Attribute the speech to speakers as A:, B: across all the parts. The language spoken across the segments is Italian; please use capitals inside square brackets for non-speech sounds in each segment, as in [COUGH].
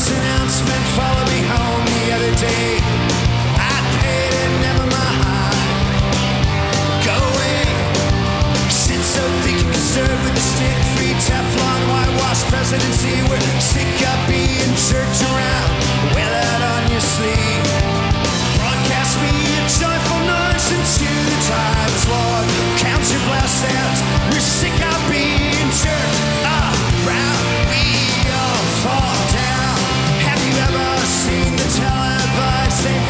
A: policeman followed me home the other day. I paid it, never mind. Go away. Sit so thick you can serve with a stick. Free Teflon, whitewash presidency. We're sick of being jerked around. Wear that on your sleeve. Broadcast me a joyful noise into the times, Lord. Count your blessings. We're sick of being jerked around. We all fall down. Have you ever seen the televised St.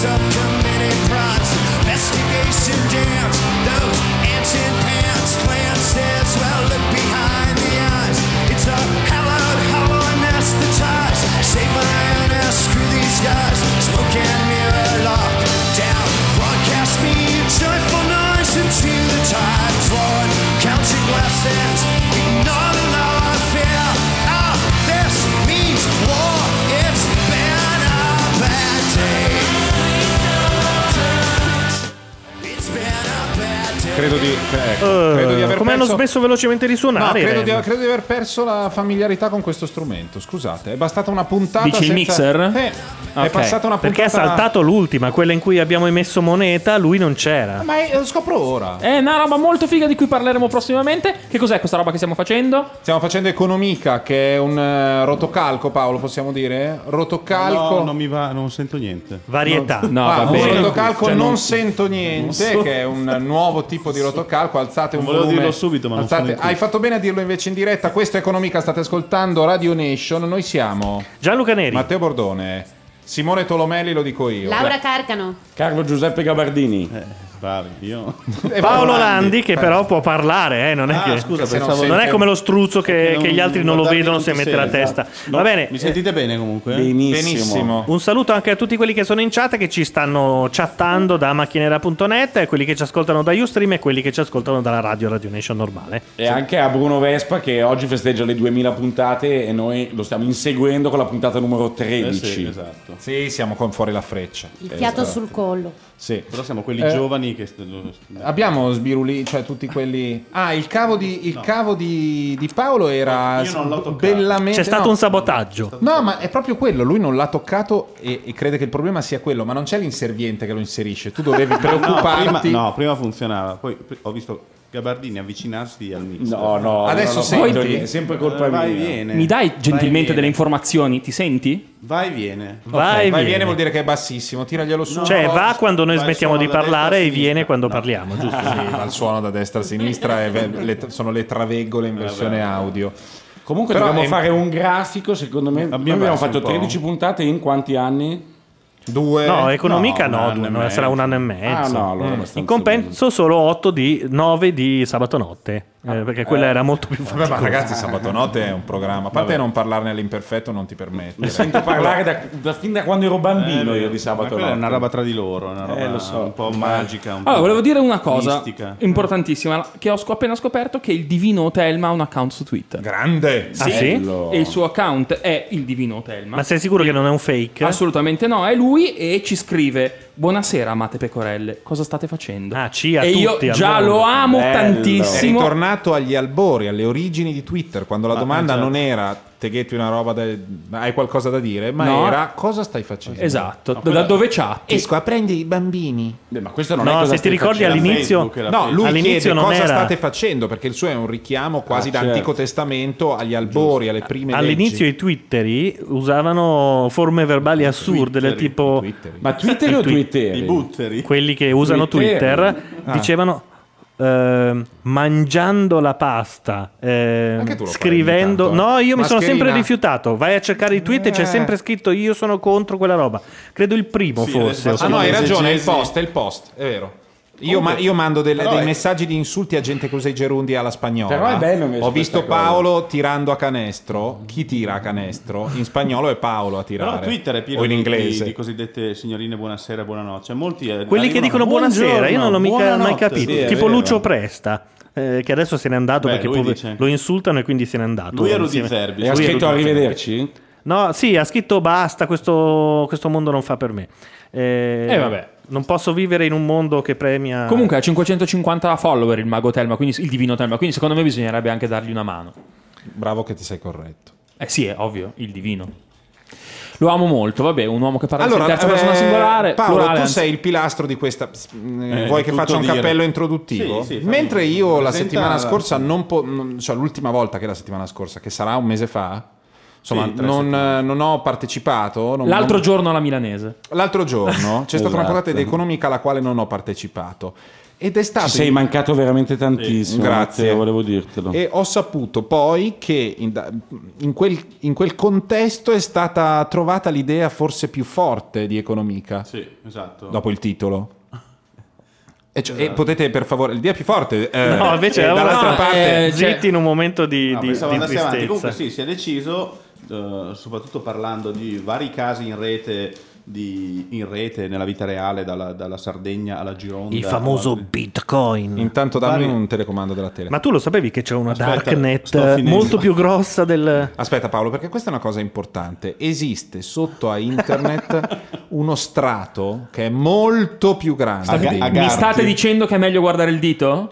A: subcommittee prize? Investigation dance. Those ancient pants glances. Well, look behind the eyes. It's a hallowed hollow anesthetized. Save my own ass. Screw these guys. Smoke and mirror locked down. Broadcast me a joyful noise into the times, Lord. Count your blessings. Ignore the law of fear. Ah, this means war. It's been a bad day. It's been a bad day.
B: Credo di, ecco, credo di aver
C: Eh, come hanno
B: perso...
C: smesso velocemente di
B: No,
C: suonare? eh.
B: credo, di,
C: Irene?
B: credo di aver perso la familiarità con questo strumento. Scusate, è bastata una puntata.
D: Dici il
B: senza- Eh.
D: mixer?
B: Sì, È
D: Ok,
B: passata una puntata.
C: Perché è saltato l'ultima, quella in cui abbiamo emesso moneta, lui non c'era.
B: Ma è- lo scopro ora.
D: È una roba molto figa di cui parleremo prossimamente. Che cos'è questa roba che stiamo facendo?
B: Stiamo facendo Economica, che è un eh, rotocalco, Paolo, possiamo dire? Rotocalco.
E: No, non mi va, non sento niente.
C: Varietà.
D: No,
B: Ah,
D: va
B: un
D: bene.
B: rotocalco
E: Cioè,
B: non,
E: non-
B: sento niente,
E: non so.
B: che è un nuovo tipo di rotocalco. Alzate un
E: Non volevo
B: volume.
E: dirlo subito, ma non
B: alzate-
E: sono in
B: Hai
E: culo.
B: fatto bene a dirlo invece in diretta. Questo è Economica, state ascoltando Radio Nation. Noi siamo
C: Gianluca Neri.
B: Matteo Bordone, Simone Tolomelli, lo dico io.
F: Laura Carcano.
C: esatto.
G: Carlo Giuseppe Gabardini.
E: Eh, bravi,
B: [LAUGHS]
E: io.
B: E
C: Paolo Landi,
B: Landi,
C: che però può parlare, eh, non, è
E: Ah,
C: che-
E: scusa,
B: se non
E: pensavo.
B: sente-
C: non è come lo struzzo che,
E: non-
C: Eh, che gli altri non lo
E: guardarmi
C: vedono
E: non
C: se
E: ti
C: mette
E: sei,
C: la testa.
E: esatto. No,
C: Va bene.
E: Mi sentite bene comunque?
G: Benissimo.
B: Benissimo.
C: Un saluto anche a tutti quelli che sono in chat che ci stanno chattando da macchinera.net, e quelli che ci ascoltano da Ustream e quelli che ci ascoltano dalla radio Radio Nation normale.
G: E anche a Bruno Vespa che oggi festeggia le 2000 puntate e noi lo stiamo inseguendo con la puntata numero
E: Eh
G: 13.
E: sì, esatto.
B: Sì, siamo con fuori la freccia.
F: Il fiato
B: Esatto.
F: sul collo.
B: Sì.
E: Però siamo quelli
B: Eh.
E: giovani che.
B: Abbiamo sbiruli, cioè tutti quelli. Ah, il cavo di, il cavo di, di Paolo era
E: Io non l'ho toccato.
B: bellamente.
C: C'è stato
B: no.
C: un sabotaggio.
B: No, ma è proprio quello. Lui non l'ha toccato e, e crede che il problema sia quello. Ma non c'è l'inserviente che lo inserisce. Tu dovevi
E: [LAUGHS] No prima,
B: preoccuparti.
E: no, prima funzionava, poi pr- ho visto Gabardini avvicinarsi al mix.
G: No, no,
B: Adesso
G: no, no,
B: senti?
G: poi è sempre colpa
E: vai,
G: mia.
E: viene.
D: Mi dai
E: Vai,
D: gentilmente
E: viene.
D: delle informazioni? Ti senti?
E: Vai, viene.
C: Vai,
B: Vai,
C: vieni.
B: viene vuol dire che è bassissimo. Tiraglielo su.
C: Cioè, va quando noi
E: Vai,
C: smettiamo
E: suono
C: di
E: da destra
C: parlare
E: a
C: e
E: sinistra.
C: viene quando
E: No.
C: parliamo, giusto?
B: Sì, ma il suono da destra a sinistra è- le- sono le traveggole in versione audio.
G: Comunque
B: Però
G: dobbiamo
B: è-
G: fare un grafico, secondo me. Noi abbiamo
E: perso
G: fatto
E: un po'.
G: 13 puntate in quanti anni?
B: Due.
C: No,
E: no,
C: economica
E: un
C: no,
E: anno
C: due,
E: e
C: no,
E: mezzo.
C: sarà un anno e mezzo.
G: Ah, no, allora
C: Mm.
G: abbastanza
C: In compenso solo 8 di 9 di sabato notte, eh, perché quella era molto più
B: Vabbè, ma
C: facile.
B: ragazzi, sabato notte è un programma. A parte non parlarne all'imperfetto, non ti permette.
G: Sento parlare da, da- fin da quando ero bambino io di
E: Eh, Ma
G: sabato.
E: quella è
G: notte.
E: una roba tra di loro, una roba
G: Eh, lo so.
E: un po' magica. Un
D: Allora,
E: po'
D: volevo dire una cosa
E: mistica.
D: importantissima. Che ho sc- appena scoperto che il Divino Hotelma ha un account su Twitter.
B: Grande.
C: Ah, sì?
G: Bello.
D: E il suo account è il Divino Hotelma.
C: Ma sei sicuro che non è un fake?
D: Assolutamente no, è lui e ci scrive Buonasera amate pecorelle, cosa state facendo?
C: Ah, ci a
D: e io
C: tutti, al
D: già
C: mondo.
D: lo amo
G: Bello.
B: È
D: tantissimo.
B: ritornato agli albori, alle origini di Twitter, quando la
G: Ah,
E: Ma-
B: domanda
E: esatto.
B: non era Teghetti una roba del- hai qualcosa da dire, ma
D: No.
B: era cosa stai facendo?
D: Esatto, da- da dove chatti?
B: a prendere i bambini.
G: Beh, ma questo non è
C: No,
G: cosa
C: se ti
G: stai
C: ricordi
G: facendo.
C: all'inizio...
E: Facebook e la
B: No, lui
C: All'inizio
B: chiede
C: non
B: cosa
C: era-
B: state facendo, perché il suo è un richiamo quasi
G: Ah,
B: da
G: certo.
B: Antico Testamento agli albori, alle prime
C: All'inizio
B: leggi.
C: i twitteri usavano forme verbali assurde del
E: Twitteri,
C: tipo
B: Twitter.
G: Ma Twitter o
C: I tweet-
E: I
G: Twitter?
E: butteri.
C: quelli che usano
G: Twitteri.
C: Twitter dicevano ehm, mangiando la pasta ehm,
B: Anche tu lo fai
C: scrivendo
B: ogni tanto, eh.
C: no io mi sono
B: Mascherina.
C: sempre rifiutato vai a cercare i tweet e c'è
B: Eh.
C: sempre scritto io sono contro quella roba credo il primo
E: Sì,
C: forse
E: adesso-
B: Ah no, hai ragione, è il
E: Esegesi.
B: post, è il post, è vero. Io, ma- io mando delle-
E: Però
B: dei
E: è-
B: messaggi di insulti a gente che usa i gerundi alla spagnola.
G: Però è bello invece
B: Ho visto
G: questa cosa.
B: Paolo tirando a canestro. Chi tira a canestro? In spagnolo è Paolo a tirare.
E: Però Twitter è pieno
B: o in
E: di-
B: inglese.
E: Di, di cosiddette signorine buonasera, buonanotte. Cioè, molti eh,
C: quelli che
E: arrivano-
C: dicono buonasera io non l'ho mica
E: buonanotte,
C: mai capito
E: sì, è
C: tipo
E: vero.
C: Lucio Presta eh, che adesso se n'è andato
E: Beh,
C: perché
E: lui
C: pove-
E: dice-
C: lo insultano e quindi se n'è andato
E: Lui era di
C: insieme-
E: Zerbi.
G: E ha
C: Lui è
G: scritto
C: Rudy Zerbi.
G: arrivederci?
C: No, sì, ha scritto basta, questo, questo mondo non fa per me. Eh,
D: Eh, vabbè.
C: Non posso vivere in un mondo che
E: Eh.
C: premia...
D: Comunque ha 550 follower il mago Telma, quindi il divino Telma, quindi secondo me bisognerebbe anche dargli una mano.
B: Bravo che ti sei corretto.
D: Eh sì, è ovvio, il divino. Lo amo molto, vabbè, un uomo che parla in terza
B: eh,
D: persona singolare,
B: Paolo,
D: plurale,
B: tu
D: anzi.
B: sei il pilastro di questa. eh,
E: Eh,
B: vuoi che
E: tutto
B: faccia un
E: dire.
B: cappello introduttivo?
E: Sì, sì, fammi-
B: Mentre io la
E: presenta-
B: settimana scorsa, non po- non- cioè l'ultima volta che è la settimana scorsa, che sarà un mese fa, insomma,
E: Sì, tre
B: non,
E: settimane.
B: eh, non ho partecipato. non-
D: L'altro
B: non-
D: giorno alla milanese.
B: l'altro
E: [LAUGHS]
B: giorno c'è stata una
G: Esatto.
B: puntata di economica alla quale non ho partecipato. Ed è stato
G: Ci sei mancato veramente tantissimo.
B: Grazie.
G: Matteo, volevo dirtelo.
B: E ho saputo poi che in, da- in quel, in quel contesto è stata trovata l'idea forse più forte di Economica,
E: Sì, esatto.
B: dopo il titolo. E, cioè- e potete per favore, l'idea più forte... eh,
C: No, invece
B: eh,
C: era-
B: dall'altra
C: no,
B: parte...
C: eh, zitti in un momento di,
E: No,
C: di-
E: pensavo
C: di
E: andasse avanti.
C: tristezza.
E: Comunque sì, si è deciso, eh, soprattutto parlando di vari casi in rete, di- in rete nella vita reale, dalla, dalla Sardegna alla Gironda.
C: Il famoso Bitcoin.
B: Intanto dammi
E: Vari-
B: un telecomando della tele.
C: Ma tu lo sapevi che c'è una
E: Aspetta, sto
C: darknet
E: finendo.
C: molto più grossa del...
B: Aspetta Paolo, perché questa è una cosa importante. Esiste sotto a
C: [LAUGHS]
B: internet uno strato che è molto più grande.
E: A ga- a ga-
D: Mi
E: Garti.
D: state dicendo che è meglio guardare il dito?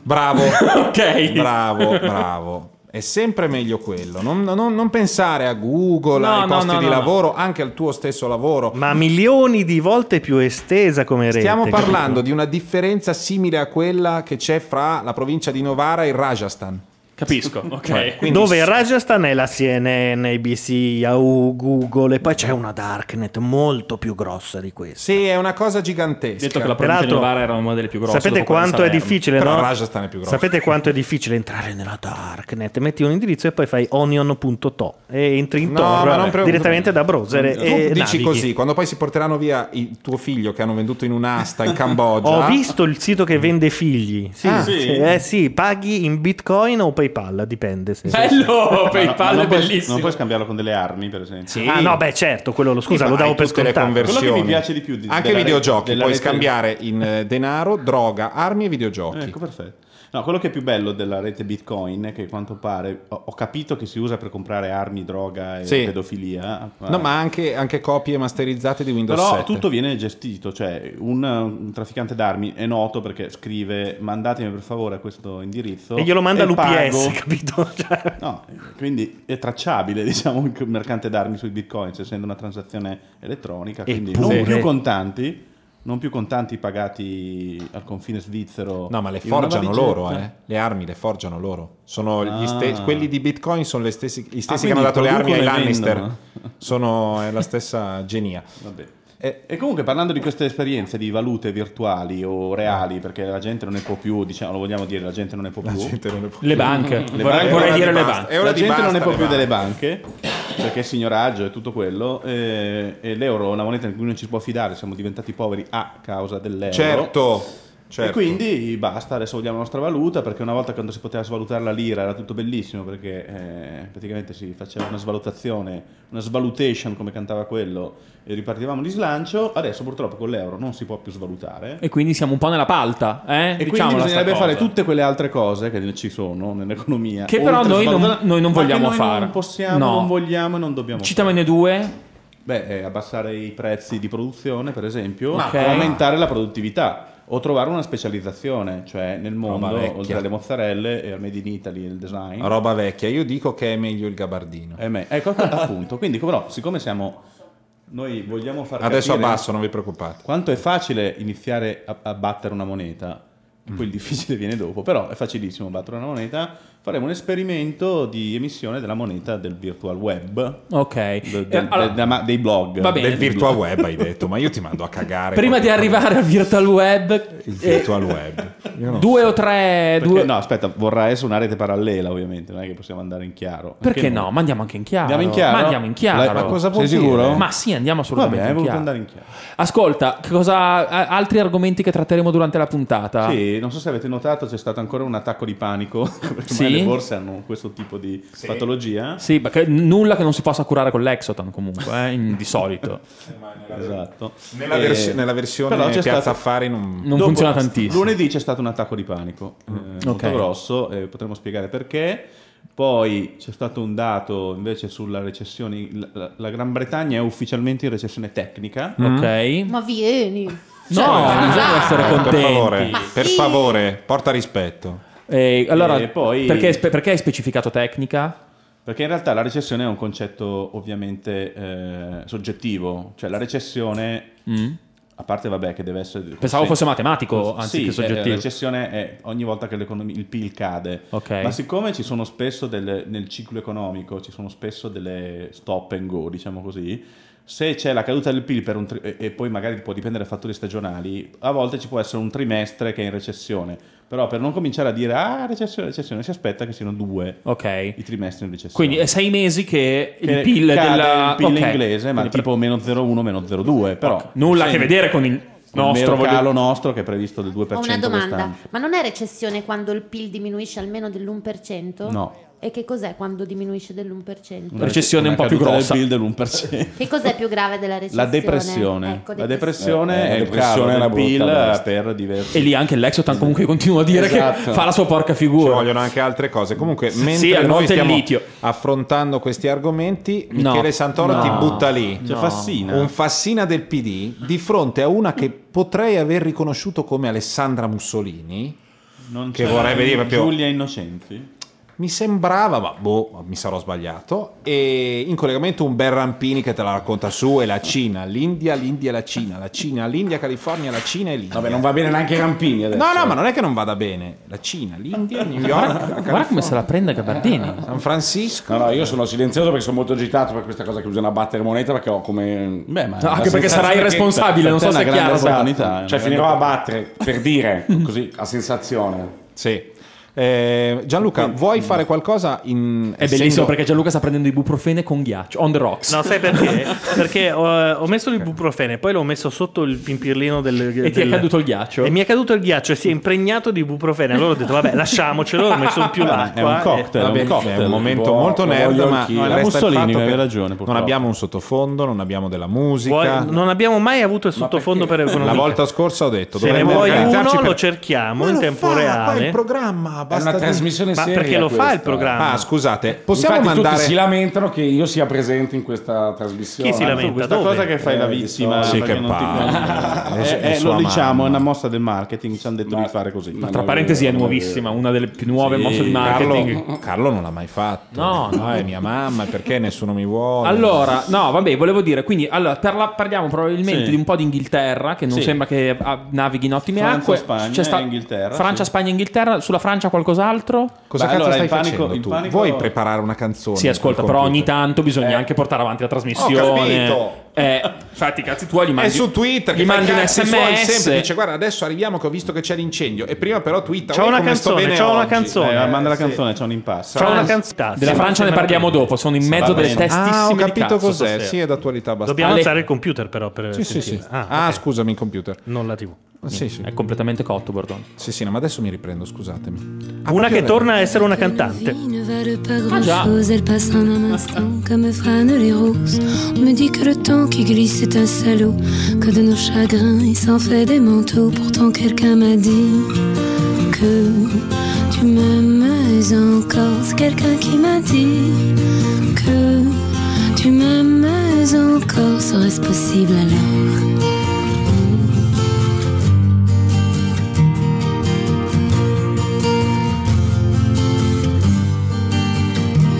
B: Bravo.
D: [LAUGHS] Ok.
B: Bravo, bravo. È sempre meglio quello. Non, non- non pensare a Google,
D: No,
B: ai
D: no,
B: posti
D: no,
B: di
D: no, no.
B: lavoro, anche al tuo stesso lavoro.
C: Ma milioni di volte più estesa come rete.
B: Stiamo parlando
C: capito?
B: di una differenza simile a quella che c'è fra la provincia di Novara e il Rajasthan. Cioè,
D: Capisco, ok.
B: Quindi
C: Dove
B: s-
C: il Rajasthan è la CNN, ABC, Yahoo, Google e poi c'è una darknet molto più grossa di questa.
B: Sì, è una cosa gigantesca.
D: Detto che la provincia di
C: Peraltro,
D: Novara era una delle più grosse.
C: Sapete
D: dopo quella di
C: quanto è
D: Salerno.
C: difficile,
B: Però
C: no?
B: il Rajasthan è più grosso.
C: Sapete quanto è difficile entrare nella darknet? Metti un indirizzo e poi fai onion.to e entri in
B: No,
C: Tor
B: ma non preoccupati.
C: direttamente da browser.
B: Tu
C: e
B: dici
C: navighi.
B: così, quando poi si porteranno via il tuo figlio che hanno venduto in un'asta in Cambogia.
C: [LAUGHS] Ho visto il sito che vende figli. Sì,
B: Ah.
C: sì. Eh, sì, paghi in bitcoin o PayPal, dipende. se-
D: Bello,
E: Ma
D: PayPal
E: non
D: è
E: puoi-
D: bellissimo.
E: Non puoi scambiarlo con delle armi, per esempio.
B: Sì.
C: Ah, no, beh, certo, quello lo
B: Sì,
C: scusa, lo
B: ma
C: davo
B: hai
C: per
B: tutte le
C: scontato.
B: conversioni.
E: Quello che mi piace di più di-
B: Anche
E: della
B: videogiochi,
E: rete- della
B: puoi
E: rete-
B: scambiare in eh, denaro, droga, armi e videogiochi.
E: Ecco, perfetto. No, quello che è più bello della rete Bitcoin è che a quanto pare ho, ho capito che si usa per comprare armi, droga e
B: Sì.
E: pedofilia. eh,
B: No, ma anche, anche copie masterizzate di Windows
E: Però
B: 7.
E: tutto viene gestito, cioè un, un trafficante d'armi è noto perché scrive mandatemi per favore a questo indirizzo
C: E glielo manda
E: e
C: l'UPS,
B: [LAUGHS]
E: pago".
C: capito? Cioè,
E: No, quindi è tracciabile, [LAUGHS] diciamo, il mercante d'armi sui bitcoin, cioè, essendo una transazione elettronica, quindi
C: Eppure-
E: non più contanti, non più contanti pagati al confine svizzero.
B: No, ma le
E: in una
B: forgiano
E: valigetta.
B: loro, eh. Le armi le forgiano loro. Sono gli ste-
E: Ah.
B: quelli di Bitcoin sono gli stessi, gli stessi che
E: quindi
F: Ah,
B: hanno dato le armi ai
E: producono e
B: Lannister.
E: vendono.
B: Sono è la stessa genia.
E: Vabbè.
B: Eh,
E: E comunque parlando di queste esperienze di valute virtuali o reali, perché la gente non ne può più, diciamo, lo vogliamo dire, la gente non ne può
B: Ah. la
E: più.
B: gente non ne può
D: Le banche.
E: Le
D: vorrei vorrei
E: banche- è ora
D: dire
E: di
D: le
E: basta.
D: banche.
B: È ora
E: la
B: di
E: gente
B: basta
E: non ne può
B: le
E: più
B: banche.
E: delle banche perché il signoraggio e tutto quello eh, e, l'euro è una moneta in cui non ci si può fidare siamo diventati poveri a causa dell'euro
B: Certo,
E: E
B: certo.
E: quindi basta, adesso vogliamo la nostra valuta perché una volta quando si poteva svalutare la lira era tutto bellissimo perché eh, praticamente si faceva una svalutazione, una svalutation come cantava quello e ripartivamo di slancio, adesso purtroppo con l'euro non si può più svalutare.
D: E quindi siamo un po' nella palta, eh?
E: E
D: Diciamola
E: quindi bisognerebbe
D: sta cosa.
E: fare tutte quelle altre cose che ci sono nell'economia.
D: Che però
E: oltre a
D: noi non-
E: svalutare-
D: noi non
E: ma che
D: vogliamo
E: noi
D: fare.
E: Non possiamo,
D: No.
E: non vogliamo e non dobbiamo.
D: Citamene due.
E: fare. Beh, eh, abbassare i prezzi di produzione, per esempio,
D: Ma- Ok.
E: o aumentare la produttività. O trovare una specializzazione, cioè nel mondo,
B: Roba vecchia.
E: oltre alle mozzarelle e al Made in Italy e il design.
B: Roba vecchia. Io dico che è meglio il gabardino.
E: Eh, me- Ecco, appunto. Quindi, però, siccome siamo... Noi vogliamo far
B: Adesso
E: capire-
B: abbasso, non vi preoccupate.
E: Quanto è facile iniziare a, a battere una moneta, e
B: Mm.
E: poi il difficile viene dopo, però è facilissimo battere una moneta. Faremo un esperimento di emissione della moneta del virtual web,
D: Ok.
E: del-
D: Eh,
E: del-
D: allora,
E: del- ma- dei blog.
D: Va bene.
B: Del virtual web hai detto, ma io ti mando a cagare.
F: [LAUGHS]
D: prima di arrivare al virtual web,
B: il
D: eh,
B: virtual web. Io non
D: [LAUGHS] due o tre...
E: Perché-
D: Due...
E: No, aspetta, vorrà essere una rete parallela ovviamente, non è che possiamo andare in chiaro.
D: Perché no? Ma andiamo anche in chiaro.
E: Andiamo in chiaro?
D: Ma andiamo in
E: Dai,
D: chiaro.
E: ma cosa
B: vuol
E: Sei
B: dire?
E: sicuro?
D: Ma sì, andiamo assolutamente
E: Vabbè, hai
D: in
E: voluto
D: chiaro.
E: andare in chiaro.
D: Ascolta, che cosa, a- altri argomenti che tratteremo durante la puntata?
E: Sì, non so se avete notato, c'è stato ancora un attacco di panico, [LAUGHS]
D: Sì.
E: perché ormai le borse hanno questo tipo di patologia.
D: Sì, perché n- nulla che non si possa curare con l'Exotan comunque, eh, in- di solito.
E: Esatto.
B: Eh, Nella,
E: E-
D: Eh,
B: versi- nella versione
E: però c'è
B: Piazza
E: stato-
B: Affari non...
D: Non
E: Dopo-
D: funziona tantissimo. Mm,
E: Lunedì c'è stato un attacco di panico eh, molto
D: ok.
E: grosso, eh, potremmo spiegare perché. Poi c'è stato un dato invece sulla recessione. la- La, la Gran Bretagna è ufficialmente in recessione tecnica.
D: Mm. Ok?
F: Ma vieni.
H: Cioè,
D: No, non bisogna essere
B: Per
D: contenti.
B: favore,
F: Ma
B: per
F: sì.
B: favore, porta rispetto.
D: Eh, allora,
E: E poi-
D: perché, spe- perché hai specificato tecnica?
E: Perché in realtà la recessione è un concetto ovviamente eh, soggettivo, cioè la recessione,
D: Mm?
E: a parte vabbè che deve essere...
F: Pensavo fosse matematico, anziché
E: sì, eh,
F: soggettivo.
E: La recessione è ogni volta che l'economia- il PIL cade,
F: Ok.
E: ma siccome ci sono spesso delle, nel ciclo economico, ci sono spesso delle stop and go, diciamo così, se c'è la caduta del PIL per un tri- e, e poi magari può dipendere da fattori stagionali, a volte ci può essere un trimestre che è in recessione, però per non cominciare a dire ah recessione, recessione, si aspetta che siano due
F: Ok.
E: i trimestri in recessione.
F: Quindi è sei mesi che,
E: Che
F: il PIL
E: cade
F: della...
E: il PIL
F: ok.
E: inglese, ma
F: Quindi
E: tipo meno 0,1, meno 0,2, però...
F: Nulla a che
E: sempre
F: vedere con il
E: il
F: nostro...
E: mero
F: voglio-
E: calo nostro che è previsto del 2%
H: Ho una domanda,
E: quest'anno.
H: ma non è recessione quando il PIL diminuisce almeno dell'1%?
E: No.
H: E che cos'è quando diminuisce dell'1%?
E: Una
F: Recessione un po' più
E: caduta
F: grossa.
E: del PIL dell'1%.
H: Che cos'è più grave della Eh, recessione?
E: [LAUGHS] La depressione.
H: Ecco,
E: la depressione
G: Eh,
E: è
G: la
E: il
G: depressione
E: calo
G: è una
E: del
G: brutta
E: PIL
G: bestia.
E: per diversi...
F: E lì anche l'Exotan comunque continua a dire che
G: Esatto.
F: fa la sua porca
B: Ci
F: figura.
B: vogliono anche altre cose. Comunque, mentre
F: al
B: noi
F: monte il
B: stiamo
F: litio.
B: affrontando questi argomenti, Michele Santoro
F: no,
B: ti butta lì.
E: Cioè, Fassina.
B: Un fassina del PD di fronte a una che potrei aver riconosciuto come Alessandra Mussolini.
E: Non
B: che
E: c'era
B: vorrebbe dire proprio-
E: Giulia Innocenzi.
B: Mi sembrava, ma boh, mi sarò sbagliato. E in collegamento un bel Rampini che te la racconta su e la Cina, l'India, l'India, la Cina, la Cina, l'India, California, la Cina e l'India.
G: Vabbè, non va bene neanche Rampini adesso. eh.
B: No, no, ma non è che non vada bene. La Cina, l'India, New York, la
F: Guarda come
B: California,
F: se la prende Gabardini.
B: San Francisco.
G: No, no, io sono silenzioso perché sono molto agitato per questa cosa che bisogna battere moneta perché ho come...
E: Beh, ma
F: No, anche perché sarai responsabile, non so se è chiaro. sai.
E: opportunità.
F: eh,
G: Cioè finirò a battere, per
F: [LAUGHS]
G: dire, così, a sensazione. mm.
B: Sì. Eh, Gianluca, vuoi fare qualcosa in...
F: È bellissimo perché Gianluca sta prendendo ibuprofene con ghiaccio, on the rocks.
C: No, sai
E: [LAUGHS]
C: perché? perché ho, ho messo l'ibuprofene, poi l'ho messo sotto il pimpirlino del.
F: e ti è caduto il ghiaccio.
C: E mi è caduto il ghiaccio e si è impregnato di ibuprofene. Allora ho detto, vabbè, lasciamocelo, ho messo in più eh". l'acqua.
E: È un cocktail,
B: Eh, Vabbè,
E: è un cocktail.
B: è un momento
G: Boh,
B: molto
G: lo
B: nerd,
G: voglio
B: ma
G: anch'io.
B: resta
E: Era
B: il
E: Mussolini,
B: fatto
E: mi avevi
B: che
E: ragione,
B: Non
E: purtroppo.
B: abbiamo un sottofondo, non abbiamo della
C: Eh,
B: musica.
C: vuoi- non abbiamo mai avuto il sottofondo per
B: La
C: economia.
B: volta scorsa ho detto,
C: Se ne
B: dovremmo
C: vuoi uno,
B: organizzarci per-
C: lo cerchiamo
B: Ma
C: in
B: lo
C: tempo
B: fa, qua
C: reale.
B: il programma,
G: È
B: basta
G: una
B: di-
G: trasmissione
C: Ma
G: seria
C: perché lo fa
G: questa.
C: il programma?
B: Ah, scusate, possiamo
G: Infatti
B: mandare...
G: tutti si lamentano che io sia presente in questa trasmissione. Ah,
C: Chi si lamenta?
E: Questa
C: Dove?
E: cosa che fai
G: Eh,
E: la
G: lo so.
E: vittima
B: Sì,
E: perché
B: che
E: non ti-
B: palle.
E: Eh,
B: Adesso
E: eh,
B: è sua
E: lo diciamo,
B: mamma.
E: è una mossa del marketing, ci hanno detto
G: Ma-
E: di fare così.
G: ma-
F: Tra parentesi è nuovissima, una delle più nuove
B: Sì,
F: mosse di marketing.
B: Carlo, Carlo non l'ha mai fatto.
F: No, no.
B: è mia mamma, perché nessuno mi vuole.
F: Allora, no, vabbè, volevo dire, quindi allora, parla- parliamo probabilmente
E: Sì.
F: di un po' di Inghilterra, che non
E: Sì.
F: sembra che ah, navighi in ottime
E: Francia,
F: acque.
E: Spagna
B: Eh,
F: C'è
E: e Inghilterra,
F: Francia,
E: sì.
F: Spagna, Inghilterra. Sulla Francia qualcos'altro?
B: Cosa
E: Beh,
B: cazzo
E: allora,
B: stai
E: il panico-
B: facendo
E: il
B: tu?
E: panico-
B: Vuoi preparare una canzone?
F: Sì, ascolta,
B: col
F: però ogni
B: computer?
F: tanto bisogna
G: Eh.
F: anche portare avanti la trasmissione.
B: Ho capito.
F: Eh, infatti, cazzi tuoi gli mandi
B: È su Twitter che
F: gli mandi un
B: sms
F: SMS.
B: sempre dice guarda adesso arriviamo che ho visto che c'è l'incendio e prima però "Oh, Twitter
C: C'ho una canzone, c'ho una canzone.
E: Eh, manda la canzone, c'è un impasse.
C: C'ho una canzone.
F: Della Francia ne parliamo dopo, sono in mezzo
E: va
F: delle
E: bene.
F: testissime
B: Ah, ho
F: di
B: capito
F: cazzo
B: cos'è.
F: stasera.
B: Sì, è d'attualità abbastanza.
C: Dobbiamo
F: Ale-
C: alzare il computer però per
B: Sì, sì, sì.
C: sentire. Ah,
B: Ah,
C: ok.
B: scusami, computer.
C: Non la TV.
B: Sì, sì.
F: È completamente cotto, Bordone.
B: Sì, sì, no, ma adesso mi riprendo, scusatemi. Ah,
C: Una
B: perché
C: che
B: ho
C: torna a essere una cantante.
I: vie ne valent pas
F: Ah,
I: grand
F: già. Ah,
I: chose, elles passent en un instant comme fanent les roses. On me dit que le temps qui glisse est un salaud, que de nos chagrins il s'en fait des manteaux. Pourtant quelqu'un m'a dit que tu m'aimes encore. C'est quelqu'un qui m'a dit que tu m'aimes encore. Serait-ce possible alors?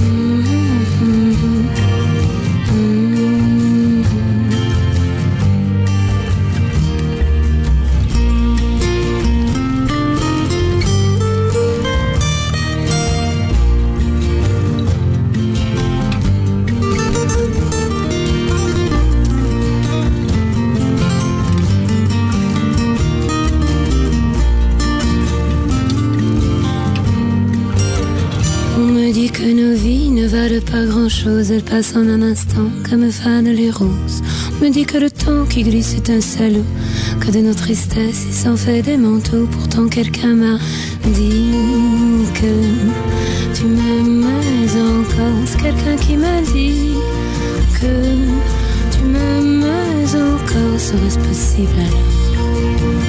I: Mhm. Mhm. pas grand chose, elle passe en un instant comme fanent les roses. On me dit que le temps qui glisse est un salaud, que de nos tristesses il s'en fait des manteaux. Pourtant quelqu'un m'a dit que tu m'aimes encore. C'est quelqu'un qui m'a dit que tu m'aimes encore. Serait-ce possible alors?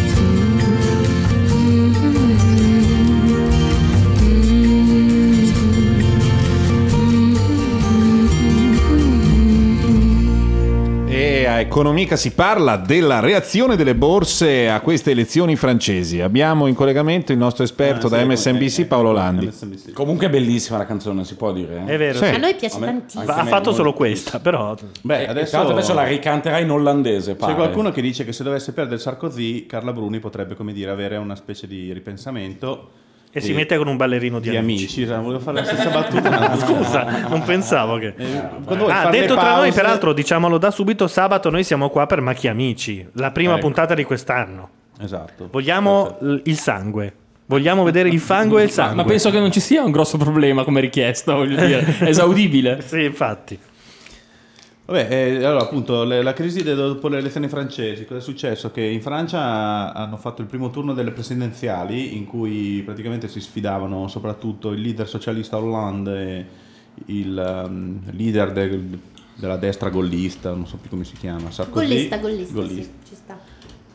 B: E a Economica si parla della reazione delle borse a queste elezioni francesi. Abbiamo in collegamento il nostro esperto
G: Ah,
B: da MSNBC
G: eh,
B: Paolo Landi.
G: Comunque è bellissima la canzone, si può dire. eh?
C: È vero,
B: Sì.
C: sì.
H: A noi piace
G: A me-
H: tantissimo.
G: anche
C: ha
G: me,
C: fatto
G: molto.
C: solo questa, però
E: Beh,
G: Adesso... adesso la ricanterà in olandese.
E: C'è
G: pare.
E: qualcuno che dice che se dovesse perdere Sarkozy, Carla Bruni potrebbe, come dire, avere una specie di ripensamento.
C: e si
E: di-
C: mette con un ballerino di,
E: di
C: amici.
E: amici. Esatto, Volevo fare la stessa battuta.
C: [LAUGHS]
E: Eh,
C: Scusa, non pensavo che.
E: quando vuoi
C: ah,
E: fare le
C: detto tra noi,
E: pause-
C: peraltro, diciamolo da subito: sabato noi siamo qua per Macchi Amici, la prima
E: Ecco.
C: puntata di quest'anno.
E: Esatto.
C: Vogliamo l- il sangue. Vogliamo vedere il fango e il sangue.
F: Ma penso che non ci sia un grosso problema come richiesta, voglio
C: [LAUGHS]
F: dire. È esaudibile.
C: Sì, infatti.
E: Vabbè, eh, allora appunto le- la crisi de- dopo le elezioni francesi, cosa è successo? Che in Francia hanno fatto il primo turno delle presidenziali in cui praticamente si sfidavano soprattutto il leader socialista Hollande e il ehm, leader del- della destra gollista, non so più come si chiama, Sarkozy.
H: Gollista, gollista,
E: Gollista.
H: sì, ci sta.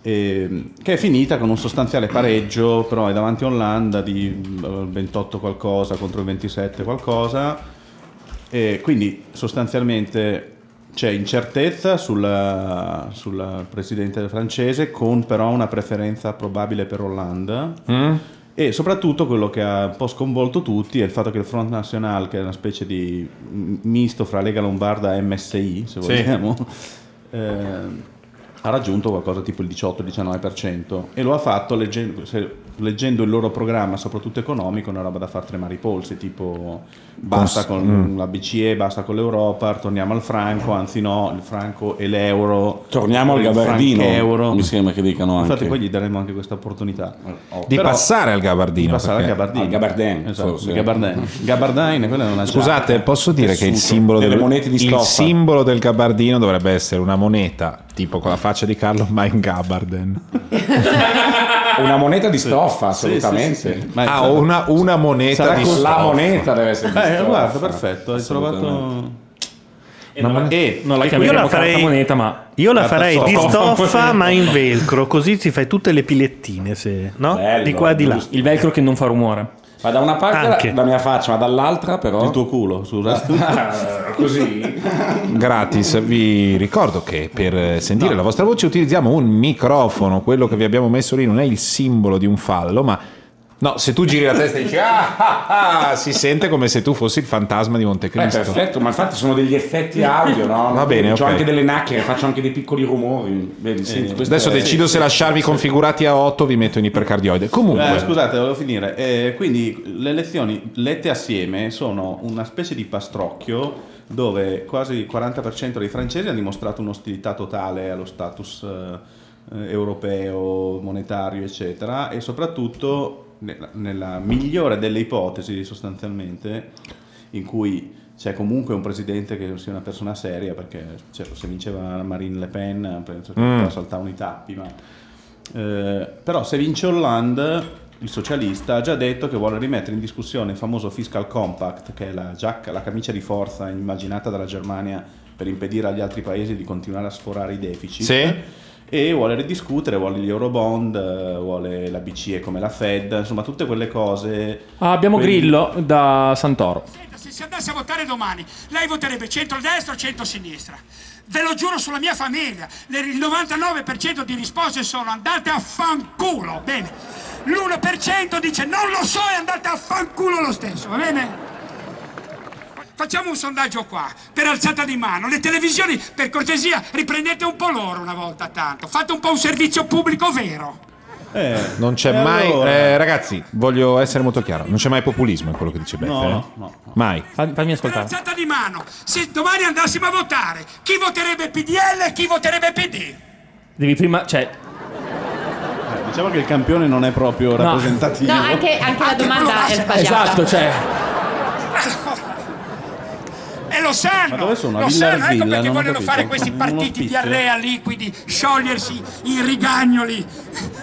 E: Ehm, che è finita con un sostanziale pareggio, però è davanti a Hollanda di mm, 28 qualcosa contro il 27 qualcosa. E quindi sostanzialmente c'è incertezza sulla, sulla presidente francese con però una preferenza probabile per Hollande. E soprattutto quello che ha un po' sconvolto tutti è il fatto che il Front National, che è una specie di m- misto fra Lega Lombarda e MSI, se vogliamo, [LAUGHS] ehm, ha raggiunto qualcosa tipo il 18-19% e lo ha fatto leggendo, se- leggendo il loro programma, soprattutto economico, una roba da far tremare i polsi, tipo basta con la BCE, basta con l'Europa, torniamo al franco, anzi no, il franco e l'euro.
G: Torniamo al
E: il
G: gabardino.
E: francheuro.
G: Mi sembra che dicano anche.
E: Infatti poi gli daremo anche questa opportunità.
B: Di
E: Però-
B: passare al gabardino.
E: di passare al
B: perché-
E: gabardino.
G: Al gabardin,
E: Esatto,
G: forse.
E: gabardin. Gabardin, quella è una
B: Scusate, posso dire che il
G: Tessuto.
B: simbolo
G: Delle
B: del,
G: monete di
B: il
G: stoffa.
B: simbolo del gabardino dovrebbe essere una moneta, tipo con la faccia di Carlo, [LAUGHS] ma in gabarden.
G: [LAUGHS] Una moneta di stoffa,
E: Sì, sì,
G: assolutamente.
E: sì, sì. Ma è-
B: Ah, una, una moneta
E: sarà
B: di
E: con-
G: La
B: stoffa.
G: moneta deve essere di
E: Eh,
G: stoffa.
E: guarda, perfetto, Eh, hai trovato...
F: E non la
C: Io
F: chiameremo
C: la
F: carta
C: farei,
F: moneta, ma
C: io la
E: Carta
C: farei
F: [LAUGHS]
C: di
E: stoffa.
C: stoffa, ma in velcro. Così si fai tutte le pilettine, se, no?
G: Bello,
C: di qua e di là.
F: il velcro che non fa rumore.
G: Ma da una parte
C: Anche.
G: la, la mia faccia, ma dall'altra però...
E: Il tuo culo,
G: [LAUGHS]
E: scusa.
G: Ah, così?
B: Gratis, vi ricordo che per eh, sentire la vostra voce utilizziamo un microfono, quello che vi abbiamo messo lì non è il simbolo di un fallo, ma no, se tu giri la testa e dici ah, ah, ah", si sente come se tu fossi il fantasma di
G: Beh,
B: Montecristo.
G: perfetto, ma infatti sono degli effetti audio, no?
B: Va bene,
G: Faccio
B: ok.
G: anche delle nacchere, faccio anche dei piccoli rumori. Vedi, senti, questo
B: Eh, Adesso
G: è-
B: decido se lasciarvi configurati a 8 vi metto in ipercardioide. Comunque,
E: Eh, scusate, volevo finire. Eh, quindi le elezioni lette assieme sono una specie di pastrocchio dove quasi il 40% dei francesi hanno dimostrato un'ostilità totale allo status eh, eh, europeo, monetario, eccetera, e soprattutto nella, nella migliore delle ipotesi sostanzialmente, in cui c'è comunque un presidente che sia una persona seria, perché cioè, se vinceva Marine Le Pen penso che
B: Mm.
E: saltavano i tappi, ma... Eh, però se vince Hollande, il socialista ha già detto che vuole rimettere in discussione il famoso fiscal compact, che è la, giacca, la camicia di forza immaginata dalla Germania per impedire agli altri paesi di continuare a sforare i deficit.
B: Sì.
E: E vuole ridiscutere, vuole gli eurobond, eh, vuole la BCE come la Fed, insomma tutte quelle cose.
F: Ah, abbiamo
E: Quindi-
F: Grillo da Santoro.
J: Senta, Cioè, se si andasse a votare domani, lei voterebbe centrodestra o centrosinistra? Ve lo giuro sulla mia famiglia, le- il 99% di risposte sono andate a fanculo, bene? L'1% dice non lo so e andate a fanculo lo stesso, va bene? Facciamo un sondaggio qua, per alzata di mano. Le televisioni, per cortesia, riprendete un po' loro una volta tanto. Fate un po' un servizio pubblico vero.
E: Eh,
B: non c'è
E: e
B: mai.
E: allora?
B: eh, ragazzi, voglio essere molto chiaro: non c'è mai populismo, è quello che dice Beppe.
E: No,
B: eh?
E: no, no.
B: Mai.
F: Fa- Fammi
J: Per
F: ascoltare.
J: alzata di mano, se domani andassimo a votare, chi voterebbe PDL e chi voterebbe PD?
F: Devi prima, cioè,
E: Eh, diciamo che il campione non è proprio rappresentativo.
H: No, anche, anche la
C: Esatto.
J: Anche
H: domanda
J: quello
H: è
J: basta.
H: sbagliata.
F: esatto, cioè,
J: E
B: Eh,
J: sanno,
E: Ma dove sono? A
J: lo
E: Villa
J: sanno, ecco
E: Argilla,
J: perché
E: non ho
J: vogliono
E: capito.
J: fare questi
E: Un
J: partiti
E: ospizio?
J: diarrea liquidi, sciogliersi in rigagnoli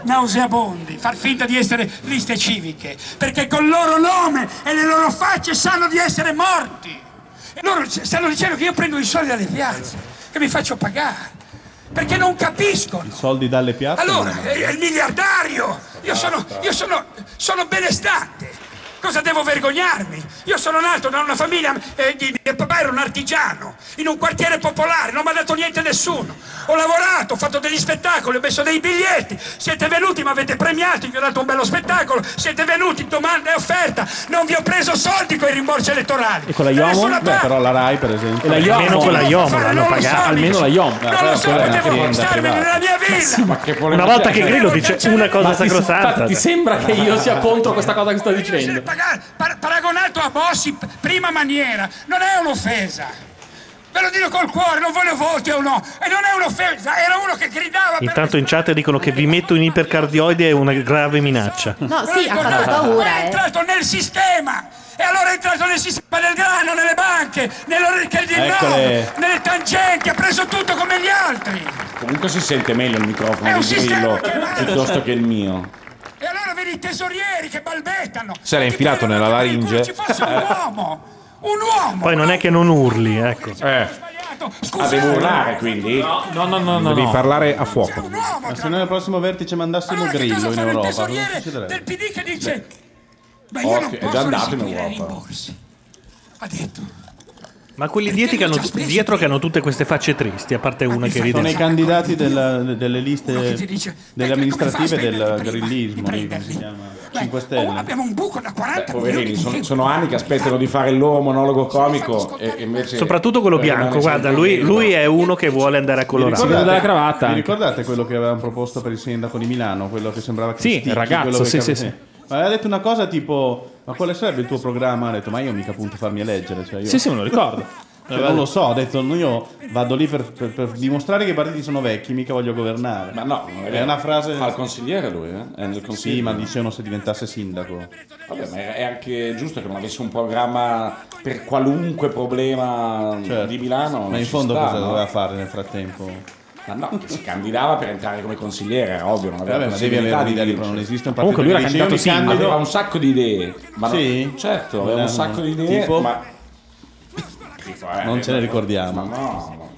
J: nauseabondi, far finta di essere liste civiche, perché col loro nome e le loro facce sanno di essere morti. E loro c- stanno dicendo che io prendo i soldi dalle piazze, che mi faccio pagare, perché non capiscono.
E: I soldi dalle piazze.
J: Allora, eh,
E: no.
J: è il miliardario! Io sono, io sono, sono benestante! Cosa devo vergognarmi? Io sono nato da una famiglia, eh, di- mio papà era un artigiano, in un quartiere popolare, non mi ha dato niente a nessuno. Ho lavorato, ho fatto degli spettacoli, ho messo dei biglietti, siete venuti, mi avete premiato, vi ho dato un bello spettacolo, siete venuti, domanda e offerta, non vi ho preso soldi con i rimborsi elettorali.
E: E con la
J: Da
E: Yomo?
J: nessuna
E: Beh,
J: parte.
E: però la Rai, per esempio.
J: E la Yomo? Almeno con la Yomo l'hanno pagata, almeno la Yomo.
E: Beh,
J: Non
E: però
J: lo so,
E: quella è
J: potevo
E: un'azienda
J: starmene
E: privata.
J: nella mia villa.
G: Ma che
C: Una volta che Grillo dice una cosa sacrosanta.
F: cioè,
C: cioè.
F: Ti sembra che
E: [LAUGHS]
F: io sia contro questa cosa che sto dicendo?
J: Par- paragonato a Bossi, p- prima maniera, non è un'offesa. Ve lo dico col cuore, non voglio voti o no. E non è un'offesa, era uno che gridava per...
C: Intanto in chat dicono che vi metto in ipercardioide è una grave minaccia.
H: No, sì, ha
J: Guardate,
H: fatto paura,
J: È
H: eh.
J: entrato nel sistema. E allora è entrato nel sistema del grano, nelle banche, nell'orecchia di Milano,
G: Eccole.
J: nelle tangenti, ha preso tutto come gli altri.
G: Comunque si sente meglio il
J: È
G: microfono
J: un
G: di Grillo
J: sistema che marcia.
G: piuttosto che il mio.
J: E allora vedi i tesorieri che balbettano.
B: Se l'ha infilato nella laringe.
J: Forse un uomo, un uomo.
C: Poi non è che non urli, ecco.
G: Ah, devo urlare quindi?
J: No,
G: no, no, no.
B: Devi parlare a fuoco.
E: Ma se noi al prossimo vertice mandassimo
J: Allora che cosa
E: Grillo in
J: fa il
E: Europa, cosa
J: tesoriere del
E: succederebbe?
J: PD che dice ma
G: Occhio,
J: io non
G: è
J: posso
G: già andato in
J: restituire i
G: Europa.
J: rimborsi ha detto
C: Ma quelli dietro che, hanno, dietro che hanno tutte queste facce tristi, a parte una che
E: Sono i
C: ride.
E: candidati della- delle
J: Uno
E: liste
J: che ti dice,
E: Eh,
J: "Perché
E: delle
J: come fai a
E: amministrative
J: spenderli
E: del
J: prima
E: grillismo, lì, come si chiama? 5
J: "Oh,
E: Stelle. Eh,
J: abbiamo un buco da 40
G: Poverini,
J: milioni di
G: sono,
J: euro
G: sono anni che aspettano di fare il loro monologo comico e e invece...
C: Soprattutto quello bianco, guarda, lui, lui è uno che vuole andare a colorare.
E: vi ricordate quello che avevamo proposto per il sindaco di Milano? Quello che sembrava che
F: Sì, il ragazzo, sì, sì, sì.
E: Ma aveva detto una cosa tipo: Ma quale sarebbe il tuo programma? Ha detto: Ma io mica appunto farmi eleggere. Cioè io...
F: Sì, sì, me lo ricordo.
E: Cioè, non lo so, ha detto "No, io vado lì per, per- per dimostrare che i partiti sono vecchi, mica voglio governare.
G: Ma no, non è,
E: è,
G: vero.
E: una frase.
G: Fa il consigliere lui, eh? È nel consiglio.
E: Sì, ma dicevano se diventasse sindaco.
G: Vabbè, ma è anche giusto che non avesse un programma per qualunque problema
E: Certo.
G: di Milano.
E: Ma in
G: ci
E: fondo
G: sta,
E: cosa
G: no?
E: doveva fare nel frattempo?
G: Ma no, che si candidava per entrare come consigliere, era ovvio, non aveva
E: Vabbè, ma devi
G: possibilità
E: avere
G: di
E: un'idea di
G: vincere.
E: non esiste un partito
F: Comunque lui era
E: che dice, io
F: candidato
E: mi
F: sindaco.
E: candido-
G: Aveva un sacco di idee. Ma no-
E: Sì?
G: certo, aveva
E: No,
G: un sacco di idee,
E: tipo?
G: ma... Tipo, eh,
E: Non ce ne
G: Ma
E: ricordiamo.
G: no, no.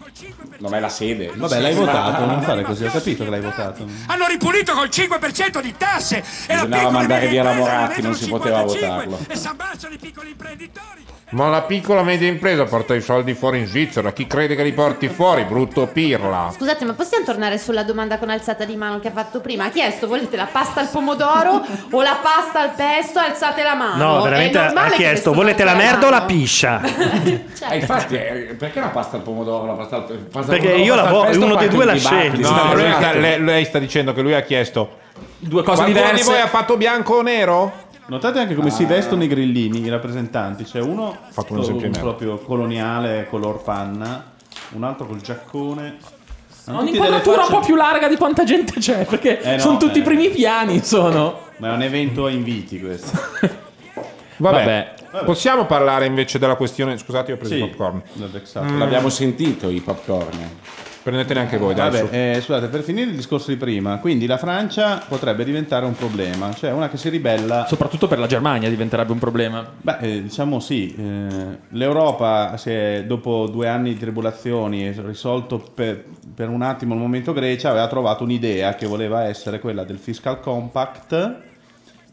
G: non è la sede.
E: Vabbè, l'hai votato, non fare così, ho capito che l'hai votato.
J: hanno ripulito col 5% di tasse e la
G: Bisognava
J: piccola
G: mandare
J: e media
G: via la
J: impresa
G: Moratti,
J: avevano
G: non si poteva
J: 55,
G: votarlo.
J: e si ammazzano i piccoli imprenditori
K: Ma la piccola e media impresa porta i soldi fuori in Svizzera. Chi crede che li porti fuori? Brutto pirla.
H: Scusate, ma possiamo tornare sulla domanda con alzata di mano che ha fatto prima? Ha chiesto, volete la pasta al pomodoro o la pasta al pesto? Alzate la mano.
C: No,
H: Ah, È
C: veramente
H: normale
C: ha
H: che
C: chiesto,
H: nessuno
C: volete la
H: alzi
C: merda o la
H: mano?" [LAUGHS]
C: piscia?
H: Certo.
G: Eh, infatti, eh, perché la pasta al pomodoro? La pasta al pasta al
C: Perché
G: pomodoro,
C: io la
G: pasta al
C: vo-
G: pesto,
C: uno
G: ho
C: dei
G: fatto
C: due
G: un
C: la
G: dibattito.
C: scegli.
G: No,
K: No, lui
G: esatto.
K: ha- le- lei sta dicendo che lui ha chiesto
F: Due cose
K: Qualcuno di voi
F: diverse.
K: ha fatto bianco o nero?
E: Notate anche come si vestono i grillini, i rappresentanti. C'è uno
K: Ah. fatto un
E: con-
K: esempio in me.
E: proprio coloniale, color panna, un altro col giaccone. Hanno
F: Ha
E: tutti delle
F: un'inquadratura
E: facce-
F: un po' più larga di quanta gente c'è, perché
E: Eh no,
F: sono tutti
E: eh.
F: i primi piani, sono.
E: Ma è un evento a inviti questo.
K: [LAUGHS] Vabbè.
F: Vabbè.
K: Possiamo parlare invece della questione. Scusate, io ho preso
E: Sì.
K: il popcorn. Mm,
E: L'ho vexato.
G: L'abbiamo sentito i popcorn.
K: Prendetene anche voi, dai. su.
E: Vabbè, eh, scusate, per finire il discorso di prima, quindi la Francia potrebbe diventare un problema, cioè una che si ribella
F: Soprattutto per la Germania diventerebbe un problema.
E: Beh, eh, diciamo sì, eh, l'Europa si è, dopo due anni di tribolazioni è risolto per, per un attimo il momento Grecia, aveva trovato un'idea che voleva essere quella del fiscal compact,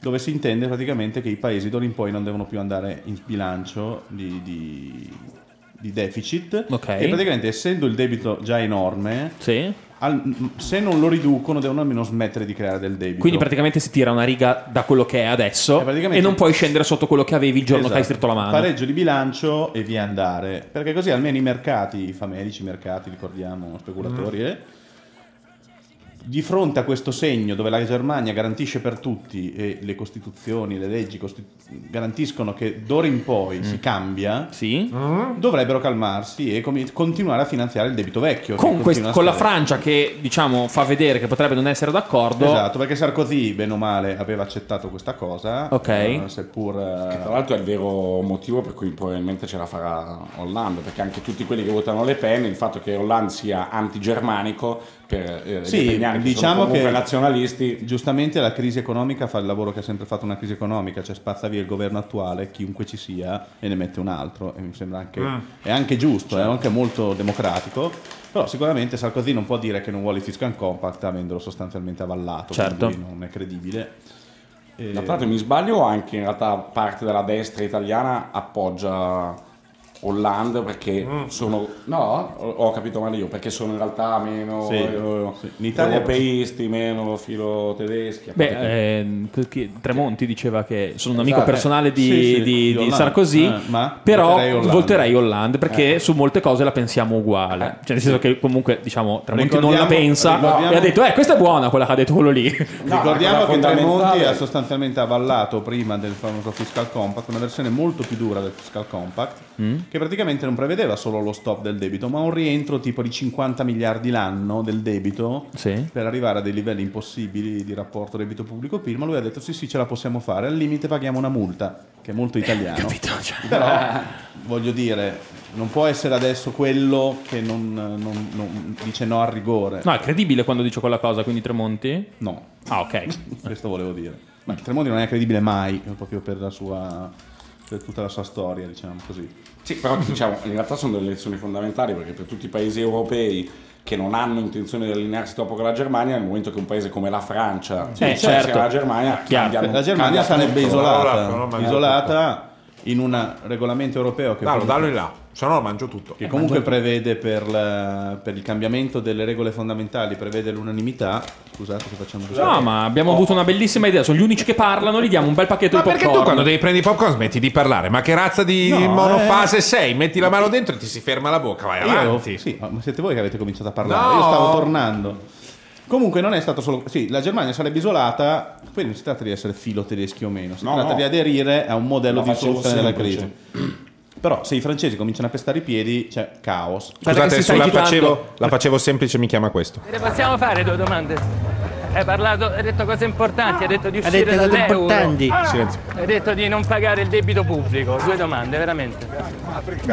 E: dove si intende praticamente che i paesi d'ora in poi non devono più andare in bilancio di, di- di deficit,
F: Ok.
E: e praticamente essendo il debito già enorme,
F: Sì.
E: al- se non lo riducono devono almeno smettere di creare del debito.
F: Quindi praticamente si tira una riga da quello che è adesso
E: Eh, praticamente-
F: e non puoi scendere sotto quello che avevi il giorno che hai
E: Esatto.
F: stretto la mano.
E: Pareggio di bilancio e via andare. Perché
F: Mm.
E: così almeno i mercati, i famelici mercati, ricordiamo, speculatori, eh, di fronte a questo segno dove la Germania garantisce per tutti e le costituzioni, le leggi costitu- garantiscono che d'ora in poi
F: Mm.
E: si cambia, dovrebbero calmarsi e com- continuare a finanziare il debito vecchio. che
D: Con, quest-
E: continua a
D: con la
E: stare.
D: Francia che diciamo fa vedere che potrebbe non essere d'accordo.
E: Esatto, perché Sarkozy, bene o male, aveva accettato questa cosa.
D: Ok.
E: eh, seppur. eh,
G: Che tra l'altro è il vero motivo per cui probabilmente ce la farà Hollande, perché anche tutti quelli che votano Le Pen, il fatto che Hollande sia antigermanico per eh, gli
E: Sì,
G: italiani che sono
E: diciamo
G: comunque
E: che
G: nazionalisti.
E: Giustamente la crisi economica fa il lavoro che ha sempre fatto una crisi economica, cioè spazza via il governo attuale, chiunque ci sia, e ne mette un altro. E mi sembra anche,
K: Mm.
E: è anche giusto, è anche molto democratico. Però sicuramente Sarkozy non può dire che non vuole il fiscal compact avendolo sostanzialmente avallato,
G: Certo.
E: quindi non è credibile. E-
G: Ma Tra l'altro mi sbaglio o anche in realtà parte della destra italiana appoggia Hollande perché
E: Mm.
G: sono... No, ho ho capito male io, perché sono in realtà meno
E: Sì,
G: eh,
E: sì. In Italia-
G: europeisti, meno filo tedeschi.
E: eh.
D: Beh, ehm, che- che- Tremonti diceva che sono un amico
G: Esatto.
D: personale di,
G: Sì, sì,
D: di-
G: di
D: di
G: Hollande.
D: Sarkozy,
G: Eh, ma
D: però
G: voterei Hollande.
D: volterei Hollande perché
G: Eh.
D: su molte cose la pensiamo uguale. Cioè, nel senso che comunque diciamo Tremonti non la
E: Ricordiamo-
D: pensa
E: ricordiamo-
D: e ha detto, eh, questa è buona quella che ha detto quello lì.
E: Ricordiamo che Tremonti ha sostanzialmente avallato prima del famoso fiscal compact una versione molto più dura del fiscal compact che praticamente non prevedeva solo lo stop del debito, ma un rientro tipo di 50 miliardi l'anno del debito
D: Sì.
E: per arrivare a dei livelli impossibili di rapporto debito pubblico-PIL, ma lui ha detto sì sì ce la possiamo fare, al limite paghiamo una multa, che è molto italiano. Però voglio dire, non può essere adesso quello che non, non- non dice no al rigore.
D: No, è credibile quando dice quella cosa, quindi Tremonti?
E: No.
D: Ah, ok.
E: Questo volevo dire. Ma Tremonti non è credibile mai, eh, proprio per la sua per tutta la sua storia, diciamo così.
G: Sì, però diciamo, in realtà sono delle lezioni fondamentali perché per tutti i paesi europei che non hanno intenzione di allinearsi dopo con la Germania, nel momento che un paese come la Francia
E: Sì,
G: si associa
E: certo.
G: alla Germania, cambiano-
E: La Germania
G: cambia
E: sarebbe
G: tutto.
E: isolata, isolata in un regolamento europeo che
K: Dallo, dallo in là,
E: se no lo mangio tutto. Che
K: Eh,
E: comunque
K: mangialo.
E: prevede per, la- per il cambiamento delle regole fondamentali, prevede l'unanimità. Scusate se facciamo così.
D: No, ma abbiamo avuto una bellissima idea. Sono gli unici che parlano, gli diamo un bel pacchetto
K: Ma
D: di popcorn.
K: perché tu quando devi prendere i popcorn smetti di parlare? Ma che razza di
E: No,
K: monofase
E: eh.
K: sei? Metti la mano dentro e ti si ferma la bocca, vai
E: Io-
K: avanti.
E: sì, ma ma siete voi che avete cominciato a parlare.
K: No.
E: Io stavo tornando. Comunque non è stato solo... Sì, la Germania sarebbe isolata, poi non si tratta di essere filo tedeschi o meno, si
G: No,
E: tratta
G: no.
E: di aderire a un modello
G: La
E: di
G: facevo
E: soluzione della
G: semplice.
E: crisi. Però se i francesi cominciano a pestare i piedi, c'è caos.
K: Scusate, sulla facevo, la facevo semplice, mi chiama questo.
L: Te ne Eh, possiamo fare due domande? Hai parlato, hai detto cose importanti, hai detto di
C: Ha
L: uscire
C: detto cose
L: dall'euro.
C: importanti.
K: Silenzio.
L: Hai detto di non pagare il debito pubblico. Due domande, veramente. [LAUGHS]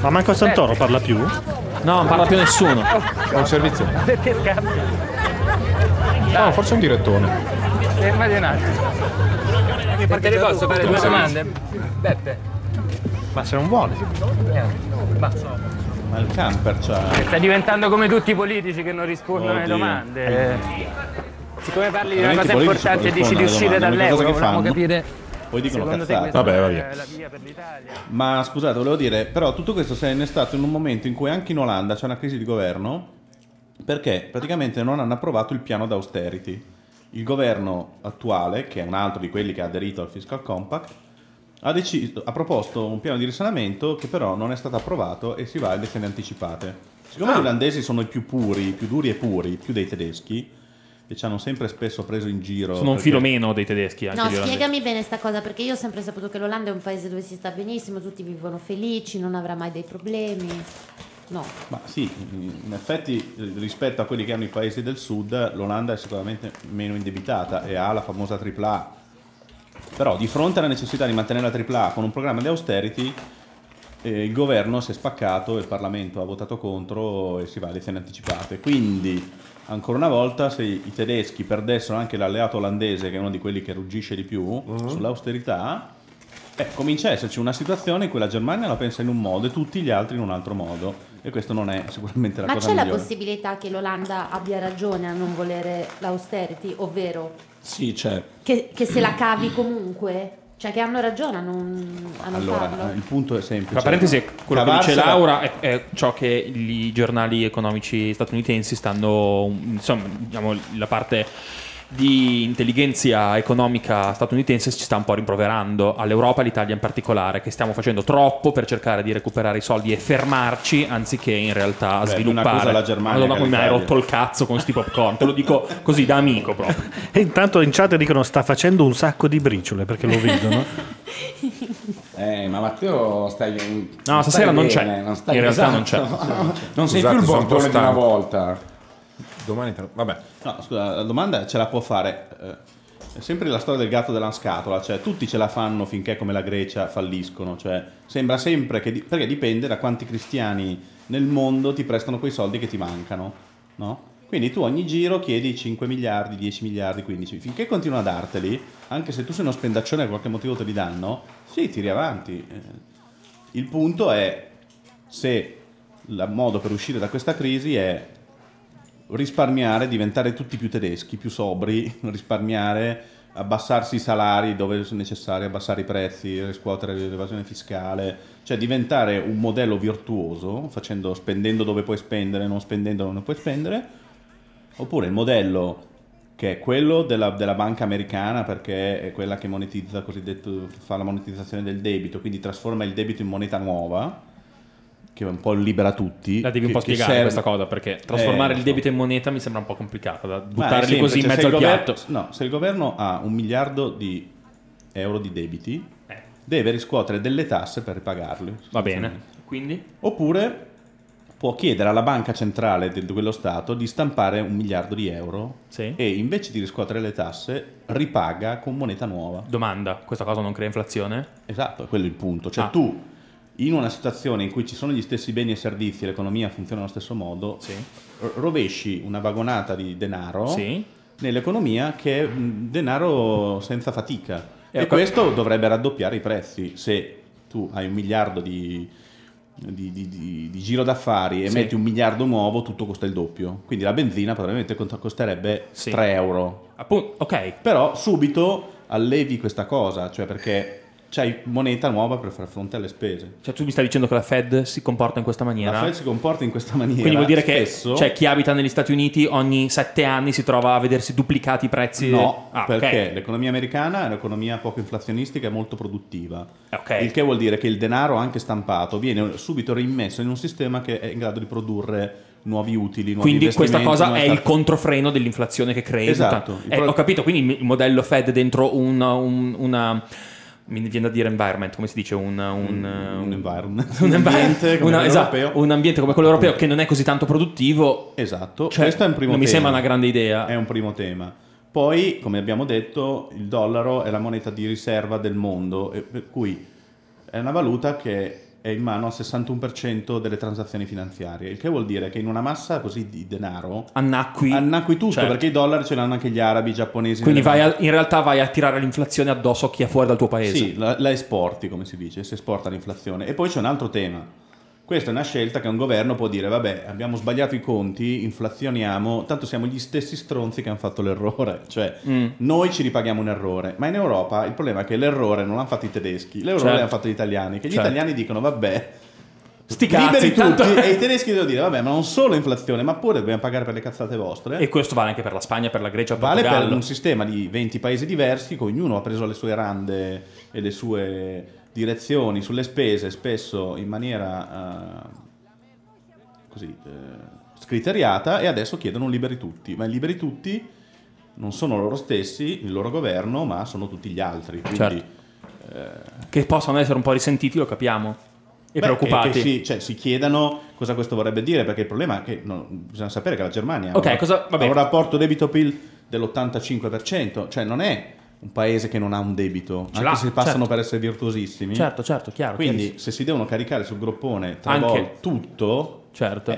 C: Ma manco Santoro parla più? No,
D: non parla più nessuno.
K: È un servizio.
L: Perché scappa?
K: No, forse un direttore.
L: Immaginate. Se te ne posso fare due
K: Scusa.
L: domande? Beppe.
C: Ma se non vuole.
L: Ma
E: Ma il camper c'ha...
L: sta diventando come tutti i politici che non rispondono alle
E: Oddio.
L: domande. Eh, Siccome parli di una
E: Veramente
L: cosa
E: i politici
L: importante e dici di
E: rispondono alle
L: uscire dall'euro,
E: domande, l'unica cosa che
L: volevamo
E: fanno.
L: capire.
E: Poi dicono
L: secondo te
E: cazzate.
L: questa
E: Vabbè, va
L: è
E: via.
L: La via per l'Italia.
E: Ma scusate, volevo dire, però tutto questo si è innestato in un momento in cui anche in Olanda c'è una crisi di governo perché praticamente non hanno approvato il piano d'austerity. Il governo attuale, che è un altro di quelli che ha aderito al fiscal compact, ha, deciso- ha proposto un piano di risanamento che però non è stato approvato e si va a elezioni anticipate. Siccome
D: Ah.
E: gli olandesi sono i più puri, i più duri e puri, più dei tedeschi, e ci hanno sempre spesso preso in giro...
D: Sono un
E: perché-
D: filo meno dei tedeschi. Anche
H: No,
D: gli olandesi.
H: spiegami bene sta cosa perché io ho sempre saputo che l'Olanda è un paese dove si sta benissimo, tutti vivono felici, non avrà mai dei problemi. No.
E: Ma sì, in effetti eh, rispetto a quelli che hanno i paesi del sud, l'Olanda è sicuramente meno indebitata e ha la famosa AAA. Però di fronte alla necessità di mantenere la AAA con un programma di austerity, eh, il governo si è spaccato, il Parlamento ha votato contro e si va alle elezioni anticipate. Quindi, ancora una volta, se i tedeschi perdessero anche l'alleato olandese, che è uno di quelli che ruggisce di più,
G: Mm-hmm.
E: sull'austerità, eh, comincia a esserci una situazione in cui la Germania la pensa in un modo e tutti gli altri in un altro modo. E questo non è sicuramente la
H: Ma
E: cosa
H: c'è la
E: migliore.
H: possibilità che l'Olanda abbia ragione a non volere l'austerity, ovvero
G: Sì, c'è.
H: che, che se la cavi comunque? Cioè che hanno ragione a non, a non
E: Allora,
H: farlo.
E: il punto è semplice.
D: Tra parentesi, quello che dice
E: Cavarsela-
D: Laura è, è ciò che i giornali economici statunitensi stanno, insomma, diciamo, la parte
F: di intelligenza economica statunitense ci sta un po' rimproverando all'Europa e all'Italia in particolare, che stiamo facendo troppo per cercare di recuperare i soldi e fermarci anziché in realtà
E: Beh,
F: sviluppare.
E: una cosa la Germania
F: Madonna,
E: che
F: come mi hai
E: l'Italia.
F: rotto il cazzo con sti popcorn, te lo dico così da amico proprio.
E: [LAUGHS]
C: E intanto in chat dicono sta facendo un sacco di briciole perché lo vedono.
G: Eh, ma Matteo stai No,
F: No, stasera non c'è. In realtà non c'è.
G: esatto. [LAUGHS]
F: Esatto,
G: Non sei
E: Scusate,
G: più il
E: sono un po'
G: bottone di una
E: stanco.
G: volta.
B: Domani te lo... Vabbè.
E: No, scusa, la domanda ce la può fare. eh, È sempre la storia del gatto della scatola, cioè tutti ce la fanno finché come la Grecia falliscono, cioè sembra sempre che... di- perché dipende da quanti cristiani nel mondo ti prestano quei soldi che ti mancano, no? Quindi tu ogni giro chiedi 5 miliardi, 10 miliardi, 15, finché continua a darteli, anche se tu sei uno spendaccione e per qualche motivo te li danno, sì, tiri avanti. Eh, Il punto è se il modo per uscire da questa crisi è risparmiare, diventare tutti più tedeschi, più sobri, [LAUGHS] risparmiare, abbassarsi i salari dove è necessario, abbassare i prezzi, riscuotere l'evasione fiscale, cioè diventare un modello virtuoso, facendo, spendendo dove puoi spendere, non spendendo dove non puoi spendere, oppure il modello che è quello della, della banca americana perché è quella che monetizza, cosiddetto, fa la monetizzazione del debito, quindi trasforma il debito in moneta nuova, che è un po' libera tutti.
F: La devi
E: che-
F: un po'
E: che
F: spiegare
E: serve-
F: questa cosa perché
E: Eh,
F: trasformare il
E: insomma.
F: debito in moneta mi sembra un po' complicato da
E: Ma è
F: buttarli
E: semplice,
F: così in
E: se
F: mezzo
E: il
F: al
E: governo-
F: piatto.
E: No, se il governo ha un miliardo di euro di debiti, deve riscuotere delle tasse per ripagarli.
F: Eh. Va bene. Quindi?
E: Oppure può chiedere alla banca centrale di di quello Stato di stampare un miliardo di euro e invece di riscuotere le tasse ripaga con moneta nuova.
F: Domanda, questa cosa non crea inflazione?
E: Esatto, quello è il punto. Cioè
F: Ah.
E: tu, in una situazione in cui ci sono gli stessi beni e servizi, l'economia funziona allo stesso modo, r- rovesci una vagonata di denaro
F: Sì.
E: nell'economia che è mh, denaro senza fatica.
F: E
E: E,
F: ho cap-
E: questo dovrebbe raddoppiare i prezzi. Se tu hai un miliardo di, di- di- di- di giro d'affari e
F: Sì.
E: metti un miliardo nuovo, tutto costa il doppio. Quindi la benzina probabilmente cont- costerebbe 3 euro.
F: Appunto, ok.
E: Però subito allevi questa cosa, cioè perché c'hai moneta nuova per far fronte alle spese.
F: Cioè tu mi stai dicendo che la Fed si comporta in questa maniera?
E: La Fed si comporta in questa maniera.
F: Quindi vuol dire
E: spesso,
F: che cioè, chi abita negli Stati Uniti ogni sette anni si trova a vedersi duplicati i prezzi?
E: No,
F: Ah, ok.
E: perché l'economia americana è un'economia poco inflazionistica e molto produttiva.
F: Eh, Ok.
E: Il che vuol dire che il denaro, anche stampato, viene subito rimesso in un sistema che è in grado di produrre nuovi utili, nuovi
F: Quindi questa
E: investimenti,
F: cosa
E: nuove
F: è il
E: start-
F: controfreno dell'inflazione che crei.
E: Esatto.
F: Tutta-
E: Il
F: eh,
E: pro-
F: ho capito, quindi il modello Fed dentro un- un- una... Mi viene da dire environment, come si dice? Un, un, eh, un
E: environment.
F: [LAUGHS] Un
E: Un
F: ambiente
E: ambiente come
F: una-
E: quello
F: esatto,
E: europeo.
F: un ambiente come quello europeo che non è così tanto produttivo.
E: Esatto.
F: Cioè,
E: Questo è un primo
F: non mi
E: tema.
F: sembra una grande idea.
E: È un primo tema. Poi, come abbiamo detto, il dollaro è la moneta di riserva del mondo, e per cui è una valuta che è in mano al 61% delle transazioni finanziarie, il che vuol dire che in una massa così di denaro
F: annacqui,
E: tutto,
F: Certo.
E: perché i dollari ce l'hanno anche gli arabi, i giapponesi.
F: Quindi
E: nelle
F: vai
E: mani.
F: a- in realtà vai a tirare l'inflazione addosso a chi è fuori dal tuo paese.
E: Sì, la, la esporti, come si dice, si esporta l'inflazione. E poi c'è un altro tema. Questa è una scelta che un governo può dire, vabbè, abbiamo sbagliato i conti, inflazioniamo, tanto siamo gli stessi stronzi che hanno fatto l'errore. Cioè,
F: Mm.
E: noi ci ripaghiamo un errore, ma in Europa il problema è che l'errore non l'hanno fatto i tedeschi, l'errore
F: Certo.
E: l'hanno fatto gli italiani, che gli
F: Certo.
E: italiani dicono, vabbè,
F: Sti cazzi,
E: liberi
F: tanto-
E: tutti, e i tedeschi devono dire, vabbè, ma non solo inflazione, ma pure dobbiamo pagare per le cazzate vostre.
F: E questo vale anche per la Spagna, per la Grecia, per
E: Vale
F: il
E: per
F: Portogallo.
E: un sistema di 20 paesi diversi, che ognuno ha preso le sue rande e le sue direzioni sulle spese, spesso in maniera eh, così eh, scriteriata, e adesso chiedono un liberi tutti. Ma i liberi tutti non sono loro stessi, il loro governo, ma sono tutti gli altri. Quindi,
F: Certo.
E: eh,
F: Che possono essere un po' risentiti, lo capiamo.
E: Beh,
F: E preoccupati.
E: che si, cioè, si chiedano cosa questo vorrebbe dire, perché il problema è che no, bisogna sapere che la Germania ha
F: Ok,
E: un-
F: cosa- vabbè.
E: ha un rapporto debito-PIL dell'85%, cioè non è un paese che non ha un debito,
F: Ce
E: anche
F: l'ha,
E: se passano
F: certo.
E: per essere virtuosissimi.
F: Certo, certo, chiaro.
E: Quindi
F: chiarissimo.
E: se si devono caricare sul groppone tre
F: Anche-
E: volte tutto... eh,
F: Certo.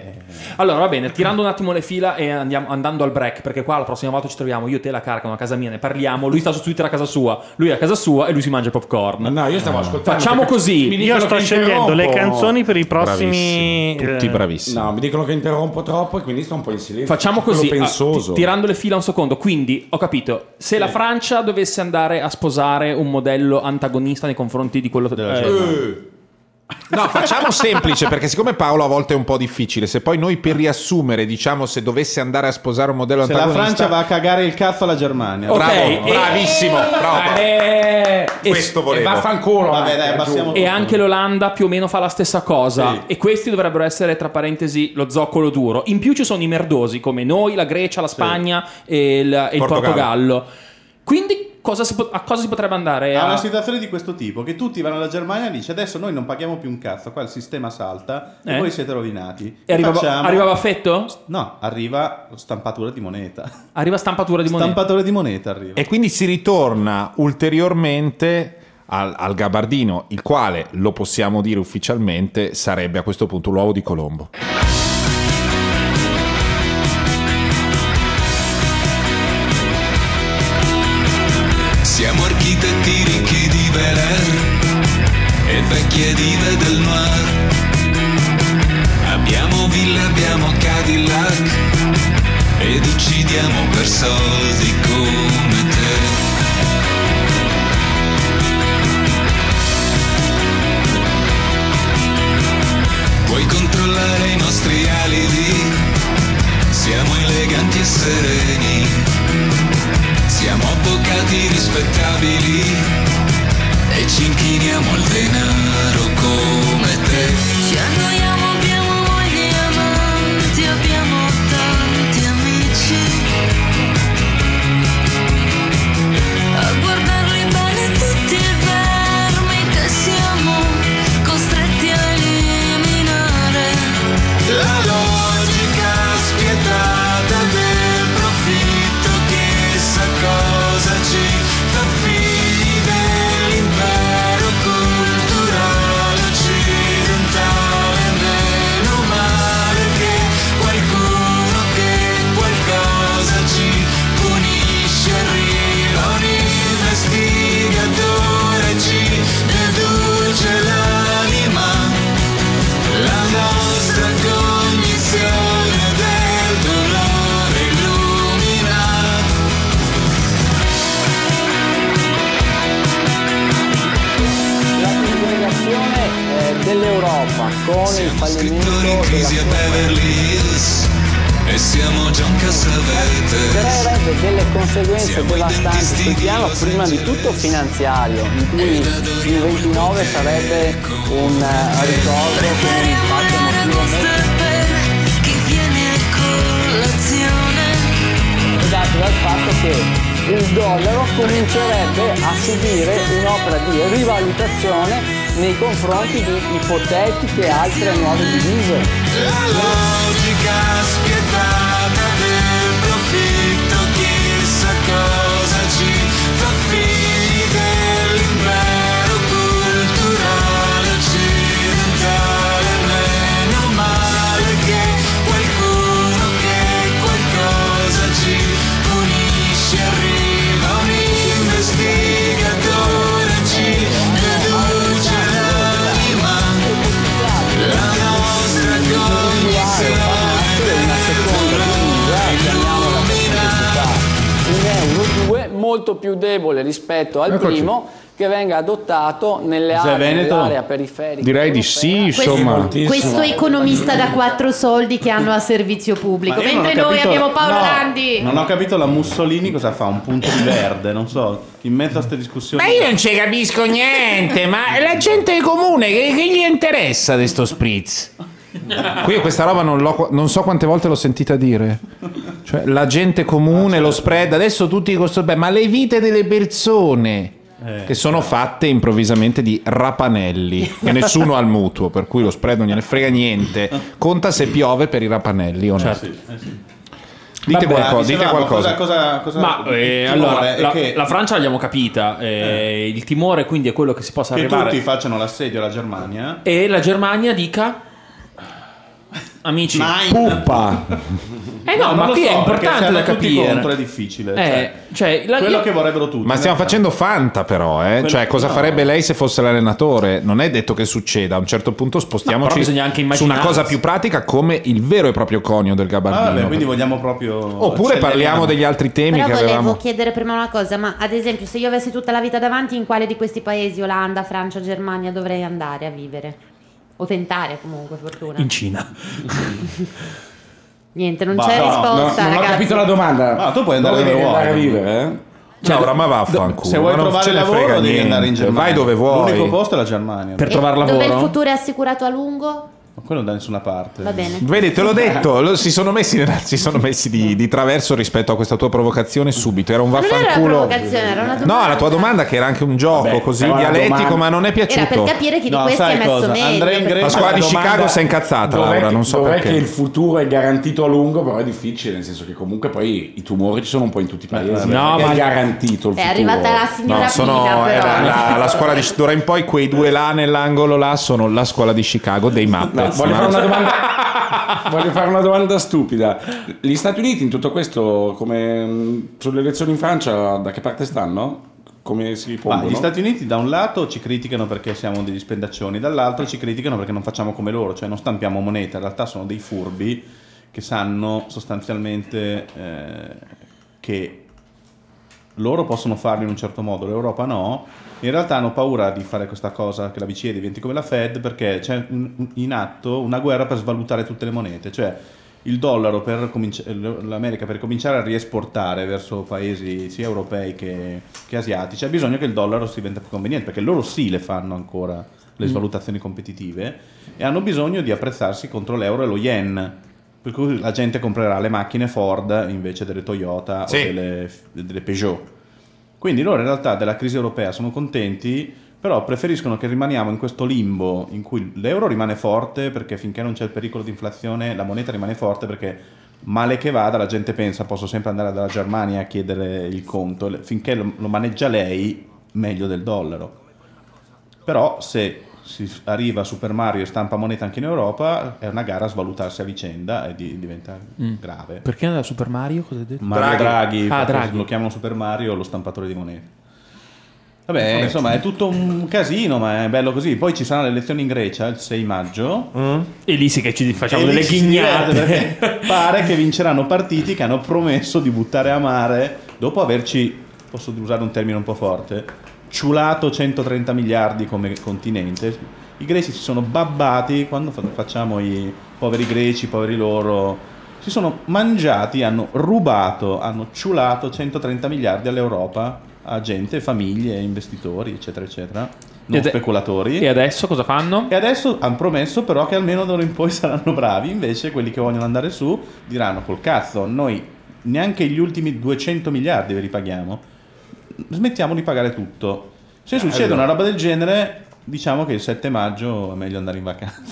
F: Allora, va bene, tirando un attimo le fila e andiamo, andando al break, perché qua la prossima volta ci troviamo io e te la carcano a casa mia, ne parliamo, lui sta su Twitter a casa sua, lui è a casa sua e lui si mangia il popcorn. no, io
G: stavo ascoltando
F: Facciamo
G: perché
F: così.
G: mi dicono che interrompo. eh,
F: Bravissimi, tutti bravissimi.
G: No, mi dicono che interrompo troppo e quindi sto un po' in silenzio.
F: Facciamo
G: Quello
F: così, ah,
G: pensoso.
F: ti- tirando le fila un secondo, quindi ho capito, se la Francia
E: Eh,
F: dovesse andare a sposare un modello antagonista nei confronti di quello eh, della
G: Germania.
B: Eh, No, facciamo semplice perché siccome Paolo a volte è un po' difficile, se poi noi per riassumere diciamo se dovesse andare a sposare un modello
E: Se la
B: antagonista...
E: Francia va a cagare il cazzo alla Germania.
B: Ok, Bravo, e- Eh, bravissimo, bravo.
E: Eh.
B: Questo volevo.
E: Vabbè, dai, abbassiamo
F: e
E: tutto.
F: anche l'Olanda più o meno fa la stessa cosa. E questi dovrebbero essere, tra parentesi, lo zoccolo duro. In più ci sono i merdosi come noi, la Grecia, la Spagna e, il, e il
E: Portogallo.
F: Portogallo. Quindi cosa si po- a cosa si potrebbe andare?
E: Ha
F: a-
E: una situazione di questo tipo: che tutti vanno alla Germania e dice adesso noi non paghiamo più un cazzo, qua il sistema salta e
F: Eh.
E: voi siete rovinati.
F: E arriva- arriva
E: Baffetto? No, arriva stampatura di moneta.
F: Arriva stampatura di
B: moneta.
E: Stampatore di moneta arriva.
B: E quindi si ritorna ulteriormente al, al gabardino, il quale, lo possiamo dire ufficialmente, sarebbe a questo punto l'uovo di Colombo.
M: Siamo architetti ricchi di Bel Air e vecchie dive del noir. Abbiamo villa, abbiamo Cadillac ed uccidiamo per soldi come te. Puoi controllare i nostri alibi, siamo eleganti e sereni, siamo avvocati rispettabili e ci inchiniamo al denaro come te.
N: Ci annoiamo, abbiamo mogli amanti, abbiamo
I: Mm-hmm.
N: tanti amici. A guardarli bene tutti fermi che siamo costretti a eliminare.
M: La logica spietata del profitto chissà cosa ci fa figli dell'impero culturale occidentale meno male che qualcuno che qualcosa ci punisce arriva un investigatore e ci deduce l'anima la nostra cognizione del dolore illumina.
C: La congregazione eh, dell'Europa con il fallimento
M: Ora in crisi a Beverly Hills e siamo già un
C: Eh,
M: casavete.
C: creerebbe delle conseguenze devastanti sul piano prima di tutto finanziario, in cui il 29 sarebbe un eh, ricordo con un impatto emotivamente
N: Che viene a colazione.
C: dato Esatto, dal fatto che il dollaro comincerebbe a subire un'opera di rivalutazione nei confronti di ipotetiche e altre nuove divise.
M: La logica spietata del profitto chissà cosa ci fa figli dell'impero culturale occidentale meno male che qualcuno che qualcosa ci punisce arriva un investigatore e ci deduce l'anima la nostra cognizione
C: Una seconda divisa, chiamiamola semplicità, un euro 2 molto più debole rispetto al
O: Eccoci.
C: primo che venga adottato nelle
O: Zè
C: aree
O: Veneto?
C: dell'area
F: Eh,
C: periferica.
O: Direi di sì,
E: eh,
O: insomma.
H: Questo economista da quattro soldi che hanno a servizio pubblico.
E: Ma io non ho
H: Mentre noi
E: capito-
H: abbiamo Paolo
E: no,
H: Landi.
E: Non ho capito la Mussolini cosa fa, un punto di verde, non so, in mezzo a queste discussioni.
J: Ma io non ci capisco niente, ma la gente comune che, che gli interessa di sto spritz?
B: Qui io questa roba non, l'ho- non so quante volte l'ho sentita dire. Cioè, la gente comune, lo spread, adesso tutti questo beh, ma le vite delle persone che sono fatte improvvisamente di rapanelli e nessuno ha il mutuo, per cui lo spread non gliene frega niente. Conta se piove per i rapanelli o no. Dite
E: Vabbè,
B: qualcosa, dite
E: dicevamo,
B: qualcosa.
E: cosa- cosa- cosa-
F: Ma
E: il
F: eh,
E: timore
F: allora,
E: è
F: la,
E: che-
F: la Francia l'abbiamo capita, eh, il timore quindi è quello che si possa
E: Che
F: arrivare.
E: tutti facciano l'assedio alla Germania.
F: E la Germania dica... Amici, Eh no,
E: Non
F: ma
E: lo
F: qui
E: so, perché
F: è importante
E: siamo
F: da
E: tutti
F: capire.
E: contro, è difficile.
F: Eh, cioè, la-
E: quello
F: io-
E: che vorrebbero tutti.
B: Ma stiamo
E: in realtà.
B: facendo fanta però, eh?
E: Quello-
B: cioè cosa
E: no.
B: farebbe lei se fosse l'allenatore? Non è detto che succeda, a un certo punto spostiamoci
F: però bisogna anche
B: su una
F: immaginarsi.
B: cosa più pratica come il vero e proprio conio del
E: Ah,
B: gabardino.
E: vabbè, quindi vogliamo proprio.
B: Oppure parliamo
E: acceleriamo.
B: degli altri temi
H: Però
B: che
H: volevo
B: avevamo.
H: chiedere prima una cosa, ma ad esempio se io avessi tutta la vita davanti in quale di questi paesi, Olanda, Francia, Germania, dovrei andare a vivere? O tentare comunque, fortuna.
F: In Cina.
H: Niente, non
G: Bah,
H: c'è
G: no,
H: risposta,
G: no, non ho
H: ragazzi.
G: capito la domanda.
E: Ma tu puoi andare
G: Dove
E: dove
G: devi
E: vuoi.
G: andare a vivere? eh?
B: Cioè, Laura, ma vaffanculo.
E: Se vuoi
B: ma non
E: trovare
B: ce ne
E: lavoro
B: frega
E: devi
B: niente.
E: andare in Germania.
B: Vai dove vuoi.
E: L'unico posto è la Germania.
B: Per
H: E Dove il futuro è assicurato a lungo?
E: Ma quello non da nessuna parte.
H: Va bene.
B: Vedi, te l'ho detto, lo- si sono messi, si sono messi di, di traverso rispetto a questa tua provocazione subito. Era un
H: Ma non era una
B: vaffanculo.
H: provocazione, era una
B: No,
H: domanda.
B: alla tua domanda che era anche un gioco così
G: era una
B: dialettico,
G: domanda.
B: ma non è piaciuto.
H: Era per capire chi di
G: No,
H: questi
G: sai
H: è messo
G: cosa?
H: meglio.
G: Andrea in
H: perché-
B: La squadra di
G: Domanda-
B: Chicago si è incazzata,
G: Dov'è
B: Laura,
G: che-
B: non so
G: dov'è
B: perché.
G: che il futuro è garantito a lungo, però è difficile, nel senso che comunque poi i tumori ci sono un po' in tutti i paesi.
B: Eh,
G: Eh,
B: No,
G: è
B: ma-
G: garantito il
H: È
G: futuro.
H: arrivata la signora
B: No, sono
H: Pina, però.
B: era la, la scuola di d'ora in poi quei due là nell'angolo là sono la scuola di Chicago dei Muppets.
G: Voglio
B: ma- [LAUGHS]
G: fare, una domanda, voglio fare una domanda stupida. Gli Stati Uniti in tutto questo, come mh, sulle elezioni in Francia, da che parte stanno? Come si
E: Ma
G: pongono?
E: gli Stati Uniti da un lato ci criticano perché siamo degli spendaccioni, dall'altro ci criticano perché non facciamo come loro, cioè non stampiamo moneta, in realtà sono dei furbi che sanno sostanzialmente eh, che loro possono farlo in un certo modo, l'Europa no. In realtà hanno paura di fare questa cosa che la BCE diventi come la Fed perché c'è in in atto una guerra per svalutare tutte le monete, cioè il dollaro per cominci- l'America per cominciare a riesportare verso paesi sia europei che, che asiatici ha bisogno che il dollaro si diventi più conveniente perché loro sì le fanno ancora le
G: Mm.
E: svalutazioni competitive e hanno bisogno di apprezzarsi contro l'euro e lo yen. Per cui la gente comprerà le macchine Ford invece delle Toyota o delle, delle Peugeot. Quindi loro in realtà della crisi europea sono contenti, però preferiscono che rimaniamo in questo limbo in cui l'euro rimane forte perché finché non c'è il pericolo di inflazione la moneta rimane forte perché male che vada la gente pensa posso sempre andare dalla Germania a chiedere il conto, Le- finché lo, lo maneggia lei meglio del dollaro. Però se si f- arriva a Super Mario e stampa moneta anche in Europa è una gara a svalutarsi a vicenda e di- diventa
F: Mm.
E: grave.
F: Perché andava Super Mario? Cosa hai detto?
E: Mario Draghi,
F: Ah,
E: perché
F: Draghi.
E: lo chiamano Super Mario, lo stampatore di monete. Vabbè,
F: Vabbè.
E: insomma, è tutto un casino, ma è bello così. Poi ci saranno le elezioni in Grecia il 6 maggio.
C: Mm?
F: E lì sì che ci facciamo
E: E eh. lì
F: delle
E: ci si diverte,
F: ghignate.
E: perché pare che vinceranno partiti che hanno promesso di buttare a mare dopo averci, posso usare un termine un po' forte, ciulato 130 miliardi come continente. I greci si sono babbati quando fa- facciamo i poveri greci, poveri loro. Si sono mangiati, hanno rubato, hanno ciulato 130 miliardi all'Europa a gente, famiglie, investitori, eccetera, eccetera. Non
F: Ed è-
E: speculatori.
F: E adesso cosa fanno?
E: E adesso hanno promesso però che almeno d'ora in poi [LAUGHS] saranno bravi, invece quelli che vogliono andare su diranno col cazzo, noi neanche gli ultimi 200 miliardi ve li paghiamo, smettiamo di pagare tutto. Se succede
G: allora.
E: una roba del genere, diciamo che il 7 maggio è meglio andare in vacanza.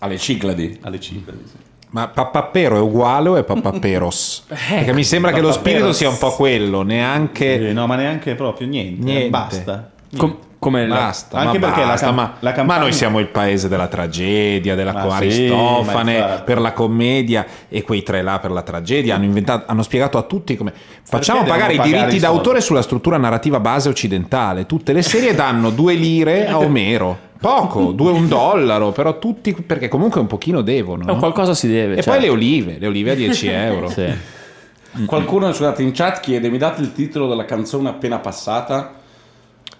G: Alle Cicladi.
E: Alle Cicladi, sì.
B: Ma Pappappero è uguale o è
E: [LAUGHS]
B: Pappaperos?
E: Eh,
B: Perché mi sembra che lo spirito
E: Pappaperos.
B: sia un po' quello, neanche...
E: Eh, no, ma neanche proprio niente, basta.
F: come
E: la-
B: basta,
E: Anche
B: ma
E: perché la
B: basta,
E: cam-
B: ma,
E: la
B: ma
E: campagna-
B: noi siamo il paese della tragedia, della
E: Ma
B: co-
E: sì,
B: Aristofane,
E: ma infatti.
B: per la commedia e quei tre là per la tragedia hanno, inventato, hanno spiegato a tutti come facciamo
E: devono
B: pagare i
E: pagare
B: diritti
E: i soldi?
B: d'autore sulla struttura narrativa base occidentale. Tutte le serie danno due lire a Omero. Poco, due un dollaro, però tutti perché comunque un pochino devono.
F: No,
B: no?
F: qualcosa si deve.
B: E
F: cioè.
E: certo.
B: poi le olive, le olive a
E: [LAUGHS]
G: [LAUGHS]
B: 10 euro.
F: Sì.
G: Qualcuno, scusate, in chat chiede, mi date il titolo della canzone appena passata?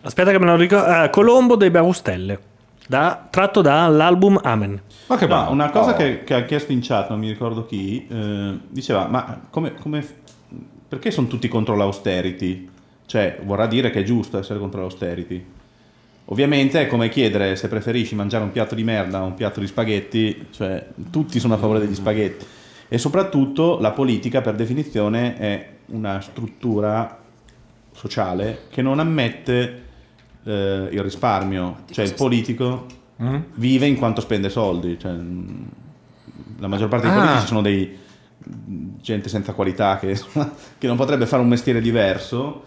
C: Aspetta che me lo ricordo. Eh, Colombo dei Baustelle. Da, tratto dall'album Amen.
E: Ma
C: che bello.
E: Una cosa
C: Oh.
E: che, che ha chiesto in chat, non mi ricordo chi, eh, diceva, ma come, come- perché sono tutti contro l'austerity? Cioè, vorrà dire che è giusto essere contro l'austerity. Ovviamente è come chiedere se preferisci mangiare un piatto di merda o un piatto di spaghetti, cioè tutti sono a favore degli spaghetti. E soprattutto la politica per definizione è una struttura sociale che non ammette eh, il risparmio, cioè il politico
B: Mm?
E: vive in quanto spende soldi. cioè, mh, la maggior parte dei
B: Ah.
E: politici sono dei mh, gente senza qualità che, [LAUGHS] che non potrebbe fare un mestiere diverso.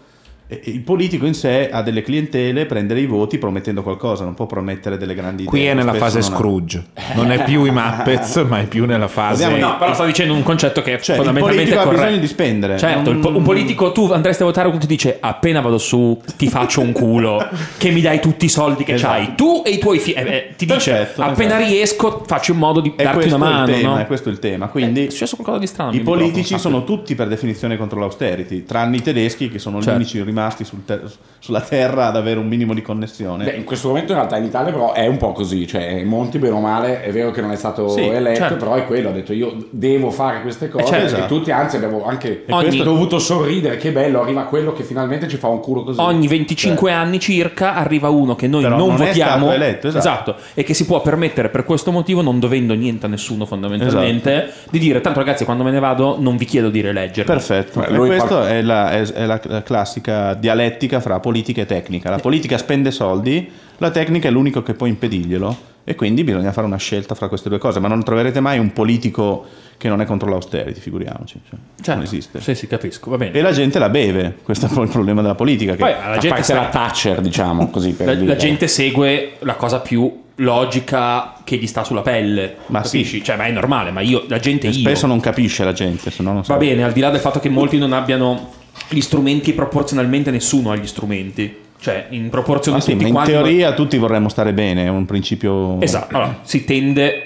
E: E- e il politico in sé ha delle clientele, prende dei voti promettendo qualcosa, non può promettere delle grandi
B: Qui
E: idee.
B: è nella
E: spesso
B: fase
E: non ha.
B: Scrooge, non è più i Muppets, ma è più nella
F: Ah,
B: fase.
E: Dobbiamo-
F: No, però sto dicendo un concetto che è
E: Cioè, il
F: fondamentalmente
E: politico ha
F: corretto.
E: bisogno di spendere.
F: Certo, il po- un politico tu andresti a votare quando ti dice appena vado su ti faccio un culo che mi dai tutti i soldi che
E: Esatto.
F: hai. Tu e i tuoi figli. ti dice
E: Perfetto,
F: appena
E: esatto.
F: riesco faccio in modo di
E: E
F: darti
E: questo
F: una mano.
E: è il tema,
F: no? Eh,
E: è questo il tema. Quindi
F: è successo qualcosa di strano.
E: I
F: mi ricordo.
E: politici sono tutti per definizione contro l'austerity, tranne i tedeschi che sono gli
F: Certo.
E: unici rimasti sul ter- sulla terra ad avere un minimo di connessione.
G: Beh, in questo momento in realtà in Italia però è un po' così, cioè Monti bene o male è vero che non è stato
E: Sì,
G: eletto,
E: certo.
G: però è quello, ha detto io devo fare queste cose
E: Eh, certo.
G: e tutti anzi abbiamo anche
F: E Ogni- questo-
G: dovuto sorridere, che bello, arriva quello che finalmente ci fa un culo così.
F: Ogni
E: Cioè.
F: 25 anni circa arriva uno che noi non,
G: non è
F: votiamo
G: stato eletto, esatto.
F: e che si può permettere per questo motivo, non dovendo niente a nessuno fondamentalmente,
E: Esatto.
F: di dire tanto ragazzi quando me ne vado non vi chiedo di rieleggere.
E: Perfetto, e questa è, la, è- è la- la classica dialettica fra politica e tecnica. La politica spende soldi, la tecnica è l'unico che può impedirglielo e quindi bisogna fare una scelta fra queste due cose, ma non troverete mai un politico che non è contro l'austerity, figuriamoci. Cioè, Non esiste.
F: Certo. Sì, sì, capisco, va bene.
E: E la gente la beve, questo è poi il problema della politica. Che
F: Poi alla gente sta-
G: Thatcher, diciamo così per
F: la,
G: dire.
F: la gente segue la cosa più logica che gli sta sulla pelle. Ma capisci? Cioè, ma è normale, ma io la gente
E: E
F: io.
E: spesso non capisce la gente, se no non
F: Va
E: sa.
F: bene, al di là del fatto che molti non abbiano gli strumenti proporzionalmente nessuno ha gli strumenti. Cioè, in proporzione
E: Ma
F: a
E: sì,
F: tutti
E: ma in
F: quanti-
E: teoria tutti vorremmo stare bene, è un principio...
F: Esatto, allora, si tende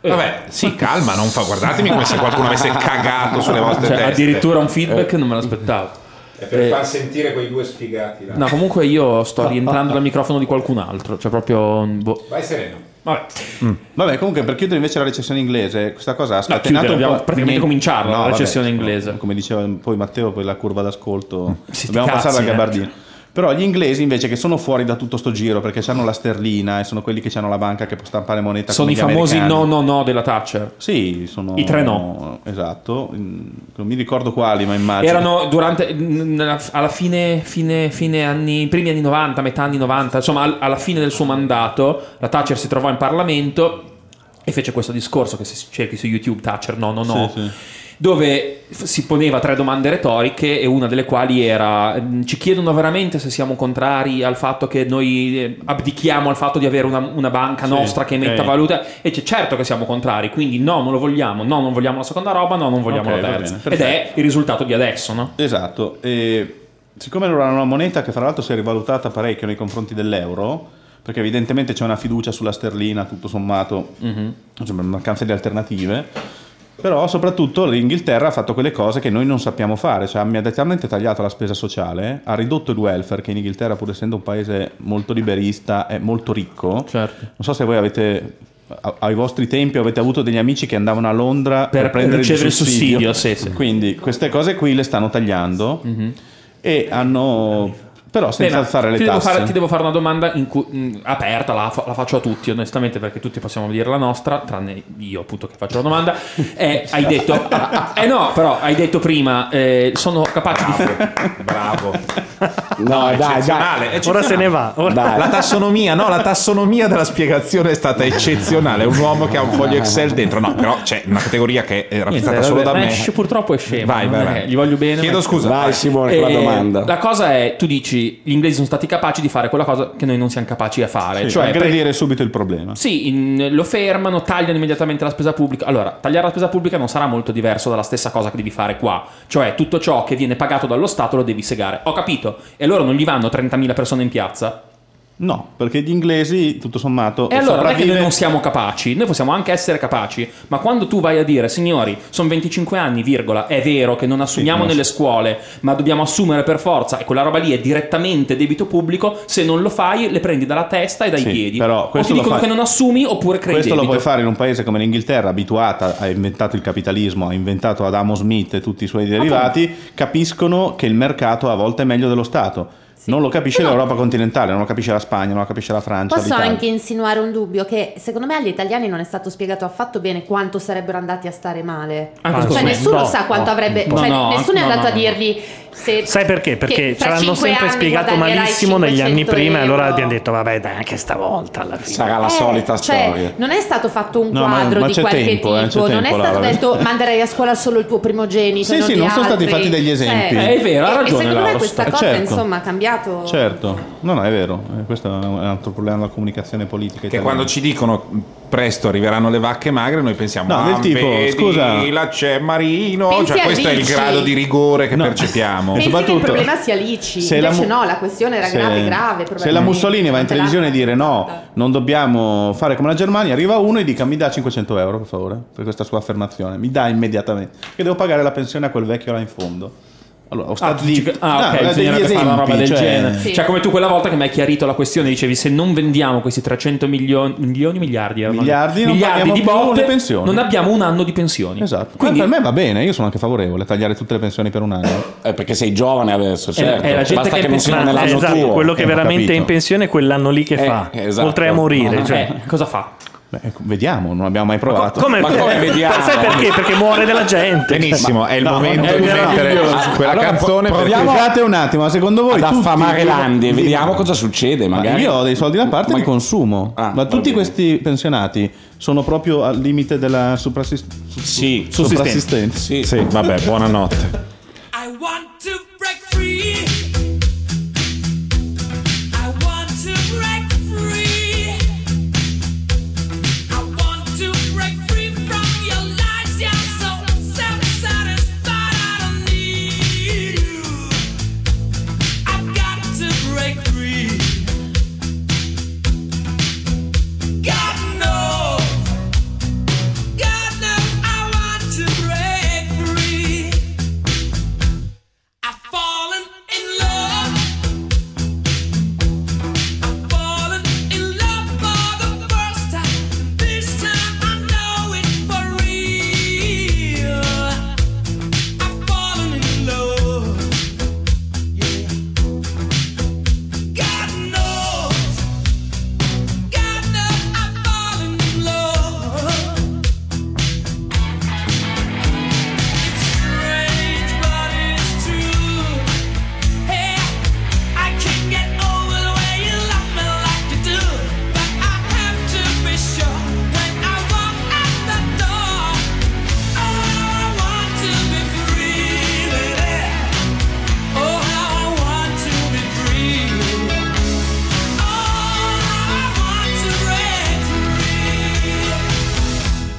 F: eh.
E: Vabbè,
B: sì, calma, non fa guardatemi come se qualcuno avesse cagato sulle vostre
F: Cioè,
B: teste.
F: addirittura un feedback
E: Eh.
F: non me l'aspettavo.
B: È per
F: Eh,
B: far sentire quei due sfigati là.
F: No, comunque io sto rientrando dal microfono di qualcun altro, cioè proprio boh.
B: Vai sereno.
F: Vabbè.
E: Mm. Vabbè, comunque per chiudere invece la recessione inglese, questa cosa ha scatenato un
F: chiudere,
E: po'-
F: dobbiamo praticamente cominciarla, la recessione
E: inglese. cioè, Come diceva poi Matteo, poi la curva d'ascolto. dobbiamo
F: ti cazzi,
E: passare a
F: eh.
E: gabardina. Però gli inglesi invece che sono fuori da tutto sto giro perché hanno la sterlina e sono quelli che hanno la banca che può stampare moneta
F: Sono i
E: come gli
F: famosi
E: americani.
F: no no no della Thatcher.
E: Sì, sono
F: I tre no.
E: Esatto, in- non mi ricordo quali, ma immagino.
F: Erano durante n- nella- alla fine, fine, fine anni, primi anni 90, metà anni 90, insomma al- alla fine del suo mandato, la Thatcher si trovò in Parlamento e fece questo discorso che se cerchi su YouTube Thatcher no no no.
E: Sì, sì.
F: Dove f- si poneva tre domande retoriche e una delle quali era ehm, ci chiedono veramente se siamo contrari al fatto che noi eh, abdichiamo al fatto di avere una, una banca
E: Sì,
F: nostra che emetta
E: ok.
F: valuta e dice certo che siamo contrari, quindi no non lo vogliamo, no non vogliamo la seconda roba, no non vogliamo
E: Ok,
F: la
E: va
F: terza.
E: bene,
F: Ed è il risultato di adesso, no?
E: Esatto, e siccome loro hanno una moneta che fra l'altro si è rivalutata parecchio nei confronti dell'euro, perché evidentemente c'è una fiducia sulla sterlina, tutto sommato,
F: Mhm.
E: insomma, una mancanza di alternative. Però soprattutto l'Inghilterra ha fatto quelle cose che noi non sappiamo fare, cioè ha immediatamente tagliato la spesa sociale, ha ridotto il welfare, che in Inghilterra pur essendo un paese molto liberista è molto ricco.
F: Certo.
E: Non so se voi avete, a- ai vostri tempi avete avuto degli amici che andavano a Londra per,
F: Per
E: prendere
F: ricevere
E: il
F: il
E: sussidio.
F: sussidio, sì, sì. Mhm.
E: Quindi queste cose qui le stanno tagliando e hanno... però
F: Beh,
E: senza
F: ma
E: alzare le
F: ti devo,
E: tasse.
F: fare, ti devo fare una domanda in cui- mh, aperta, la, fa- la faccio a tutti, onestamente, perché tutti possiamo dire la nostra, tranne io, appunto, che faccio la domanda. Eh, hai detto, eh no, però hai detto prima, eh, sono capace di.
B: Bravo,
G: no,
F: Ah,
B: dai, eccezionale, dai. eccezionale.
C: Ora se ne va. Ora...
B: La tassonomia, no, la tassonomia della spiegazione è stata eccezionale. È un uomo che ha un foglio Excel dentro, no, però c'è una categoria che è rappresentata solo da me.
F: purtroppo è scemo.
B: Vai, vai,
F: non è-
B: vai.
F: Gli voglio bene.
B: Chiedo
F: ma-
B: scusa. Vai, Simone,
F: Eh,
B: con la domanda.
F: La cosa è, tu dici, gli inglesi sono stati capaci di fare quella cosa che noi non siamo capaci a fare.
E: Sì,
F: cioè,
E: aggredire subito il problema.
F: Sì, in- lo fermano, tagliano immediatamente la spesa pubblica. Allora, tagliare la spesa pubblica non sarà molto diverso dalla stessa cosa che devi fare qua. Cioè, tutto ciò che viene pagato dallo Stato lo devi segare. Ho capito. E loro non gli vanno 30.000 persone in piazza.
E: No, perché gli inglesi, tutto sommato,
F: E allora non è che
E: sopravvive-
F: noi non siamo capaci, noi possiamo anche essere capaci, ma quando tu vai a dire, signori, sono 25 anni, virgola, è vero che non assumiamo
E: non
F: nelle scuole, ma dobbiamo assumere per forza, e quella roba lì è direttamente debito pubblico, se non lo fai le prendi dalla testa e dai
E: Sì,
F: piedi.
E: però
F: o
E: questo
F: ti
E: lo
F: dicono
E: fa-
F: che non assumi oppure credi
E: Questo lo
F: debito.
E: puoi fare in un paese come l'Inghilterra, abituata, ha inventato il capitalismo, ha inventato Adamo Smith e tutti i suoi derivati, capiscono che il mercato a volte è meglio dello Stato. Non lo capisce l'Europa continentale, non lo capisce la Spagna, non lo capisce la Francia.
H: Posso
E: l'Italia.
H: anche insinuare un dubbio che secondo me agli italiani non è stato spiegato affatto bene quanto sarebbero andati a stare male.
C: Ah,
H: cioè
C: secondo me
H: nessuno
C: no,
H: sa quanto
C: no,
H: avrebbe,
C: no,
H: cioè,
C: no,
H: nessuno è
C: no,
H: andato
C: no,
H: a
C: no.
H: dirvi se
C: Sai perché? Perché
H: che
C: ce
H: fra
C: l'hanno
H: cinque
C: sempre
H: anni
C: spiegato
H: guadagnerai
C: malissimo negli anni
H: 500
C: prima, e allora
H: euro.
C: abbiamo detto, vabbè, dai, anche stavolta alla fine.
G: Sarà la
H: Eh, cioè, Non è stato fatto un
C: No, ma-
H: quadro
C: ma
H: di
C: c'è
H: qualche
C: tempo, eh,
H: tipo,
C: c'è
H: non è
C: tempo,
H: stato
C: Laura.
H: detto manderei a scuola solo il tuo primogenito.
E: Sì, sì,
H: gli
E: non sono stati
H: altri".
E: fatti degli esempi.
H: Cioè,
E: Eh, è vero, ha
H: e-
E: ragione
H: E secondo me
E: Laura,
H: questa
E: sta-
H: cosa
E: certo.
H: insomma ha cambiato.
E: Certo, no, no, è vero, Eh, questo è un altro problema della comunicazione politica.
B: Che quando ci dicono presto arriveranno le vacche magre, noi pensiamo:
E: No, del
B: ah,
E: tipo,
B: vedi,
E: scusa.
B: là c'è Marino.
H: Pensi
B: Cioè,
H: a
B: questo è il
H: Ricci.
B: grado di rigore che percepiamo.
H: Pensi che il problema sia Lici,
E: se la
H: invece
E: mu-
H: no, la questione era grave, grave.
E: se la
H: probabilmente.
E: Mussolini va in
H: Te la-
E: televisione e dire no, non dobbiamo fare come la Germania, arriva uno e dica mi dà 500 euro per favore per questa sua affermazione, mi dà immediatamente, che devo pagare la pensione a quel vecchio là in fondo. Allora, ho
F: Ah,
E: stato
F: tu dici
E: zitto.
F: che- ah,
E: No, eh,
F: ok,
E: degli
F: bisognerebbe fare una
E: esempi,
F: roba del
E: cioè-
F: genere.
E: Sì.
F: Cioè, come tu quella volta che mi hai chiarito la questione, dicevi se non vendiamo questi 300 milioni, milioni miliardi, erano-
E: Miliardi, non
F: miliardi
E: paghiamo
F: di
E: più
F: botte,
E: le pensioni.
F: non abbiamo un anno di pensioni.
E: Esatto. Quindi per me va bene, io sono anche favorevole a tagliare tutte le pensioni per un anno.
G: perché sei giovane
C: Eh,
G: adesso,
E: certo.
F: è Eh, la gente
E: Basta
F: che,
E: che non siano
F: ma-
E: nell'anno
F: eh,
E: tuo.
C: Esatto, quello che
E: Eh, ho
C: veramente è
E: capito. Eh, esatto.
C: in pensione è quell'anno lì che
G: Eh,
C: fa,
G: esatto.
C: oltre a morire. Cioè.
F: cosa fa?
E: ecco, vediamo, non abbiamo mai provato.
C: Come, [LAUGHS] eh, Sai perché? Perché muore della gente.
B: Benissimo, è il momento di mettere quella canzone
E: per
B: perché-
E: Scusate un attimo, ma secondo voi
G: ad
E: tutti-
G: affamare l'Andi e vediamo cosa succede.
E: Ma
G: Magari
E: io ho dei soldi da parte e li consumo.
G: Ah,
E: ma tutti questi pensionati sono proprio al limite della soprassist-
G: sì,
E: soprassistenza.
G: Sì.
B: vabbè, buonanotte.
M: I want to break free. I want to break free. I want to break free from your lies. You're so self-satisfied. I don't need you. I've got to break free. God knows. God knows I want to break free. I've fallen in love. I've fallen in love for the first time. This time I know it for real. I've fallen in love. Yeah. God knows. God knows I've fallen in love. Strange, but it's true. Hey, I can't get over the way you love me like you do. But I have to be sure when I walk out the door. Oh, how I want to be free, baby. Oh, how I want to be free. Oh, how I want to break free.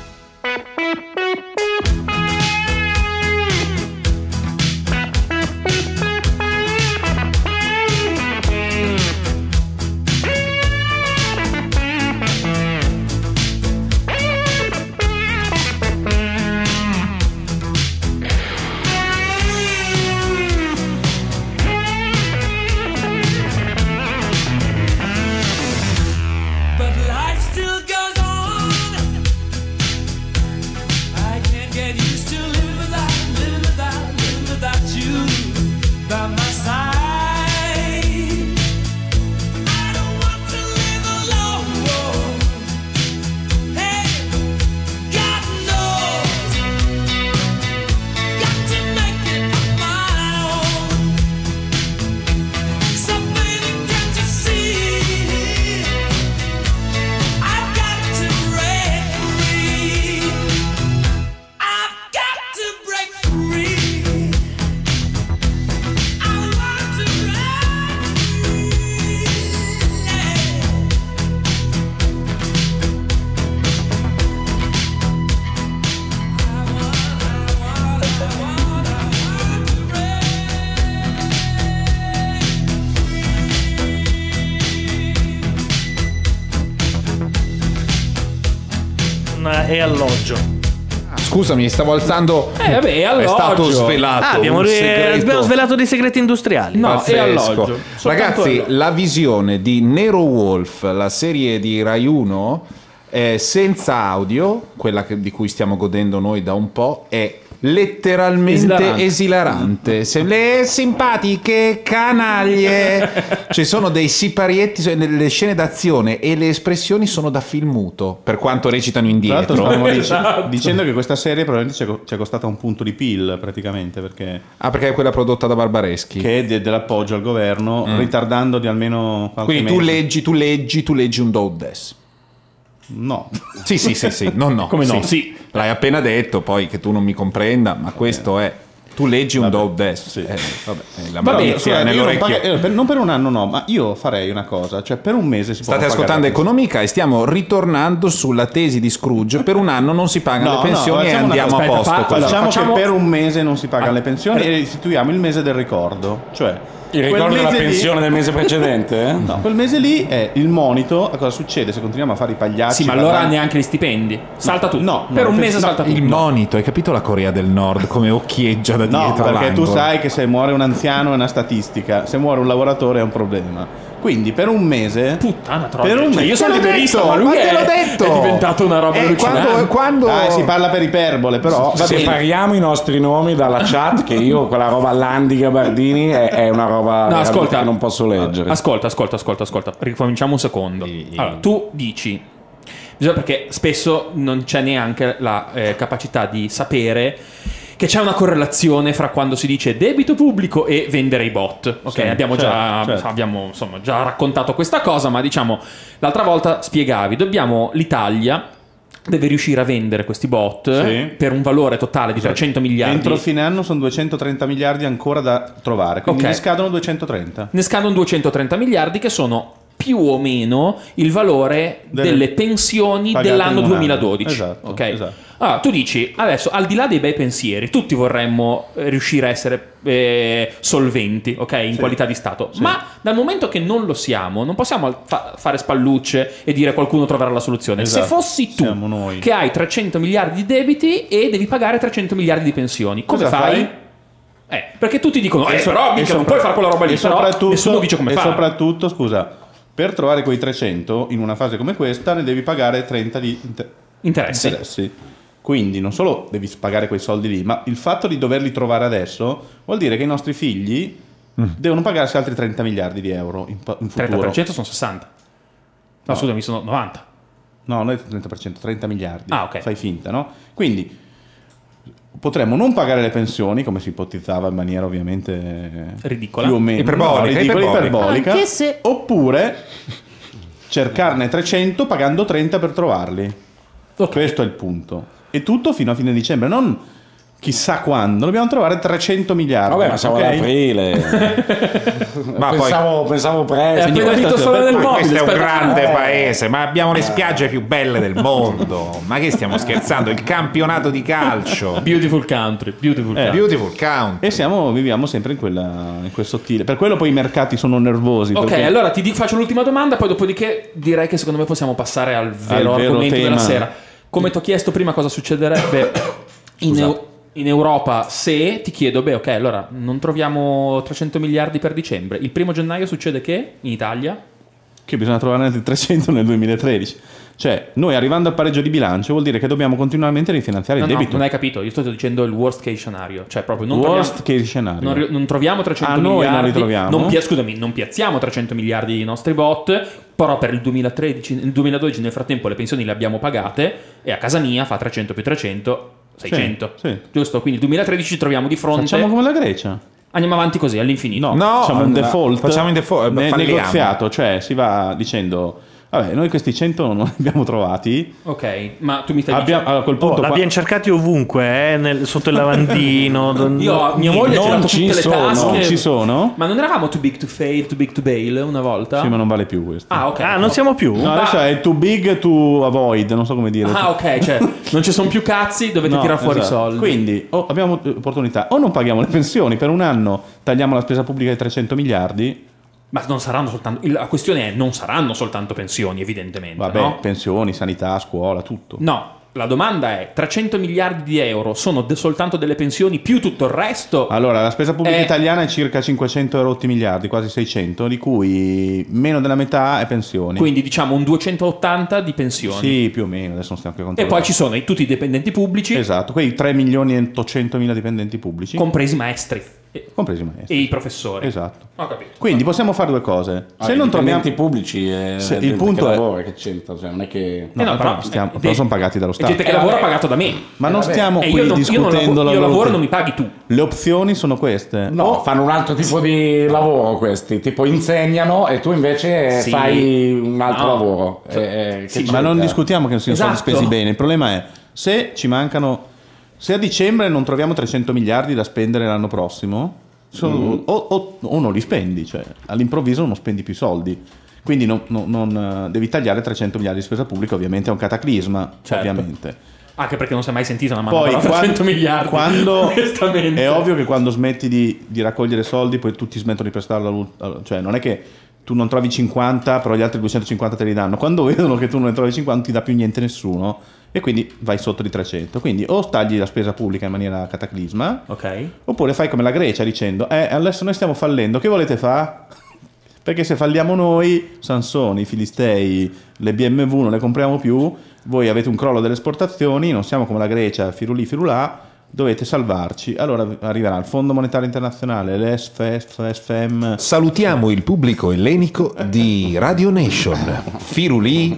M: But life still goes on. I can't get used to living without, living without, living without you by my side. I don't want to live alone. Hey, God knows, got to make it on my own. So baby, can't you see? I've got to break free. I've got to break free. I want to break free. I want, I want, I want, I want to
E: eh,
C: Ma è alloggio.
B: Scusami, stavo alzando.
C: Eh, vabbè, è alloggio.
B: stato svelato.
C: Ah, abbiamo
B: un
C: re-
B: segreto
C: abbiamo svelato dei segreti industriali.
B: pazzesco. Ragazzi, la visione di Nero Wolf, la serie di Rai 1, eh, senza audio, quella che- di cui stiamo godendo noi da un po', è letteralmente esilarante.
P: Esilarante.
B: Se le simpatiche canaglie. Ci sono dei siparietti, cioè, le scene d'azione e le espressioni sono da film muto, per quanto recitano
E: Tra
B: indietro.
E: l'altro stavamo
B: [LAUGHS]
E: dic-
G: Esatto.
E: dicendo che questa serie probabilmente ci è co- ci è costata un punto di PIL praticamente perché...
B: Ah, perché è quella prodotta da Barbareschi.
E: Che è de- dell'appoggio al governo,
B: Mm.
E: ritardando di almeno qualche
B: Quindi tu
E: mese.
B: leggi, tu leggi, tu leggi un Doddes.
E: No.
B: Sì, sì, sì, sì. No, no.
E: [LAUGHS] Come no?
B: Sì. L'hai appena detto, poi che tu non mi comprenda, ma questo è... Tu leggi un Doddes. Eh, vabbè, eh, la
E: Vabbè,
B: malizia
E: scusate,
B: è
E: io
B: nell'orecchio.
E: Non, paga- eh, per, non per un anno no, ma io farei una cosa, cioè per un mese si può
B: State ascoltando Economica e stiamo ritornando sulla tesi di Scrooge. Per un anno non si pagano le pensioni e andiamo a posto.
E: Facciamo
B: Allora,
F: Diciamo
E: che per un mese non si pagano le pensioni e istituiamo il mese del ricordo. Cioè,
G: Ah. Il
E: quel
G: ricordo della
E: mese lì-
G: pensione del mese precedente? eh?
E: No, quel mese lì è il monito a cosa succede se continuiamo a fare i pagliacci.
F: Sì, ma allora neanche
E: gli stipendi.
F: Salta tutto.
E: No,
F: Per
E: no,
F: un mese
E: no,
F: salta tutto.
B: il monito, hai capito la Corea del Nord come occhieggia da
E: No,
B: dietro
E: perché tu
B: l'angolo.
E: sai che se muore un anziano è una statistica, se muore un lavoratore è un problema. Quindi per un mese. Puttana
F: troia.
E: Per un
F: Cioè,
E: mese.
F: io sono
E: Te l'ho
F: liberista,
E: detto,
F: ma lui
E: te
F: è-
E: l'ho detto.
F: è diventato una roba
E: Eh,
F: allucinante.
E: Quando, quando...
G: Dai,
E: si
G: si
E: parla per iperbole, però. va bene.
G: Separiamo i nostri nomi dalla chat, che io quella roba Landi Gabardini è, è una roba
F: No,
G: veramente
F: ascolta.
G: che non posso leggere.
F: Ascolta, ascolta, ascolta, ascolta. Ricominciamo un secondo. Allora, tu dici. bisogna- perché spesso non c'è neanche la eh, capacità di sapere che c'è una correlazione fra quando si dice debito pubblico e vendere i bot. Ok,
D: Sì,
F: abbiamo,
D: certo,
F: già,
D: certo.
F: abbiamo, insomma, già raccontato questa cosa, ma diciamo, l'altra volta spiegavi, dobbiamo l'Italia deve riuscire a vendere questi bot
E: Sì.
F: per un valore totale di 300 miliardi.
E: Entro fine anno sono 230 miliardi ancora da trovare, quindi
F: Ok.
E: ne scadono 230.
F: ne scadono 230 miliardi che sono più o meno il valore
E: Delle-
F: delle, pensioni
E: pagate in
F: dell'anno
E: un anno.
F: 2012.
E: Esatto,
F: ok? Allora, tu dici, adesso, al di là dei bei pensieri, tutti vorremmo eh, riuscire a essere eh, solventi, ok? In qualità di Stato. Ma dal momento che non lo siamo, non possiamo fa- fare spallucce e dire qualcuno troverà la soluzione.
E: Esatto,
F: Se fossi tu
E: siamo noi.
F: che hai 300 miliardi di debiti e devi pagare 300 miliardi di pensioni, come
E: Cosa
F: fai?
E: fai?
F: Eh, perché tutti dicono, eh,
E: E so- e
F: però mica non
E: sopra-
F: puoi fare quella roba lì,
E: e
F: però
E: soprattutto-
F: nessuno dice come
E: e
F: fare.
E: soprattutto, scusa, per trovare quei 300 in una fase come questa ne devi pagare 30 di inter-
F: Interessi.
E: interessi. Quindi non solo devi pagare quei soldi lì, ma il fatto di doverli trovare adesso vuol dire che i nostri figli devono pagarsi altri 30 miliardi di euro in, pa- in futuro.
F: 30% sono 60. No, scusami, sono 90.
E: No, noi 30%, 30 miliardi.
F: Ah, ok.
E: Fai finta, no? Quindi potremmo non pagare le pensioni, come si ipotizzava in maniera ovviamente
F: Ridicola.
E: più o meno
F: Iperbolica,
E: no, ridicola, iperbolica.
F: iperbolica. Anche
E: oppure cercarne 300 pagando 30 per trovarli. Questo è il punto. E tutto fino a fine dicembre, non chissà quando, dobbiamo trovare 300 miliardi.
G: Vabbè, ma siamo
E: ok?
G: ad aprile. Ah,
B: Ma poi-
G: pensavo, pensavo
B: Eh,
G: presto.
B: signori, aspetta,
G: Ma
B: ma questo è un grande
G: Eh.
B: paese, ma abbiamo le spiagge più belle del mondo. Ma che stiamo scherzando? Il campionato di calcio.
F: Beautiful country, beautiful
E: [LAUGHS] Eh.
B: country. Beautiful country.
E: E siamo, viviamo sempre in, quella, in quel sottile. Per quello poi i mercati sono nervosi.
F: Ok,
E: perché-
F: allora ti di- faccio l'ultima domanda, poi dopodiché direi che secondo me possiamo passare al vero,
E: Al vero
F: argomento
E: tema.
F: della sera. Come ti ho chiesto prima
E: [COUGHS]
F: cosa succederebbe in, Eu- in Europa se ti chiedo, beh ok, allora non troviamo 300 miliardi per dicembre. Il primo gennaio succede che in Italia?
E: che bisogna trovare altri 300 nel 2013. Cioè, noi arrivando al pareggio di bilancio vuol dire che dobbiamo continuamente rifinanziare
F: No,
E: il
F: no,
E: debito.
F: non hai capito, io sto dicendo il worst case scenario, cioè proprio non
E: Worst
F: troviamo...
E: case scenario.
F: Non, ri- non troviamo 300
E: Ah, noi non
F: miliardi.
E: li troviamo?
F: non pia- scusami, non piazziamo 300 miliardi di nostri bot. Però per il 2013, il 2012 nel frattempo le pensioni le abbiamo pagate e a casa mia fa 300 più 300, 600.
E: Sì, sì.
F: Giusto? Quindi il 2013 ci troviamo di fronte.
E: Facciamo come la Grecia.
F: Andiamo avanti così all'infinito.
B: No,
E: facciamo un
B: no,
E: default.
B: facciamo un default, eh,
E: ne-
B: falliamo.
E: negoziato, cioè si va dicendo vabbè, noi questi 100 non li abbiamo trovati.
F: Ok, ma tu mi stai
E: Abbiamo- allora, a quel punto
C: Oh,
E: qua-
C: l'abbiamo cercati ovunque, eh, nel- sotto il
E: [LAUGHS]
C: lavandino. don-
F: Io, mia moglie ha girato tutte le tasche.
E: non ci sono.
F: Ma non eravamo too big to fail, too big to bail una volta?
E: Sì, ma non vale più questo.
F: Ah, ok.
C: non siamo più?
E: No, adesso è too big to avoid, non so come dire.
F: [LAUGHS] Ah, ok, cioè non ci sono più cazzi, dovete
E: No,
F: tirare fuori
E: esatto.
F: i soldi.
E: Quindi o abbiamo eh, opportunità, o non paghiamo le pensioni per un anno, tagliamo la spesa pubblica di 300 miliardi.
F: Ma non saranno soltanto. il- La questione è: non saranno soltanto pensioni, evidentemente.
E: Vabbè,
F: no?
E: pensioni, sanità, scuola, tutto.
F: No, la domanda è: 300 miliardi di euro sono de- soltanto delle pensioni più tutto il resto?
E: Allora, la spesa pubblica
F: Eh.
E: italiana è circa 500 e rotti miliardi, quasi 600, di cui meno della metà è pensioni.
F: Quindi diciamo un 280 di pensioni.
E: Sì, più o meno, adesso non stiamo più
F: E
E: controllando.
F: poi ci sono i- tutti i dipendenti pubblici,
E: Esatto, quei 3 milioni e 800 mila dipendenti pubblici.
F: compresi i maestri e,
E: Compresi i maestri.
F: e i professori.
E: Esatto.
F: Ho capito.
E: Quindi possiamo fare due cose.
G: Ah,
E: Se
G: i
E: non troviamo...
G: dipendenti pubblici eh,
E: Se- il
G: gente
E: punto
G: che
E: è-
G: lavora, che c'entra, cioè, non è che
E: No,
F: Eh no,
E: però,
F: però-
E: stiamo-
F: eh,
E: però
F: de-
E: sono pagati dallo
F: E
E: Stato. Eh,
F: gente che lavora
G: Eh,
F: pagato da me.
E: Ma non stiamo
F: E
E: qui
F: io non- io non
E: discutendo
F: lavoro- io
E: la
F: lavoro,
E: loro-
F: non mi paghi tu.
E: Le opzioni sono queste.
G: Eh, No, fanno un altro tipo di lavoro questi, tipo insegnano e tu invece
E: Sì.
G: Eh, fai un altro
E: No. Cioè,
G: lavoro. Eh, eh, che
E: Sì, ma non
G: c'entra?
E: discutiamo che non siano stati
G: Esatto.
E: spesi bene. Il problema è se ci mancano. Se a dicembre non troviamo 300 miliardi da spendere l'anno prossimo, sono-
F: Mm-hmm.
G: Mm.
E: o, o- o non li spendi, cioè all'improvviso non spendi più soldi. Quindi non, non- non, eh, devi tagliare 300 miliardi di spesa pubblica, ovviamente è un cataclisma.
F: Certo.
E: Ovviamente.
F: Anche perché non si è mai sentita una
E: Poi,
F: mano da 300
E: quan-
F: miliardi.
E: quando-
F: [LAUGHS] Onestamente.
E: È ovvio che quando smetti di, di raccogliere soldi, poi tutti smettono di prestarlo. all'ul- all- Cioè, non è che tu non trovi 50, però gli altri 250 te li danno. Quando vedono che tu non ne trovi 50, non ti dà più niente nessuno. e quindi vai sotto di 300. Quindi o tagli la spesa pubblica in maniera cataclisma, oppure fai come la Grecia dicendo, eh, adesso noi stiamo fallendo, che volete fare? Perché se falliamo noi, Sansoni, i Filistei, le BMW non le compriamo più, voi avete un crollo delle esportazioni, non siamo come la Grecia, firulì firulà, dovete salvarci. Allora arriverà il Fondo Monetario Internazionale, l'ESFM...
B: Salutiamo il pubblico ellenico di Radio Nation. Firulì,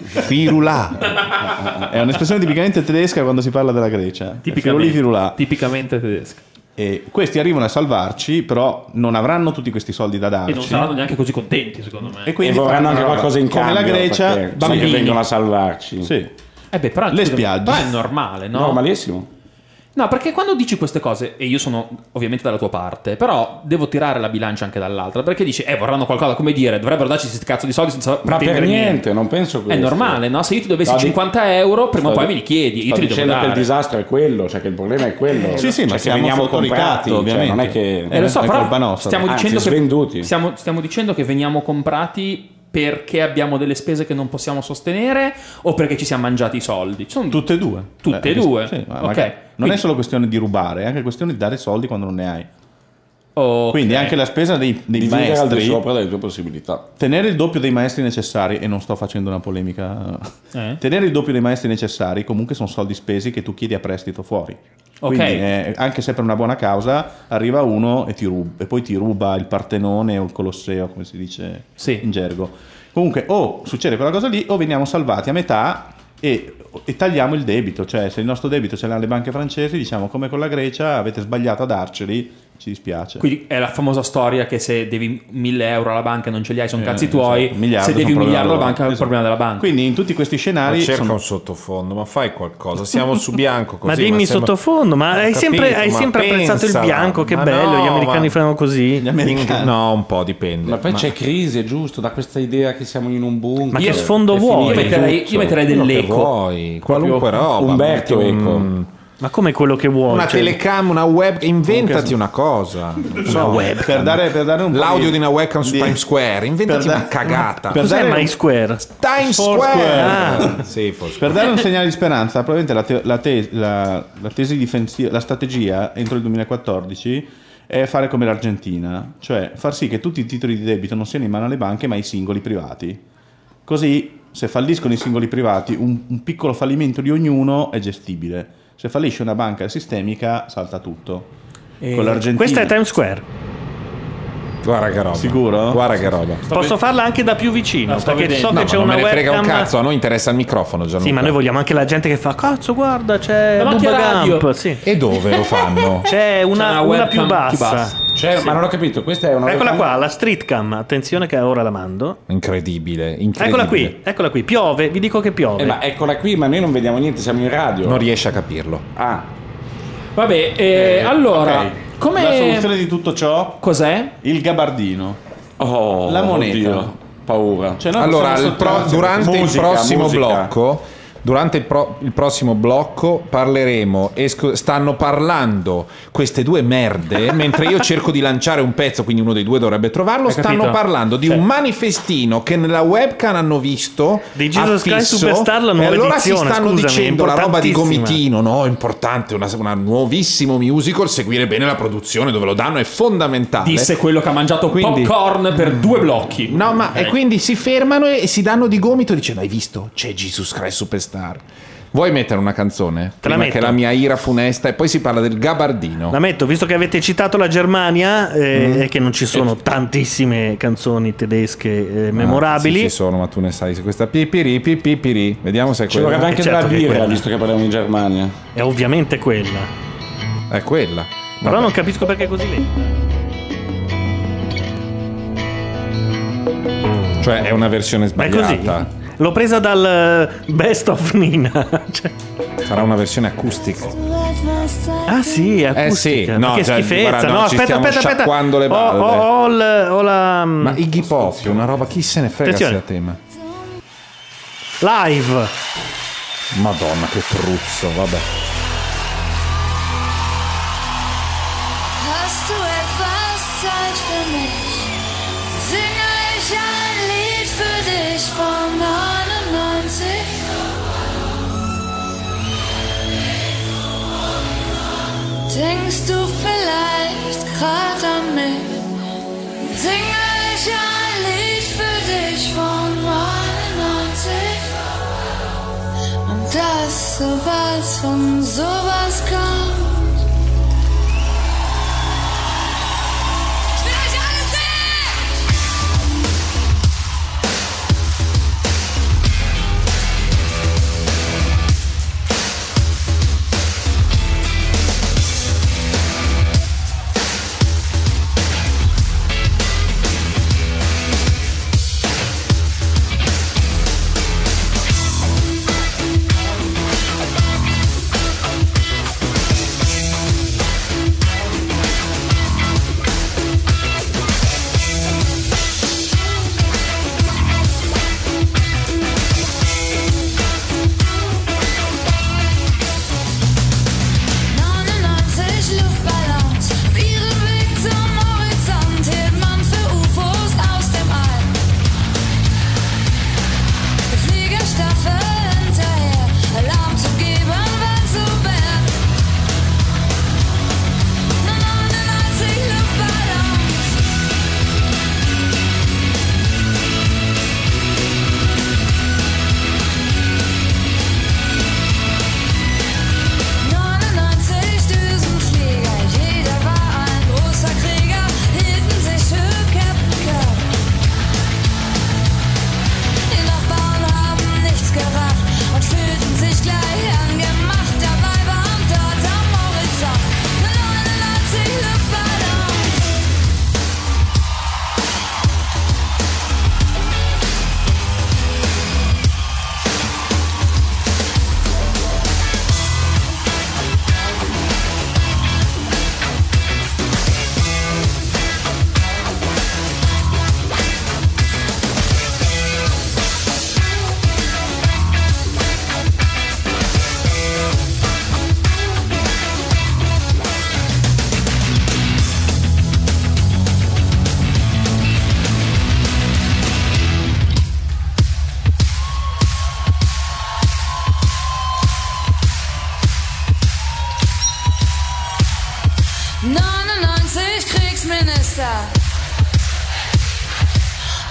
B: firulà.
E: È un'espressione tipicamente tedesca quando si parla della Grecia.
B: Tipicamente.
E: Firulì, firulà. Tipicamente tedesca. E questi arrivano a salvarci, però non avranno tutti questi soldi da darci.
F: E non saranno neanche così contenti, secondo me.
E: E quindi
F: faranno
E: faranno una roba come la Grecia,
G: bambini che vengono a salvarci.
E: Sì.
F: Eh beh, però,
G: Le
F: scusa,
G: spiagge.
F: però è normale, no?
G: Normalissimo.
F: No, perché quando dici queste cose, e io sono ovviamente dalla tua parte, però devo tirare la bilancia anche dall'altra, perché dici, eh, vorranno qualcosa, come dire, dovrebbero darci questi cazzo di soldi senza
G: Ma per
F: pretendere
G: niente, non penso
F: È
G: questo.
F: normale, no? Se io ti dovessi
G: No, di-
F: 50 euro, prima o
G: Sto-
F: poi me li chiedi, io
G: sto
F: te li devo
G: dicendo
F: dare.
G: che il disastro è quello, cioè che il problema è quello.
F: Sì, sì,
G: Cioè
F: ma
G: che
F: siamo
G: veniamo
F: sotto
G: comprati,
F: ricatto,
G: cioè, non è che
F: Eh, lo so,
G: è
F: però
G: colpa nostra.
F: Stiamo,
G: Anzi,
F: dicendo che,
G: svenduti.
F: stiamo, stiamo dicendo che veniamo comprati perché abbiamo delle spese che non possiamo sostenere o perché ci siamo mangiati i soldi. Ci sono
E: tutte e due.
F: Tutte e
E: Eh,
F: due.
E: sì, ma
F: ok.
E: magari- Non
F: Quindi-
E: è solo questione di rubare, è anche questione di dare soldi quando non ne hai.
F: Ok.
E: Quindi anche la spesa dei, dei
G: Dividere al di
E: maestri.
G: sopra delle tue possibilità.
E: Tenere il doppio dei maestri necessari, e non sto facendo una polemica. [LAUGHS]
F: Eh?
E: Tenere il doppio dei maestri necessari comunque sono soldi spesi che tu chiedi a prestito fuori.
F: Ok.
E: Quindi, eh, anche se per una buona causa, arriva uno e, ti rub- e poi ti ruba il Partenone o il Colosseo, come si dice in gergo. Comunque, o succede quella cosa lì, o veniamo salvati a metà e, e tagliamo il debito. Cioè, se il nostro debito ce l'hanno le banche francesi, diciamo come con la Grecia, avete sbagliato a darceli, ci dispiace.
F: Quindi è la famosa storia che se devi 1000 euro alla banca e non ce li hai, sono
E: Eh,
F: cazzi tuoi.
E: esatto. Miliardo
F: se devi
E: sono
F: un
E: un
F: miliardo
E: problema
F: alla
E: loro.
F: banca, è un
E: Esatto.
F: problema della banca.
E: Quindi in tutti questi
B: Ma
E: scenari
B: cerca
E: sono-
B: un sottofondo, ma fai qualcosa. Siamo su bianco così.
C: ma dimmi
B: sembra-
C: sottofondo, ma
B: Ho
E: Eh,
C: hai sempre,
B: capito,
C: hai
B: ma
C: sempre apprezzato il
B: pensala,
C: bianco, che
B: ma
C: bello,
B: no,
C: gli americani
B: ma-
C: fanno così.
B: In- No, un po' dipende.
G: Ma poi c'è crisi, è giusto, da questa idea che siamo in un bunker.
B: Ma che sfondo
G: È
B: vuoi?
G: finito
B: Io metterei-
G: tutto.
B: io metterei
G: Quello che
B: dell'eco.
G: vuoi,
B: Qualunque
G: proprio
B: roba,
G: Umberto
B: metti
G: Eco.
B: un-
C: Ma come quello che vuoi?
B: Una
C: cioè-
B: telecam, una web, inventati una cosa. Non so,
E: webcam. Per dare- per dare un po'
B: L'audio
E: di-
B: di una webcam su
E: di-
B: Times Square, inventati
E: per da-
B: una cagata.
E: per dare- Cos'è
C: Square?
B: Times
E: Foursquare.
B: Square.
E: Ah.
B: Sì, Foursquare.
E: Per dare un segnale di speranza, probabilmente la, te- la te- la- la tesi difensiva, la strategia entro il 2014 è fare come l'Argentina, cioè far sì che tutti i titoli di debito non siano in mano alle banche ma ai singoli privati. Così se falliscono i singoli privati un, un piccolo fallimento di ognuno è gestibile. Se fallisce una banca sistemica salta tutto.
C: Eh,
E: Con l'Argentina.
C: Questa è Times Square.
B: Guarda che roba.
E: Sicuro?
B: Guarda che roba.
C: Posso farla anche da più vicino, perché
B: No,
C: so che
B: ma
C: c'è
B: non
C: una
B: me ne frega un
C: webcam.
B: cazzo, a noi interessa il microfono Gianluca.
C: Sì, ma noi vogliamo anche la gente che fa cazzo, guarda, c'è
B: Davanti
C: Bubba
B: alla radio."
C: Gump", sì.
B: E dove lo fanno?
C: C'è una, una più bassa.
G: Cioè,
C: Sì.
G: Ma non ho capito, questa è una
C: Eccola
G: webcam-
C: qua, la street cam. Attenzione che ora la mando.
B: Incredibile, incredibile.
C: Eccola qui, eccola qui. Piove, vi dico che piove.
G: Eh, ma eccola qui, ma noi non vediamo niente, siamo in radio.
B: Non riesce a capirlo.
G: Ah.
F: Vabbè, eh, allora,
E: ok.
F: come
E: La soluzione di tutto ciò?
F: Cos'è?
E: Il gabardino. la moneta.
G: oddio, Paura.
E: Cioè, noi
B: allora,
E: possiamo
B: il pro-
E: sottrarre-
B: durante
G: Musica,
B: il prossimo
G: musica.
B: blocco. Durante il, pro- il prossimo blocco parleremo. esco- stanno parlando queste due
C: [LAUGHS]
B: merde. mentre io cerco di lanciare un pezzo, quindi uno dei due dovrebbe trovarlo.
C: Hai
B: Stanno
C: capito?
B: parlando di
C: Sì.
B: un manifestino che nella webcam hanno visto.
C: Di Jesus Christ
B: affisso,
C: Superstar, la nuova
B: E allora si
C: edizione,
B: stanno
C: scusami,
B: dicendo la roba di
C: importantissima.
B: gomitino. No, è importante. Una, una nuovissimo musical. Seguire bene la produzione dove lo danno è fondamentale.
F: Disse quello che ha mangiato
B: Quindi-
F: popcorn per due blocchi.
B: No, ma e quindi si fermano e si danno di gomito dicendo: Hai visto? C'è Jesus Christ Superstar. Vuoi mettere una canzone?
C: la
B: Prima
C: metto.
B: che la mia ira funesta e poi si parla del gabardino. Ah,
C: La metto, visto che avete citato la Germania eh,
B: mm-hmm.
C: e che non ci sono tantissime canzoni tedesche eh, memorabili.
B: Ah, sì, ci sono, ma tu ne sai. se Questa pipiri, pipiri. Vediamo se è
G: Ci
B: quella.
G: vorrebbe anche
C: Certo
G: della
C: che è
G: birra,
C: quella.
G: visto che parliamo in Germania.
C: È ovviamente quella.
B: È quella.
C: Però non capisco perché è così lenta.
B: Cioè, è una versione
C: Ma è così.
B: sbagliata.
C: L'ho presa dal eh, Best of Nina. [LAUGHS] Cioè,
B: Sarà una versione acustica.
C: Ah sì, acustica.
B: Eh sì, no,
C: che
B: già,
C: schifezza.
B: guarda,
C: no,
B: no, ci
C: aspetta,
B: stiamo
C: aspetta, aspetta. Oh,
B: sciacquando le
C: Ho- ho-
B: balle.
C: ho il- ho la... mm,
B: Ma Iggy Pop, una roba, chi se ne frega se a
C: Attenzione.
B: tema.
C: Live.
B: Madonna, che truzzo, vabbè.
M: Hast du etwas Zeit für mich? Singe ich ein Lied für dich von 99.
Q: war damit. Singe ich ein Lied für dich von 99. Und dass sowas von sowas kommt. Ich will euch alle sehen! Luftballons, ihren Weg zum Horizont hebt man für UFOs aus dem All. Die Fliegerstaffel hinterher, Alarm zu geben, wenn zu werden. 99 Luftballons. Düsenflieger, jeder war ein großer Krieger, hielten sich für Captain Kirk. Die Nachbarn haben nichts gerafft und fühlten sich gleich angemacht. Dabei waren dort am Horizont 99 Luftballons. Kriegsminister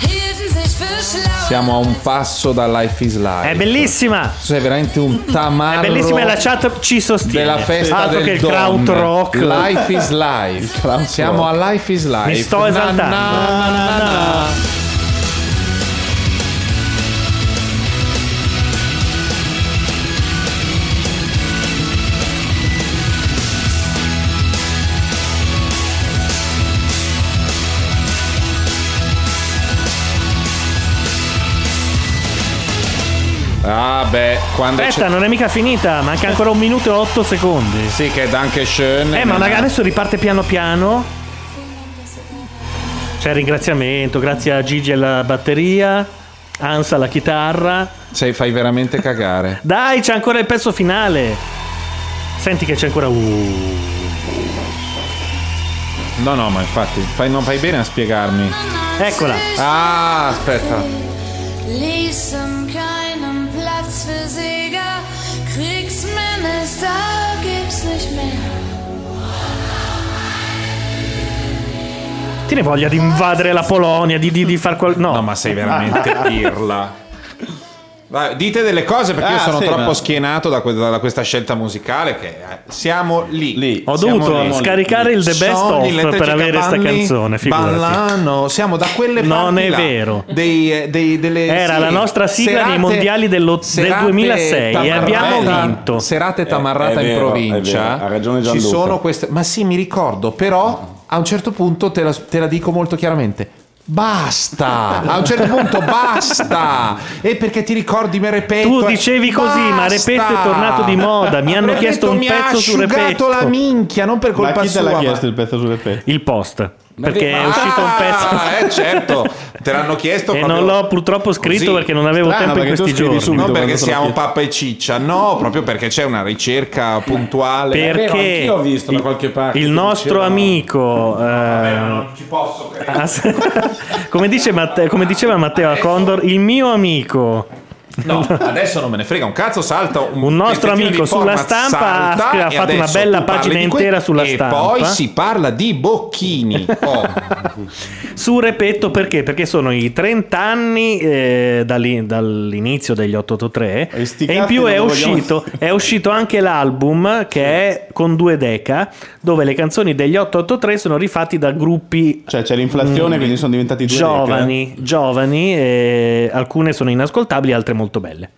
Q: hielten sich für schlau.
B: Siamo a un passo da Life is Life. È
C: bellissima!
B: Sei veramente un tamarro.
C: È bellissima e la chat ci sostiene.
B: Della festa
C: Altro
B: del
C: che il
B: Don.
C: crowd rock.
B: Life is life. Siamo
C: rock.
B: a Life is life.
C: Mi sto esaltando.
B: Ah beh, quando
C: Aspetta,
B: c'è...
C: non è mica finita, manca ancora un minuto e otto secondi.
B: Sì, che danke schön.
C: Eh, ma magari adesso riparte piano piano. C'è ringraziamento, grazie a Gigi alla batteria, Ansa alla chitarra.
B: Sei, fai veramente cagare.
C: [LAUGHS] Dai, c'è ancora il pezzo finale. Senti che c'è ancora uh.
B: No, no, ma infatti, fai- non fai bene a spiegarmi.
C: Eccola.
B: Ah, aspetta.
Q: Ließen keinen Platz für Sieger. Kriegsminister gibt's nicht mehr.
C: Ti ne voglia di invadere la Polonia, di, di, di far qual... No.
B: ma sei
C: [LAUGHS]
B: veramente pirla. Vai, dite delle cose perché
C: Ah,
B: io sono
C: sì,
B: troppo
C: ma-
B: schienato da, que- da questa scelta musicale che eh, siamo lì.
C: Ho
B: Siamo
C: dovuto
B: lì.
C: scaricare il The Best
B: Sono
C: Of
B: gli elettrici
C: per avere sta
B: cavalli,
C: canzone, figurati.
B: Ballano, siamo da quelle
C: Non
B: parti
C: è
B: là,
C: vero.
B: dei, eh, dei- delle,
C: Era
B: sì,
C: la nostra sigla
B: serate-
C: nei mondiali dello- del
B: serate
C: 2006 e
B: tamarrate-
C: abbiamo vinto.
B: Serate
C: Eh,
B: tamarrata
C: è
B: in
C: vero,
B: provincia.
C: è vero, ha ragione
B: Ci
C: Gianluca.
B: sono queste, ma sì, mi ricordo, però a un certo punto te la, te la dico molto chiaramente. Basta! A un certo punto basta! E perché ti ricordi me repetto?
C: Tu
B: eh,
C: dicevi così, ma
B: basta!
C: Repetto è tornato di moda, mi hanno
B: Repetto
C: chiesto un pezzo su
B: Mi ha
C: Repetto.
B: asciugato la minchia, non per colpa
E: Ma chi te
B: sua.
E: l'ha
B: ma-
E: chiesto il pezzo sulle pezze?
C: Il post. Perché
B: Ah,
C: è uscito un pezzo.
B: eh, certo, te l'hanno chiesto.
C: E
B: proprio
C: non l'ho purtroppo scritto
B: così.
C: perché non avevo tempo in
B: perché tu
C: questi
B: scrivi
C: giorni.
B: subito Non perché siamo pappa e ciccia, no, proprio perché c'è una ricerca puntuale.
C: Perché il- il nostro amico, eh, Ah, [LAUGHS] As- come, dice Matte- come diceva Matteo a Condor, il mio amico [LAUGHS]
B: No, adesso non me ne frega un cazzo, salta un,
C: Un nostro
B: pezzettino
C: amico
B: di
C: sulla
B: format,
C: stampa ha
B: salta,
C: scri- ha
B: e
C: fatto una
B: adesso
C: bella
B: tu parli
C: pagina
B: di que-
C: intera sulla
B: e
C: stampa.
B: poi si boh. parla di Bocchini. Oh,
C: [LAUGHS] Su Repetto perché? Perché sono i 30 anni eh, dall'in- dall'inizio degli 883 e, in
E: cazzi
C: più è
E: non lo vogliamo-
C: uscito, è uscito anche l'album che è con due deca dove le canzoni degli 883 sono rifatti da gruppi... mm,
E: Cioè c'è l'inflazione, quindi sono diventati due
C: Giovani, giovani, eh, alcune sono inascoltabili, altre molto belle.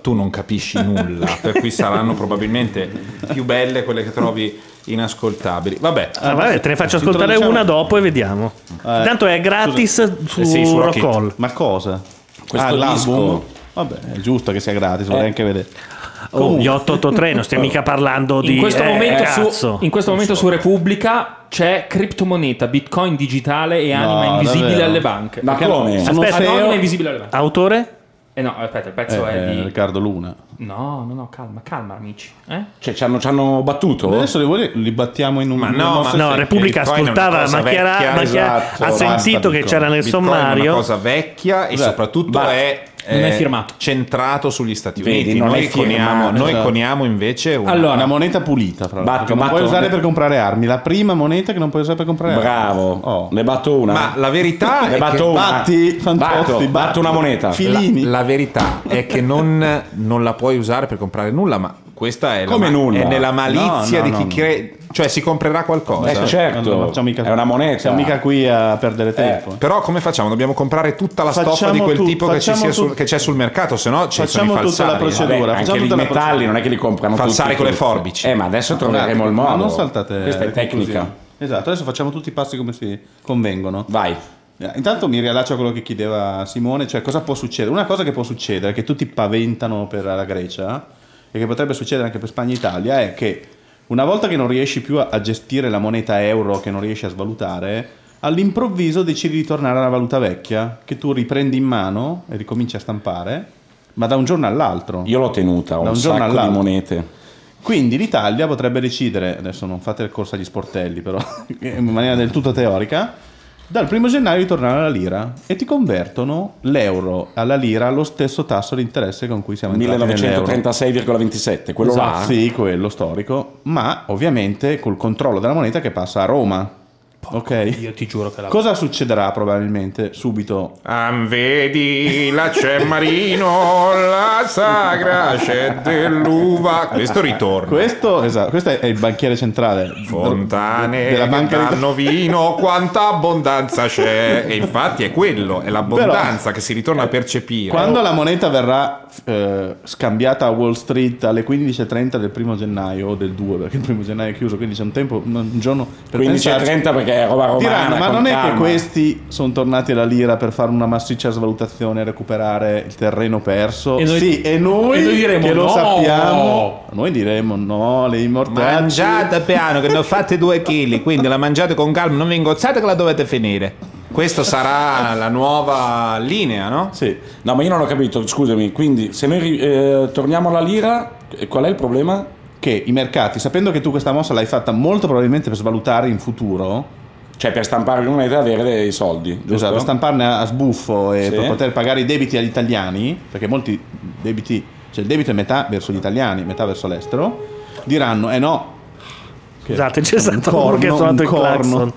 B: Tu non capisci nulla, per cui saranno probabilmente più belle quelle che trovi inascoltabili. Vabbè, diciamo
C: Ah, vabbè, te ne faccio ascoltare
B: Introduciamo-
C: una dopo e vediamo. Tanto è gratis su,
E: Eh sì,
C: Rock
E: Rocket.
C: Hall.
E: Ma cosa?
C: Questo
E: ah, l'album?
C: disco.
E: Vabbè, è giusto che sia gratis, vorrei anche vedere.
C: Oh, gli 883, non stiamo mica parlando
E: di-
F: In questo,
E: eh,
F: momento, su,
E: cazzo.
F: in questo momento su Repubblica c'è criptomoneta, bitcoin digitale e anima invisibile
E: davvero?
F: alle banche.
E: Ma
F: Perché-
E: come? Sono
F: Aspetta,
E: feo-
F: anima invisibile alle banche.
C: Autore?
F: Eh no, aspetta, il pezzo
E: Eh,
F: è di...
E: Riccardo Luna.
F: No, no, no, calma, calma amici. Eh?
E: Cioè, ci hanno, battuto? Adesso li, vuole- li battiamo in un
B: Ma
E: una
B: no, ma
E: mossa
B: no,
E: secca.
B: Repubblica
E: Bitcoin è una
B: ascoltava,
E: cosa
B: ma chi era-
E: vecchia,
B: ma chi era-
E: esatto,
B: ha
E: basta
B: sentito che
E: Bitcoin.
B: c'era nel
E: Bitcoin è
B: sommario?
E: una
B: cosa vecchia e
E: Esatto.
B: soprattutto
E: Va.
B: è,
E: Non è
B: eh,
E: firmato.
B: centrato sugli Stati
E: Vedi,
B: Uniti.
E: non è
B: noi,
E: firmato.
B: coniamo, noi
E: Esatto.
B: coniamo invece una,
E: Allora, una moneta pulita, fra l'altro,
B: Batto,
E: che non
B: batto,
E: puoi usare
B: ne-
E: per comprare armi. La prima moneta che non puoi usare per comprare armi. Oh.
G: Bravo, ne batto una.
B: Ma la verità
G: ne
B: è
G: batto
B: che
G: una.
B: batti,
G: batto,
B: fantozzi,
G: batto
B: batti.
G: una moneta.
B: Filini. La, la verità è che non, non la puoi usare per comprare nulla, ma questa è, la
G: Come
B: ma-
G: nulla?
B: è nella malizia
E: No, no,
B: di chi
E: no, no.
B: crede. Cioè, si comprerà qualcosa.
E: Eh, certo, Non facciamo mica- è una moneta. siamo mica qui a perdere tempo.
B: Eh, Però come facciamo? Dobbiamo comprare tutta la
E: Facciamo
B: stoffa di quel
E: tu-
B: tipo che, ci
E: facciamo
B: sia sul-
E: tu-
B: che c'è sul mercato, se no ci
E: Facciamo
B: sono i
E: tutta
B: falsari.
E: la procedura,
B: Vabbè,
E: facciamo
B: anche
E: tutta
B: i
E: la
B: metalli
E: procedura.
B: non è che li comprano falsari
G: tutti,
B: con le
G: tutti.
B: forbici.
G: Eh, ma adesso troveremo il
E: Ma
G: modo.
E: non saltate.
G: Questa è
E: le conclusioni.
G: tecnica.
E: Esatto, adesso facciamo tutti i passi come si convengono. Vai. Intanto mi riallaccio a quello che chiedeva Simone, cioè cosa può succedere? Una cosa che può succedere, che tutti paventano per la Grecia e che potrebbe succedere anche per Spagna e Italia, è che una volta che non riesci più a a gestire la moneta euro, che non riesci a svalutare, all'improvviso decidi di tornare alla valuta vecchia, che tu riprendi in mano e ricominci a stampare, ma da un giorno all'altro.
G: Io l'ho tenuta, ho
E: Da
G: un,
E: un giorno
G: sacco di
E: all'altro.
G: monete.
E: Quindi l'Italia potrebbe decidere, adesso non fate il corso agli sportelli però, [LAUGHS] in maniera del tutto teorica, dal primo gennaio di tornare alla lira e ti convertono l'euro alla lira allo stesso tasso di interesse con cui siamo entrati nell'euro.
G: 1936,27, quello là.
E: Esatto, eh, Sì, quello storico, ma ovviamente col controllo della moneta che passa a Roma. ok?
F: Io ti giuro che la...
E: Cosa succederà probabilmente subito?
K: Ah, vedi, là c'è Marino, la sagra c'è dell'uva. Questo ritorna.
E: Questo, esatto, questo è il banchiere centrale.
K: Fontane
E: Della Banca
K: che
E: d'Italia.
K: danno vino, quanta abbondanza c'è. E infatti è quello, è l'abbondanza che si ritorna a percepire.
E: Quando la moneta verrà eh, scambiata a Wall Street alle 15.30 del primo gennaio o del 2, perché il primo gennaio è chiuso, quindi c'è un tempo, un giorno per
G: 15.30
E: pensarci.
G: perché è roba romana,
E: Diranno, ma
G: con
E: non è che
G: calma."
E: questi sono tornati alla lira per fare una massiccia svalutazione e recuperare il terreno perso?
G: E noi-
E: sì, e noi,
G: e noi diremo
E: che lo
G: no.
E: sappiamo, noi diremo no, le immortali.
B: Mangiate piano, che ne ho fatti due chili, quindi la mangiate con calma, non vi ingozzate che la dovete finire. Questa sarà la nuova linea, no?
E: Sì.
G: No, ma io non ho capito, scusami, quindi se noi ri- eh, torniamo alla lira, eh, qual è il problema?
E: Che i mercati, sapendo che tu questa mossa l'hai fatta molto probabilmente per svalutare in futuro,
G: cioè per stampare moneta e avere dei soldi, giusto?
E: Esatto, per stamparne a sbuffo e
G: Sì.
E: per poter pagare i debiti agli italiani, perché molti debiti, cioè il debito è metà verso gli italiani, metà verso l'estero, diranno eh no.
C: Scusate, Esatto, c'è
E: un
C: stato uno che ha suonato
E: un
C: il
E: corno.
C: clacson.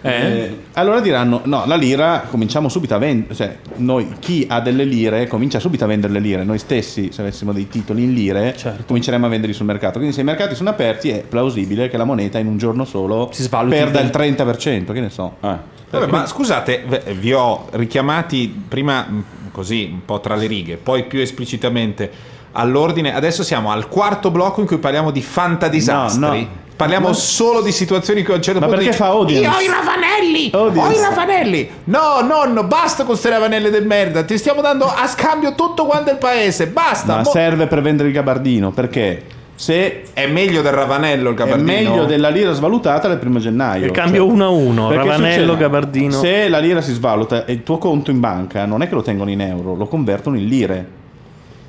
C: Eh?
E: Eh, allora diranno no, la lira cominciamo subito a vendere, cioè noi chi ha delle lire comincia subito a vendere le lire, noi stessi se avessimo dei titoli in lire
C: Certo.
E: cominceremmo a venderli sul mercato, quindi se i mercati sono aperti è plausibile che la moneta in un giorno solo perda il 30%, che ne so.
B: Vabbè, ma scusate, v- vi ho richiamati prima mh, così un po' tra le righe, poi più esplicitamente all'ordine. Adesso siamo al quarto blocco in cui parliamo di fantadisastri.
E: No, no.
B: Parliamo
E: No.
B: solo di situazioni in cui a un certo
E: Ma
B: punto
E: perché
B: dici,
E: fa audience?
B: Io ho i ravanelli! Ho i ravanelli! No, nonno, basta con queste ravanelle del merda. Ti stiamo dando a scambio tutto quanto il paese. Basta.
E: Ma
B: Mo-
E: serve per vendere il gabardino perché se
B: è meglio del Ravanello il gabardino?
E: È meglio della lira svalutata del primo gennaio. cioè,
C: Il cambio uno a uno,
E: perché
C: Ravanello,
E: succede?
C: gabardino.
E: Se la lira si svaluta e il tuo conto in banca non è che lo tengono in euro, lo convertono in lire.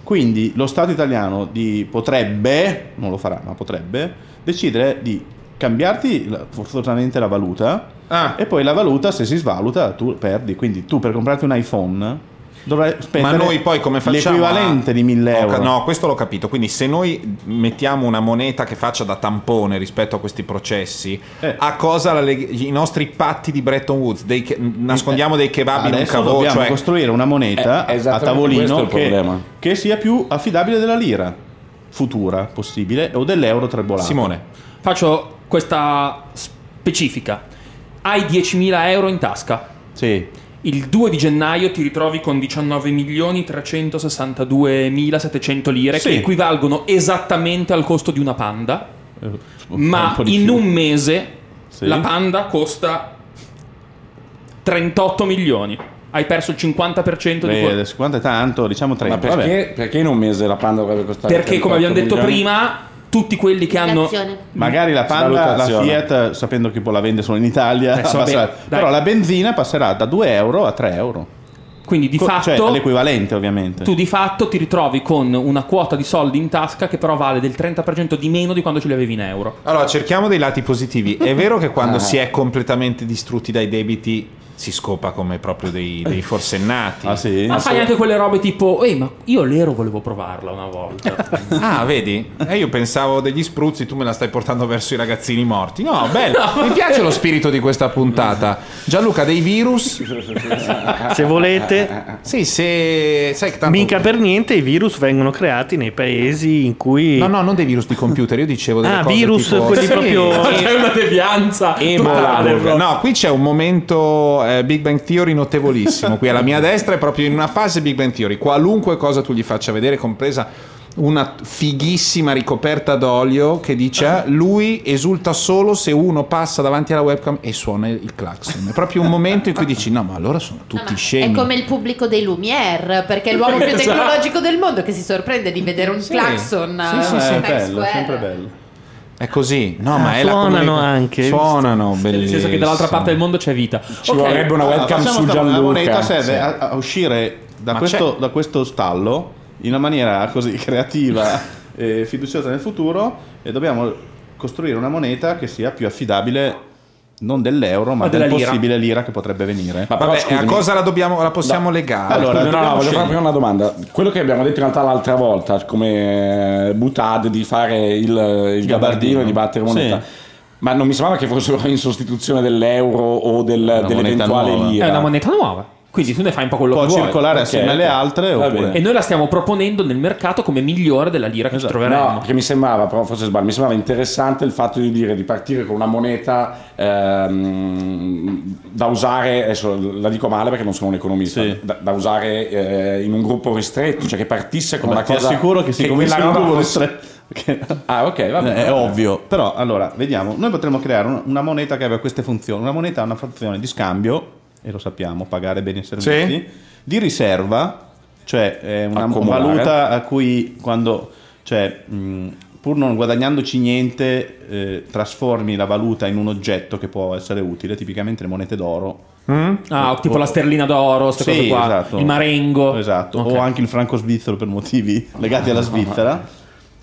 E: Quindi lo Stato italiano di- potrebbe, non lo farà, ma potrebbe decidere di cambiarti la- forzatamente la
B: Ah.
E: valuta e poi la valuta se si svaluta tu perdi. Quindi tu per comprarti un iPhone Dovrai
B: Ma
E: spendere
B: noi poi come facciamo? a-
E: L'equivalente di 1000
B: Ho ca-
E: euro.
B: No, questo l'ho capito. Quindi se noi mettiamo una moneta che faccia da tampone rispetto a questi processi, a cosa la leg- i nostri patti di Bretton Woods? Dei che- nascondiamo dei kebab in un
E: Adesso
B: cavò,
E: dobbiamo
B: cioè
E: costruire una moneta
B: Eh,
E: a
B: esattamente questo è il
E: tavolino che,
B: problema.
E: che sia più affidabile della lira futura possibile o dell'euro trebolato.
B: Simone.
F: Faccio questa specifica. Hai 10.000 euro in tasca.
E: Sì.
F: Il 2 di gennaio ti ritrovi con 19.362.700 lire
E: Sì.
F: che equivalgono esattamente al costo di una panda.
E: Eh, un
F: Ma
E: po' di
F: in
E: più.
F: un mese
E: Sì.
F: la panda costa 38 milioni. Hai perso il 50% di
E: Beh,
F: quello.
E: Eh, adesso quanto è tanto? Diciamo 30.
F: Ma perché-
E: in un mese la panda dovrebbe costare?
F: Perché, come abbiamo detto prima, tutti quelli che hanno.
E: Magari la panda, la
F: Valutazione.
E: Fiat, sapendo che poi la vende solo in Italia, [LAUGHS]
F: Eh, so,
E: abbasserà.
F: beh, dai.
E: però la benzina passerà da 2 euro a 3 euro.
F: Quindi di
E: Cioè,
F: fatto-
E: l'equivalente ovviamente.
F: Tu di fatto ti ritrovi con una quota di soldi in tasca che però vale del 30% di meno di quando ce li avevi in euro.
B: Allora, cerchiamo dei lati positivi. È vero che quando
F: Ah.
B: si è completamente distrutti dai debiti si scopa come proprio dei, dei forsennati. Ah, sì?
F: Ma fai anche quelle robe tipo, ehi, ma io l'ero volevo provarla una [LAUGHS] volta.
B: Ah, vedi? Eh, io pensavo degli spruzzi, tu me la stai portando verso i ragazzini morti. No, bello, mi piace lo spirito di questa puntata. Gianluca, dei virus?
C: Se volete.
B: Sì, se. Sai che tanto...
C: Mica per niente i virus vengono creati nei paesi in cui. No,
B: no, non dei virus di computer, io dicevo delle
C: Ah,
B: cose
C: virus
B: tipo-
C: quelli
B: Sì.
C: proprio.
B: C'è
F: una devianza.
B: Marburg. No, qui c'è un momento eh, Big Bang Theory notevolissimo. Qui alla mia destra è proprio in una fase Big Bang Theory. Qualunque cosa tu gli faccia vedere, compresa una fighissima ricoperta d'olio che dice "Ah, lui esulta solo se uno passa davanti alla webcam e suona il clacson. È proprio un momento in cui dici no, ma allora sono tutti
H: È
B: scemi.
H: come il pubblico dei Lumière, perché è l'uomo
E: [LAUGHS]
H: più
B: Esatto.
H: tecnologico del mondo che si sorprende di vedere un
B: Sì.
H: claxon.
B: Sì, sì,
H: eh,
B: sì,
H: a
B: è
H: Times
B: bello,
H: Square.
B: sempre bello. È così, no, ma
F: Ah,
B: è
F: suonano
B: la comunica-
F: anche.
B: Suonano, bellissimo.
F: Nel senso che dall'altra parte del mondo c'è vita.
E: Ci vorrebbe una webcam Facciamo su sta- una Gianluca. moneta serve a- uscire da,
F: Ma
E: questo, da questo stallo in una maniera così [LAUGHS] creativa e fiduciosa nel futuro e dobbiamo costruire una moneta che sia più affidabile non dell'euro ma,
B: Ma
E: del
B: della lira.
E: possibile lira che potrebbe venire
G: Ma
B: Vabbè, a cosa la, dobbiamo, la possiamo
G: No.
B: legare?
G: Allora, Ah, no, no,
B: Dobbiamo
G: voglio
B: scegliere.
G: fare prima una domanda. Quello che abbiamo detto in realtà l'altra volta, come eh, Butad di fare il, il gabardino e di battere moneta. Ma non mi sembrava che fossero in sostituzione dell'euro o del- dell'eventuale lira.
F: È una moneta nuova. Quindi tu ne fai un po' quello
G: Può
F: che vuoi.
G: circolare
F: Ok,
G: assieme alle
F: ok.
G: altre,
F: Va
G: oppure-
F: bene. E noi la stiamo proponendo nel mercato come migliore della lira che ci troveremo.
G: No, perché mi sembrava, però forse sbaglio, mi sembrava interessante il fatto di dire di partire con una moneta ehm, da usare, adesso la dico male perché non sono un economista, da, da usare eh, in un gruppo ristretto, cioè che partisse con
E: Ma
G: una
E: ti
G: cosa...
E: assicuro che si comincia
G: quella
E: in un
G: roba
E: gruppo Eh,
G: fosse- Ah ok, va bene.
E: è ovvio però allora vediamo noi potremmo creare un- una moneta che abbia queste funzioni una moneta ha una funzione di scambio e lo sappiamo pagare bene i servizi
G: Sì.
E: di riserva cioè è una
G: Accumulare.
E: valuta a cui quando cioè mh, pur non guadagnandoci niente eh, trasformi la valuta in un oggetto che può essere utile tipicamente le monete d'oro
F: Ah, tipo la sterlina d'oro, queste
E: Mm? Sì,
F: cose qua.
E: esatto.
F: Il marengo.
E: Esatto, o anche il franco svizzero per motivi legati
B: [LAUGHS]
E: alla Svizzera.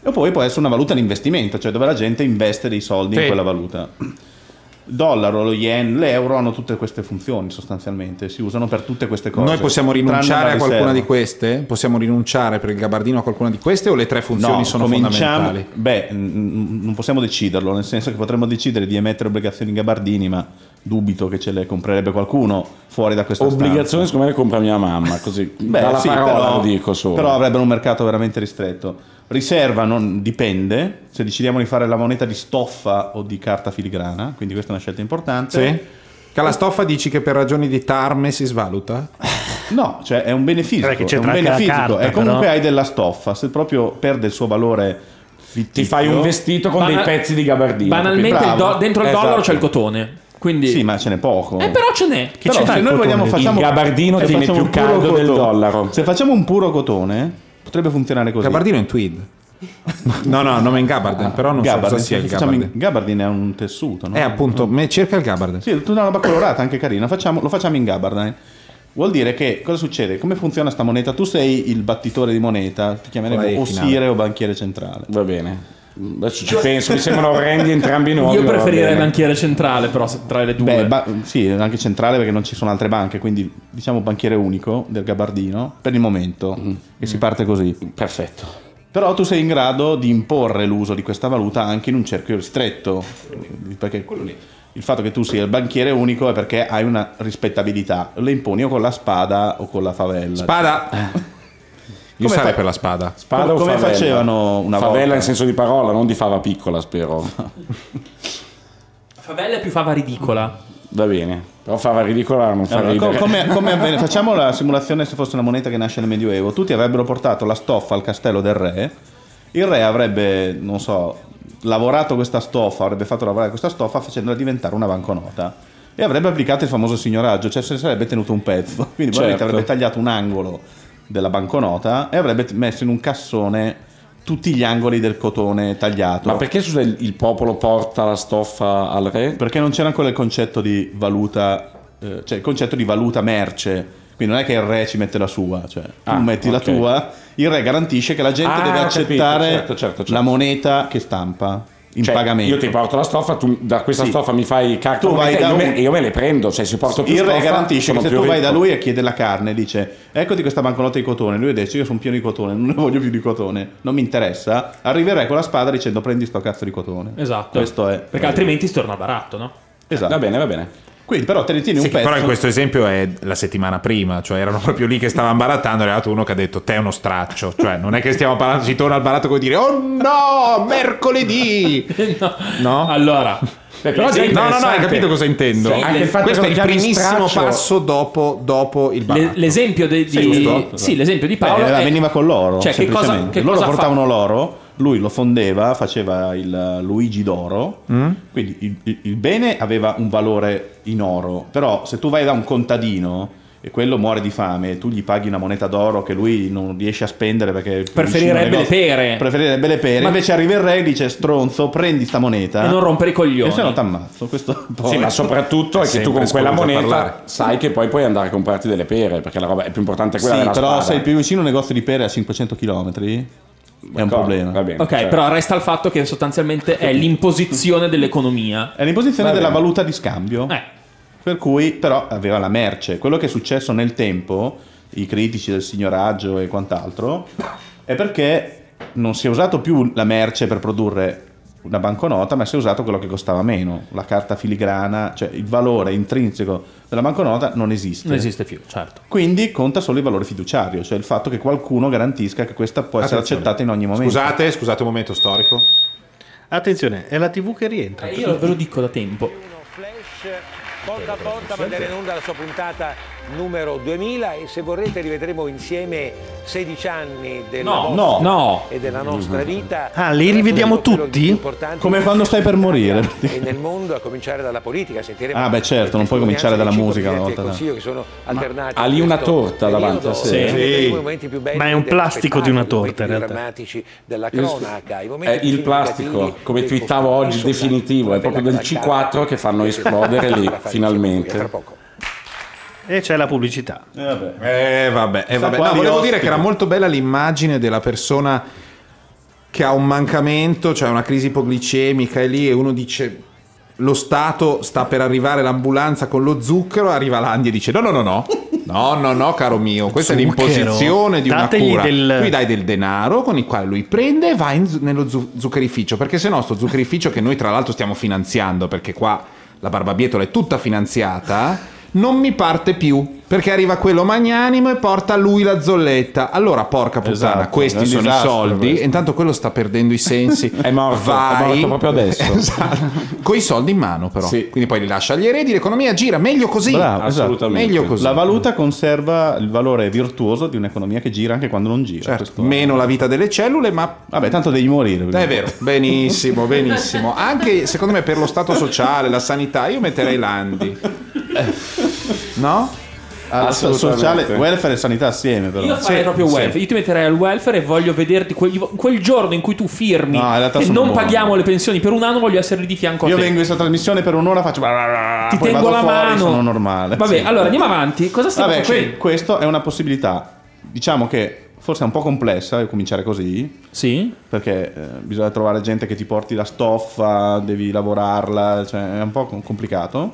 E: E poi può essere una valuta di investimento, cioè dove la gente investe dei soldi in
G: Sì.
E: quella valuta. Il dollaro, lo yen, l'euro hanno tutte queste funzioni sostanzialmente, si usano per tutte queste cose.
B: Noi possiamo
E: tranne
B: rinunciare
E: la
B: a qualcuna
E: riserva.
B: di queste? Possiamo rinunciare per il gabardino a qualcuna di queste o le tre funzioni
E: No,
B: sono
E: cominciamo-
B: fondamentali?
E: Beh, n- n- non possiamo deciderlo, nel senso che potremmo decidere di emettere obbligazioni in gabardini, ma dubito che ce le comprerebbe qualcuno fuori da questa stanza.
G: Obbligazione secondo me le compra mia mamma, così
E: Beh,
G: dalla
E: sì,
G: parola
E: però,
G: lo dico solo.
E: però avrebbero un mercato veramente ristretto. Riserva non dipende, se decidiamo di fare la moneta di stoffa o di carta filigrana, quindi questa è una scelta importante.
B: Sì? Che alla stoffa dici che per ragioni di tarme si svaluta?
E: [LAUGHS] No, cioè è un beneficio,
B: Perché
E: è
B: c'entra
E: un
B: anche la
E: beneficio,
B: carta,
E: e comunque
B: però.
E: hai della stoffa, se proprio perde il suo valore fittizio,
G: Ti fai un vestito con dei pezzi di gabardino.
F: Banalmente, il do- dentro il dollaro c'è il
E: cotone.
F: cotone. Quindi...
E: Esatto. Sì, ma ce n'è poco.
F: Eh, però ce n'è.
E: Però
F: c'entra
E: se
F: il
E: noi
F: cotone?
E: vogliamo facciamo
G: Il gabardino
E: se
G: ti viene
E: facciamo
G: più
E: un puro
G: caldo del
E: cotone-
G: dollaro.
E: Se facciamo un puro cotone, potrebbe funzionare così.
B: Gabardino in
E: [LAUGHS]
B: tweed. No, no, nome in gabardine, però non so
E: Gabardine,
B: cosa sia il
E: facciamo in-
B: gabardine.
E: gabardine è un tessuto, no? Mm.
B: Eh, appunto, me- cerca il gabardine.
E: Sì, è tutta una roba colorata, anche carina. Facciamo- lo facciamo in gabardine. Vuol dire che cosa succede? Come funziona sta moneta? Tu sei il battitore di moneta, ti chiamerai
G: Vai,
E: o
G: finale.
E: sire o banchiere centrale.
G: Va bene. Adesso ci penso, mi sembrano orrendi entrambi i nomi.
E: Io
G: ma va
E: preferirei
G: bene.
E: banchiere centrale, però se- tra le due.
G: Beh,
E: sì, anche centrale perché non ci sono altre banche, quindi diciamo banchiere unico del Gabardino per il momento.
B: Mm.
E: E si parte così.
G: Perfetto.
E: Però tu sei in grado di imporre l'uso di questa valuta anche in un cerchio ristretto. Perché il fatto che tu sia il banchiere unico è perché hai una rispettabilità. Le imponi o con la spada o con la favella. Eh.
B: Spada! Io
E: Come
B: sarei
E: fa-
B: per la spada.
E: Spada o Come favella? facevano una
G: favella
E: volta?
G: in senso di parola, non di fava
E: [LAUGHS]
G: piccola, spero.
F: Favella è più fava ridicola.
G: Va bene. Però fava ridicola non fa
E: Allora, co-
G: ridere.
E: come-
G: [LAUGHS]
E: come avvenne- Facciamo la simulazione se fosse una moneta che nasce nel Medioevo. Tutti avrebbero portato la stoffa al castello del re. Il re avrebbe, non so, lavorato questa stoffa, avrebbe fatto lavorare questa stoffa facendola diventare una banconota. E avrebbe applicato il famoso signoraggio, cioè se ne sarebbe tenuto un pezzo. [LAUGHS] Quindi probabilmente
G: Certo.
E: avrebbe tagliato un angolo della banconota e avrebbe t- messo in un cassone tutti gli angoli del cotone tagliato.
G: Ma perché scusa, il, il popolo porta la stoffa al re?
E: Perché non c'era ancora il concetto di valuta, eh, cioè il concetto di valuta merce. Quindi non è che il re ci mette la sua, cioè tu
G: Ah,
E: metti la
G: ok.
E: tua, il re garantisce che la gente
G: Ah,
E: deve
G: ho
E: accettare
G: capito, certo, certo, certo.
E: la moneta che stampa in
G: Cioè,
E: pagamento.
G: Io ti porto la stoffa, tu da questa
E: Sì.
G: stoffa mi fai cacca
E: Tu vai
G: moneta e
E: da
G: io,
E: lui-
G: me, e io me le prendo. Cioè, se porto più
E: il re
G: stoffa,
E: garantisce che
G: sono
E: se tu
G: più
E: vai da
G: ricco.
E: lui e chiede la carne, dice eccoti questa banconota di cotone, lui dice io sono pieno di cotone, non ne voglio più di cotone, non mi interessa, arriverai con la spada dicendo prendi sto cazzo di cotone.
F: Esatto.
E: Questo è.
F: Perché altrimenti si torna baratto, no?
E: Esatto.
G: Va bene, va bene.
E: Quindi però te ne tieni
B: Sì,
E: un pezzo.
B: però in questo esempio è la settimana prima, cioè erano proprio lì che stavano barattando, è arrivato uno che ha detto te è uno straccio, cioè non è che stiamo parlando, si torna al baratto con dire oh no,
F: [LAUGHS]
B: mercoledì! no.
F: Allora,
B: no,
F: già
B: no, no, hai
F: interessante.
B: capito cosa intendo?
F: Sì, le-
B: questo è il primissimo
F: straccio-
B: passo dopo, dopo il
F: Le-
B: baratto.
F: l'esempio de- di,
E: giusto?
F: sì, l'esempio di
E: Beh,
F: Paolo
E: era-
F: è-
E: veniva con l'oro.
F: Cioè, che cosa-
E: semplicemente.
F: che
E: loro
F: cosa fa-
E: portavano l'oro, lui lo fondeva, faceva il eh, Luigi d'oro. Quindi il, il- il bene aveva un valore in oro. Però se tu vai da un contadino e quello muore di fame e tu gli paghi una moneta d'oro che lui non riesce a spendere perché...
F: Preferirebbe le pere.
E: Preferirebbe le pere.
F: Ma-
E: Invece arriva il re e dice stronzo, prendi sta moneta.
F: E non rompere i coglioni.
E: E se no t'ammazzo. Questo [LAUGHS]
G: Sì,
E: poi-
G: ma soprattutto è che tu con
E: Sempre
G: quella
E: scusa a
G: moneta
E: parlare.
G: sai che poi puoi andare a comprarti delle pere, perché la roba è più importante quella
E: Sì,
G: della
E: però
G: spada.
E: sei più vicino a un negozio di pere a 500 km è un problema.
F: ok,
E: Cioè-
G: certo.
F: però resta il fatto che sostanzialmente è l'imposizione dell'economia.
E: È l'imposizione
F: Va
E: della
F: bene. Eh.
E: valuta di scambio. Per cui, però, aveva la merce. Quello che è successo nel tempo, i critici del signoraggio e quant'altro, è perché non si è usato più la merce per produrre una banconota, ma si è usato quello che costava meno, la carta filigrana, cioè il valore intrinseco della banconota non esiste.
F: Non esiste più, certo.
E: Quindi conta solo il valore fiduciario, cioè il fatto che qualcuno garantisca che questa può essere
B: Attenzione.
E: accettata in ogni momento.
B: Scusate, scusate un momento storico.
C: Attenzione, è la TV che
R: Eh,
C: rientra.
F: Io ve lo dico da tempo.
R: Volta a volta mandare in onda la sua puntata numero 2000 e se vorrete rivedremo insieme 16 anni della
E: No,
R: vostra
E: no, no.
R: e della nostra vita.
C: Ah, li rivediamo tutti?
E: Come quando stai per morire.
R: E nel mondo, a cominciare dalla politica, sentiremo...
E: Ah, beh, certo, non puoi cominciare dalla musica una
R: Presidenti
E: volta.
R: del Consiglio che sono alternati.
E: ha lì
R: in
E: una
R: questo
E: torta davanti
R: periodo.
E: a sé.
R: Vedremo
E: Sì.
R: i momenti più belli
C: Ma è un
R: dello
C: plastico di una
R: spettacolo, i
C: torta, in
R: momenti
C: realtà.
R: più drammatici della
G: Il-
R: cronaca, i momenti
G: È il
R: più
G: plastico,
R: significativi
G: come
R: del
G: twittavo oggi,
R: confronto sociale.
G: definitivo, è proprio del C4 che fanno esplodere lì, finalmente.
C: E c'è la pubblicità.
E: Eh vabbè.
B: Eh vabbè, eh, vabbè. No, volevo dire che era molto bella l'immagine della persona che ha un mancamento, cioè una crisi ipoglicemica e lì e uno dice lo Stato sta per arrivare l'ambulanza con lo zucchero, arriva l'Andia e dice no no no no, no no no caro mio, questa
C: Zucchero?
B: è l'imposizione di una
C: Dategli
B: cura.
C: del-
B: Qui dai del denaro con il quale lui prende e va in zu- nello zu- zuccherificio, perché se no sto zuccherificio che noi tra l'altro stiamo finanziando, perché qua la barbabietola è tutta finanziata, non mi parte più, perché arriva quello magnanimo e porta a lui la zolletta. Allora, porca puttana,
E: Esatto, è
B: questi
E: un
B: sono
E: disastro
B: i soldi,
E: questo.
B: e intanto quello sta perdendo i sensi.
G: È morto,
B: Vai.
G: è morto proprio
B: [LAUGHS]
G: adesso.
B: Con i soldi in mano però.
G: Sì.
B: Quindi poi li lascia agli eredi, l'economia gira, meglio così.
E: Bravo, esatto.
B: Meglio così.
E: La valuta conserva il valore virtuoso di un'economia che gira anche quando non gira.
B: Certo, Meno la vita delle cellule, ma.
E: Vabbè, tanto devi morire. quindi.
B: Eh, È vero, benissimo,
E: [LAUGHS]
B: benissimo. Anche secondo me per lo stato sociale, la sanità, io metterei l'Andi. No?
E: Ah, so- sociale, welfare e sanità assieme, però.
F: Io farei proprio welfare, io ti metterei al welfare e voglio vederti quegli- quel giorno in cui tu firmi
E: No, in realtà
F: che
E: sono
F: non
E: buono.
F: paghiamo le pensioni per un anno, voglio essere lì di fianco a
E: Io
F: te.
E: vengo in questa trasmissione per un'ora, faccio. Ti
F: tengo la mano.
E: Sono normale.
F: Vabbè, allora, andiamo avanti. Cosa stiamo
E: Vabbè,
F: facendo?
E: que- questo è una possibilità. Diciamo che forse è un po' complessa eh, cominciare così.
F: Sì.
E: Perché eh, bisogna trovare gente che ti porti la stoffa, devi lavorarla, cioè è un po' com- complicato.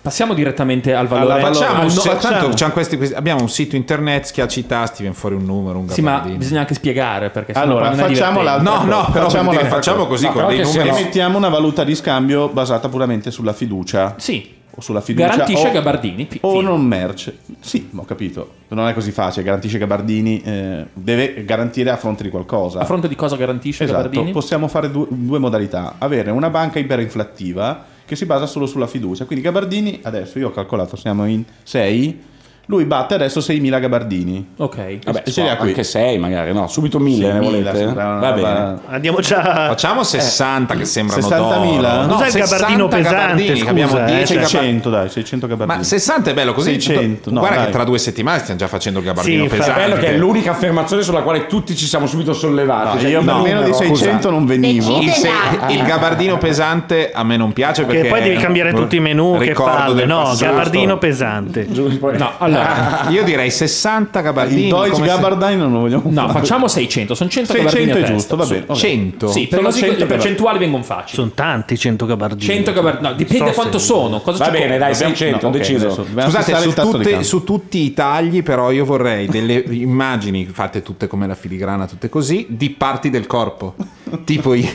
F: Passiamo direttamente al
E: valore. Alla valore.
B: Facciamo,
E: Al
B: un
E: no-
B: se-
E: facciamo.
B: tanto c'han questi- questi- abbiamo un sito internet, schiacci i tasti, viene fuori un numero, un
F: Sì, ma
B: gabardino.
F: bisogna anche spiegare perché sennò
E: Allora,
F: poi non è
E: facciamo
F: divertente.
E: l'altra cosa.
B: No, no, però
E: facciamo,
B: vuol dire
E: l'altra
B: facciamo
E: cosa.
B: così con dei
E: che
B: numeri.
E: se mettiamo una valuta di scambio basata puramente sulla fiducia. Sì. O sulla fiducia.
F: Garantisce
E: o,
F: Gabardini,
E: O non merce. Sì, ma ho capito. Non è così facile. Garantisce Gabardini. eh, deve garantire a fronte di qualcosa.
F: A fronte di cosa garantisce
E: Esatto,
F: Gabardini?
E: possiamo fare due, due modalità. Avere una banca iberinflattiva che si basa solo sulla fiducia. Quindi Gabardini, adesso io ho calcolato, siamo in 6. Lui batte adesso 6.000 Gabardini.
F: Ok.
E: Vabbè,
G: Vabbè,
E: ce li ha
G: so,
E: qui.
G: anche 6 magari, no, subito 1000 ne
E: 6.000
G: volete?
E: sembra una
G: Va
E: roba-
G: bene.
C: Andiamo già.
E: Eh.
B: Facciamo 60 che sembrano
E: 60.000?
B: d'oro. No, 60 gabardini, che abbiamo 10 gabardini.
E: 600, eh, dai, 600 gabardini.
B: Ma 60 è bello così.
E: 600, no,
B: guarda
E: dai.
B: che tra due settimane stiamo già facendo il gabardino
G: è
B: pesante.
G: bello che è l'unica affermazione sulla quale tutti ci siamo subito sollevati.
B: No,
G: Cioè,
B: io
G: il
B: no.
G: numero-
B: Meno di
G: scusa.
B: 600
E: non
B: venivo. Il, se- il
G: [LAUGHS]
B: gabardino pesante a me non piace
C: Che
B: perché
C: poi devi cambiare tutti i menù, che
B: ricordo
C: palle,
B: del
C: no,
B: passato.
C: gabardino pesante.
F: No,
C: [LAUGHS]
F: allora,
B: [LAUGHS] io direi 60 gabardini.
E: Il Deutsche Gabardine non lo vogliamo
F: No,
E: fare.
F: facciamo 600, sono 100 gabardini
E: 600
F: a
E: è
F: testa.
E: giusto, va bene.
F: Su-
E: va bene.
F: 100. Sì, per
E: Sono
F: così
E: 100
F: le percentuali vengono facili.
C: Sono tanti 100 gabardini.
F: 100 gabardini, no, dipende quanto sono, cosa ci compri. Abbiamo- no, ok, adesso dobbiamo
B: Scusate,
F: fissare
B: su,
F: il tasto di
B: tutte-
F: campo.
B: su tutti i tagli, però, io vorrei delle immagini fatte tutte come la filigrana, tutte così, di parti del corpo. Tipo
F: [LAUGHS]
B: i,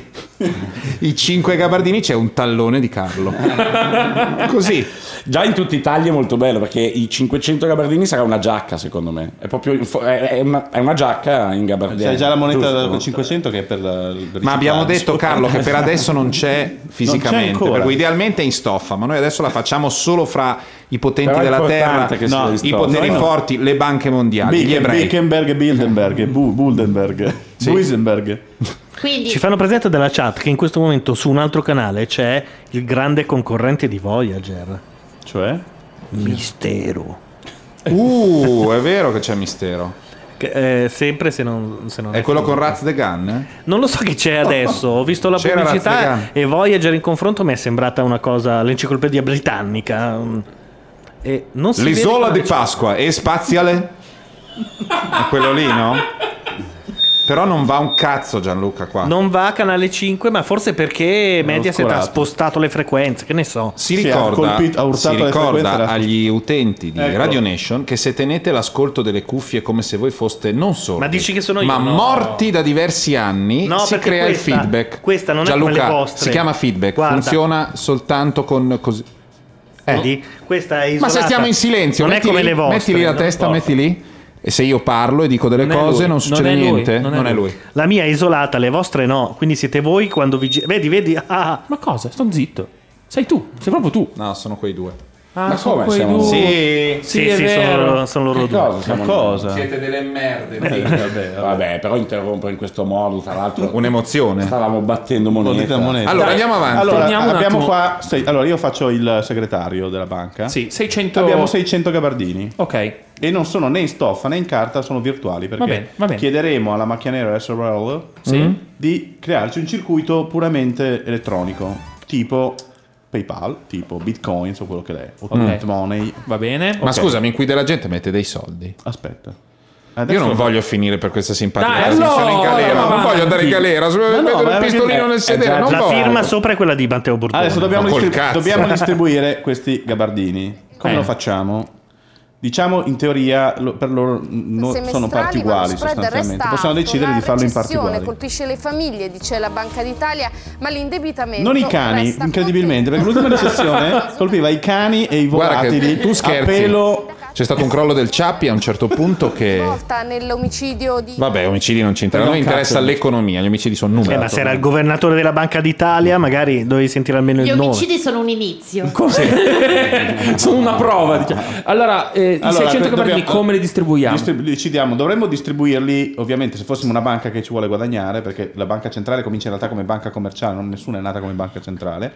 B: i cinque gabardini c'è un tallone di Carlo. Così.
G: Già in tutti i tagli è molto bello perché i 500 gabardini sarà una giacca, secondo me. È proprio in fo- è, è una, è una giacca in gabardini.
E: C'è già la moneta
G: Giusto.
E: da 500 che è per la- il riciclaggio.
B: Ma abbiamo detto, Carlo, che per adesso non c'è fisicamente.
E: ancora.
B: per cui idealmente è in stoffa, ma noi adesso la facciamo solo fra i potenti
E: Però è
B: della terra,
E: importante che sia in
B: i
E: stoffa.
B: poteri
E: No, no.
B: forti, le banche mondiali, gli
E: Bilken-
B: ebrei.
E: Bilkenberg e Bilderberg, e Bu- Buldenberg, Buisenberg.
H: Quindi
C: Ci fanno presente dalla chat che in questo momento su un altro canale c'è il grande concorrente di Voyager.
E: Cioè?
C: Mistero.
B: Uh, è vero che c'è mistero.
C: Che, eh, sempre se non, se non
B: È quello con
C: finito.
B: Raz the Gun?
C: Non lo so chi c'è adesso, ho visto la
B: C'era Razz
C: pubblicità e Voyager in confronto mi è sembrata una cosa, l'enciclopedia britannica. mm. E non si
B: L'isola
C: vede
B: di
C: come c'è.
B: Pasqua e spaziale? È quello lì, no? Però non va un cazzo Gianluca qua.
C: Non va a Canale 5, ma forse perché Mediaset ha
B: oscurato.
C: spostato le frequenze, che ne so.
B: Si ricorda, si ricorda agli utenti di
C: Ecco.
B: Radio Nation che se tenete l'ascolto delle cuffie come se voi foste non solo,
C: Ma dici che sono io?
B: ma
C: No.
B: morti da diversi anni,
C: No,
B: si
C: perché
B: crea
C: questa-
B: il feedback.
C: questa non è
B: Gianluca,
C: come le vostre.
B: si chiama feedback,
C: Guarda.
B: funziona soltanto con così. Eh.
C: Vedi? Questa è
B: Ma
C: isolata.
B: se stiamo in silenzio,
C: non
B: metti,
C: è come
B: lì,
C: le vostre.
B: metti lì la
C: non
B: testa,
C: importa.
B: metti lì. E se io parlo e dico delle
C: è
B: cose,
C: lui,
B: non succede
C: è lui,
B: niente. non è lui.
C: La mia è isolata, le vostre no. Quindi siete voi quando vi. gi- Vedi, vedi. ah, Ma cosa? Sto zitto. Sei tu, sei proprio tu.
B: No, sono quei due.
F: Ah,
B: Ma
F: sono
B: come
F: quei
B: siamo-
F: due.
B: Sì,
C: Sì, sì, sono loro, sono loro due. Eh,
G: Siete
B: delle merde.
G: Eh, Vabbè, vabbè. Vabbè, però interrompere in questo modo, tra l'altro.
B: Un'emozione.
G: Stavamo battendo moneta.
E: Moneta, moneta. Dai. Allora, abbiamo qua sei- allora, io faccio il segretario della banca.
F: Sì, 600
E: Abbiamo 600 gabardini.
F: Ok.
E: E non sono né in stoffa né in carta, sono virtuali. Perché
F: Va bene, va bene.
E: chiederemo alla macchia nera SRL
F: Sì.
E: Mm. di crearci un circuito puramente elettronico, tipo PayPal, tipo Bitcoin, o quello che è, o
B: Mm.
E: Money.
F: Va bene.
B: Ma scusami, in cui della gente mette dei soldi.
E: Aspetta.
B: Io non
E: Adesso-
B: voglio finire per questa simpatia.
E: Dai,
B: Sì,
E: allora,
B: sono in galera,
E: andiamo
B: non
E: avanti.
B: voglio andare in galera.
E: Ma no,
B: Vedo
E: ma
B: il
E: è
B: pistolino
E: perché-
B: nel sedere.
E: eh,
B: non
E: già,
C: La
B: voglio.
C: firma sopra è quella di Matteo Borbone.
E: Adesso dobbiamo,
C: Ma col
E: distrib-
C: cazzo.
E: dobbiamo
C: [LAUGHS]
E: distribuire questi gabardini. Come
C: Eh.
E: lo facciamo? Diciamo in teoria lo- per loro mh, no- sono
S: semestrali
E: parti
S: vanno
E: uguali
S: spread del
E: sostanzialmente.
S: restato,
E: Possiamo decidere
S: la
E: di farlo in parti
S: recessione
E: uguali.
S: colpisce le famiglie, dice la Banca d'Italia, ma l'indebitamento
E: Non i cani,
S: resta
E: incredibilmente,
S: [LAUGHS]
E: perché l'ultima recessione colpiva i cani e i
B: Guarda che
E: volatili.
B: tu
E: a
B: scherzi.
E: pelo
B: C'è stato un crollo del Ciappi a un certo punto che...
S: volta nell'omicidio di
B: Vabbè, omicidi non ci interessano. A
C: Prego,
B: noi
C: cazzo.
B: interessa l'economia, gli omicidi sono
C: Eh,
B: numeri.
C: ma se era il governatore della Banca d'Italia, magari dovevi sentire almeno
H: Gli
C: il nome.
H: omicidi sono un
E: [LAUGHS]
H: inizio. [LAUGHS]
F: sono una
C: [LAUGHS]
F: prova. Diciamo. Allora, eh, i 600 gabardini come li distribuiamo?
E: Distrib- decidiamo, dovremmo distribuirli ovviamente se fossimo una banca che ci vuole guadagnare, perché la banca centrale comincia in realtà come banca commerciale, non nessuna è nata come banca centrale.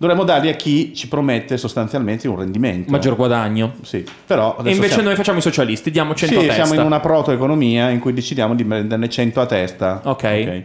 E: Dovremmo darli a chi ci promette sostanzialmente un rendimento.
F: Maggior guadagno.
E: Sì, però
F: e
E: adesso
F: invece
E: siamo-
F: noi facciamo i socialisti, diamo
E: sì,
F: 100 a testa.
E: siamo in una protoeconomia in cui decidiamo di prenderne 100 a testa. Ok.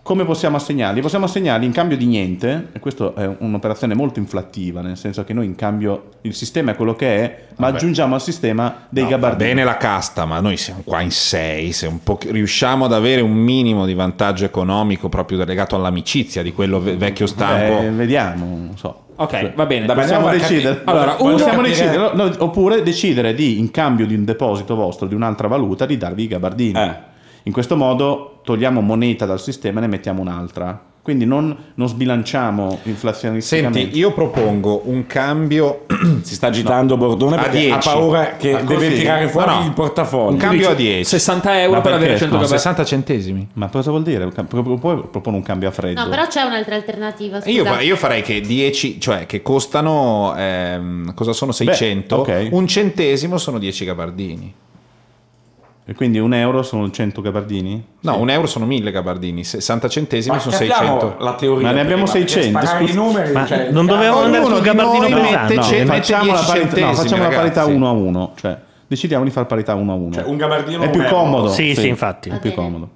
E: Come possiamo assegnarli? Possiamo assegnarli in cambio di niente, e questa è un'operazione molto inflattiva, nel senso che noi in cambio il sistema è quello che è, ma
B: Vabbè.
E: aggiungiamo al sistema dei
B: No, va
E: gabardini.
B: bene la casta, ma noi siamo qua in sei. Se un po' riusciamo ad avere un minimo di vantaggio economico proprio legato all'amicizia di quello ve- vecchio stampo.
E: eh, vediamo, non so.
F: Ok, va bene.
E: possiamo
F: Dobbiamo
E: decidere,
F: capire- Allora, uno-
E: possiamo decidere no, oppure decidere di, in cambio di un deposito vostro, di un'altra valuta, di darvi i gabardini.
B: Eh.
E: In questo modo togliamo moneta dal sistema e ne mettiamo un'altra. Quindi non, non sbilanciamo inflazionisticamente.
B: Senti, io propongo un cambio. [CLEARS THROAT]
E: si
G: sta agitando Bordone
B: A
G: perché
B: 10.
G: ha paura che
B: Ah,
G: deve
B: così?
G: tirare fuori
B: No, no.
G: il portafoglio.
B: Un cambio a 10.
F: 60
B: euro per avere 100
E: no,
B: gabardini.
E: 60 centesimi. Ma cosa vuol dire? Poi propone un cambio a freddo.
H: No, però c'è un'altra alternativa.
E: Eh,
H: Scusa.
B: Io, fa- io farei che 10, cioè che costano, ehm, cosa sono 600?
E: ok.
B: Un centesimo sono 10 gabardini.
E: E quindi un euro sono 100 gabardini?
B: No, un euro sono 1000 gabardini, 60 centesimi
E: Ma
B: sono
E: capiamo
B: 600.
E: la teoria Ma ne abbiamo prima, perché 600, sparare scusa. i numeri, Ma cioè,
C: non dovevamo andare
B: ognuno
C: sul
B: di
C: gabardino
B: noi
C: pesante.
B: mette
E: No,
B: cen- mette
E: facciamo la
B: 10
E: parità, no,
B: centesimi,
E: facciamo la
B: ragazzi.
E: parità 1 a 1. Cioè, decidiamo di far parità 1 a 1.
G: Cioè, un gabardino
E: è più
G: per-
E: comodo.
B: Sì, sì, infatti.
E: È più comodo.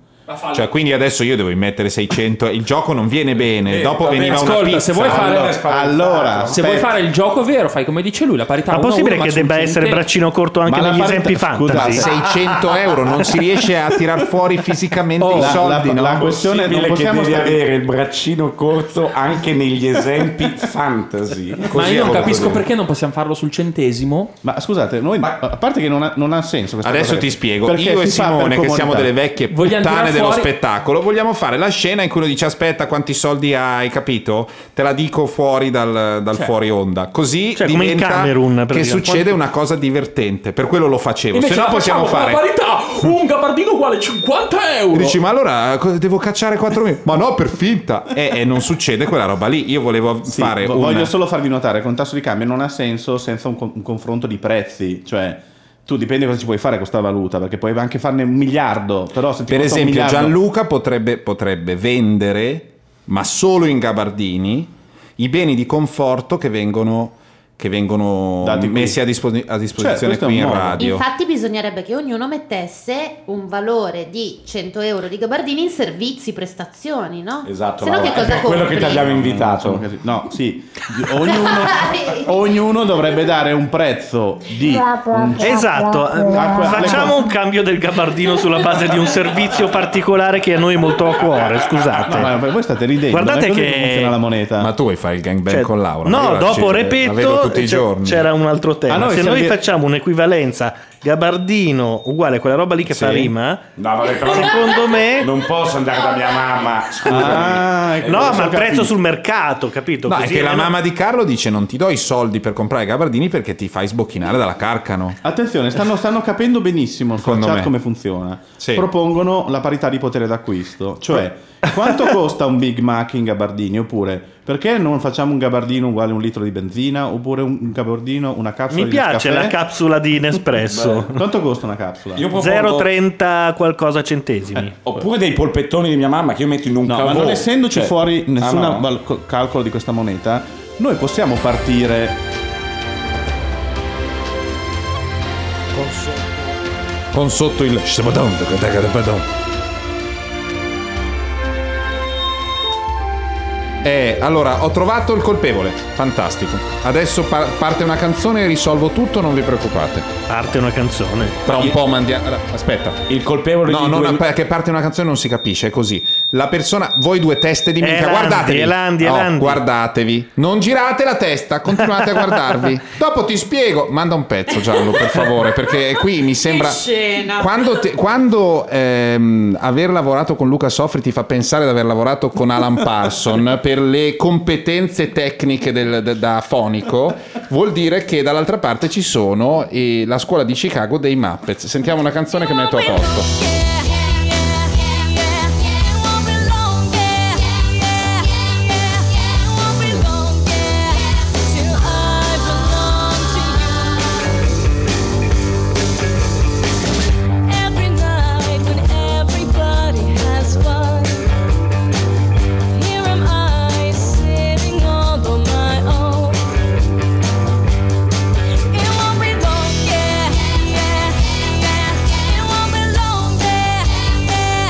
B: Cioè, quindi adesso io devo immettere 600. Il gioco non viene bene.
F: Eh,
B: Dopo
F: vabbè,
B: veniva una
F: ascolta,
B: pizza.
F: se vuoi fare-
E: allora,
F: se vuoi fare il gioco vero, fai come dice lui, la parità
C: Ma
F: uno a
C: possibile
F: uno,
C: che
F: ma sul
C: debba essere
F: centesimo.
C: braccino corto anche negli esempi fantasy?
B: 600 euro
F: [LAUGHS]
B: non si riesce a tirar fuori fisicamente
G: Oh,
B: i
G: la-
B: soldi.
G: la,
B: no?
G: la questione è non possiamo
B: stare-
G: avere il braccino corto anche
E: [LAUGHS]
G: negli esempi fantasy.
F: Ma
G: Così
F: io non
G: è
F: capisco
G: così.
F: perché non possiamo farlo sul centesimo.
E: Ma scusate, noi, a parte che non ha, non ha senso questa
B: Adesso
E: cosa che-
B: ti spiego,
E: perché
B: io e
E: si fa per
B: Simone, che
E: comodità.
B: siamo delle vecchie
E: Vogliamo
B: puttane
E: tirar
B: dello
E: fuori-
B: spettacolo, vogliamo fare la scena in cui uno dice aspetta quanti soldi hai, capito? Te la dico fuori dal, dal
F: Cioè-
B: fuori onda. Così
C: Cioè, come in
B: diventa
C: Camerun, per
B: che
C: dire.
B: succede una cosa divertente, per quello lo facevo.
F: Invece
B: Se no
F: la
B: possiamo
F: facciamo
B: fare...
F: con la parità, un gabardino uguale 50 euro.
B: E Dici, ma allora co- devo cacciare 4.000? Ma no, per finta. E, e non succede quella roba lì. Io volevo
E: Sì,
B: fare
E: vo-
B: una-
E: Voglio solo farvi notare che un tasso di cambio non ha senso senza un, con- un confronto di prezzi, cioè tu dipende cosa ci puoi fare con questa valuta, perché puoi anche farne un miliardo, però se ti
B: Per
E: costa un
B: esempio,
E: miliardo-
B: Gianluca potrebbe, potrebbe vendere, ma solo in gabardini, i beni di conforto che vengono, che vengono
E: Dati qui.
B: messi a, disposi- a
E: Certo,
B: disposizione
E: questo è
B: qui
E: un
B: in
E: modo.
B: radio.
H: Infatti bisognerebbe che ognuno mettesse un valore di 100 euro di gabardini in servizi, prestazioni, no?
G: Esatto,
H: Se no
G: Laura,
H: che cosa
G: è per quello
H: compri?
G: che ti abbiamo invitato.
E: No, sì, ognuno,
H: [LAUGHS]
E: ognuno dovrebbe dare un prezzo di... un-
C: Esatto,
E: a que- alle
C: facciamo un cambio del gabardino sulla base di un servizio particolare che a noi è molto a cuore, scusate.
E: No, ma voi state ridendo.
C: Guardate
E: è così
C: che-
E: funziona la moneta. Ma
B: tu vuoi fare il gangbang
C: Cioè,
B: con Laura?
C: No,
B: Io la-
C: dopo
B: ci- la vedo
C: ripeto,
B: tutti i
C: c'è-
B: giorni.
C: c'era un altro tema.
B: Ah, noi
C: Se
B: siamo
C: noi
B: di-
C: facciamo un'equivalenza gabardino uguale a quella roba lì che fa rima,
G: No, vabbè, però
C: secondo me Ah,
G: non posso andare da mia mamma. Scusami. Eh,
C: no,
G: questo
C: ma
G: ho
C: il prezzo
G: capito.
C: sul mercato, capito?
B: No, è
C: Così
B: che la
C: almeno-
B: mamma di Carlo dice non ti do i soldi per comprare i gabardini perché ti fai sbocchinare dalla carcano.
E: Attenzione, stanno, stanno capendo benissimo sul
B: Secondo
E: chat
B: me.
E: come funziona.
B: Sì.
E: Propongono la parità di potere d'acquisto, cioè [LAUGHS] quanto costa un Big Mac in gabardini? Oppure perché non facciamo un gabardino uguale a un litro di benzina? Oppure un gabardino, una capsula
C: Mi
E: di
C: piace
E: Nescafè?
C: la capsula di Nespresso.
E: [LAUGHS] Beh, Quanto costa una capsula?
G: Io propongo-
C: 0,30 qualcosa
B: Eh,
C: centesimi.
G: Oppure dei polpettoni di mia mamma che io metto in un
E: No, ma
G: cavò.
E: non essendoci
G: Cioè-
E: fuori nessun
G: Ah, no.
E: calcolo di questa moneta, noi possiamo partire.
B: Con sotto il... Eh, allora, ho trovato il colpevole. Fantastico. Adesso par- parte una canzone e risolvo tutto, non vi preoccupate.
C: Parte una canzone.
B: Tra un po' mandiamo... Aspetta.
G: Il colpevole
B: No,
G: di
B: non
G: due-
B: app- che parte una canzone non si capisce, è così. La persona, voi due teste di
C: Eh,
B: minchia,
C: Landi,
B: guardatevi.
C: eh, Landi, eh,
B: No,
C: Landi.
B: guardatevi. Non girate la testa, continuate a
C: [LAUGHS]
B: guardarvi. Dopo ti spiego. Manda un pezzo, Giallo, per favore, perché qui mi sembra
Q: scena.
B: quando, te- quando, ehm, aver lavorato con Luca Soffri ti fa pensare di aver lavorato con Alan Parson per le competenze tecniche del- de- da fonico, vuol dire che dall'altra parte ci sono eh, la scuola di Chicago dei Muppets. Sentiamo una canzone che metto a posto.
M: Hmm?
Q: Every night when everybody has fun, here am I sitting all on my own. It won't be long, yeah, yeah, yeah. It won't be long, yeah.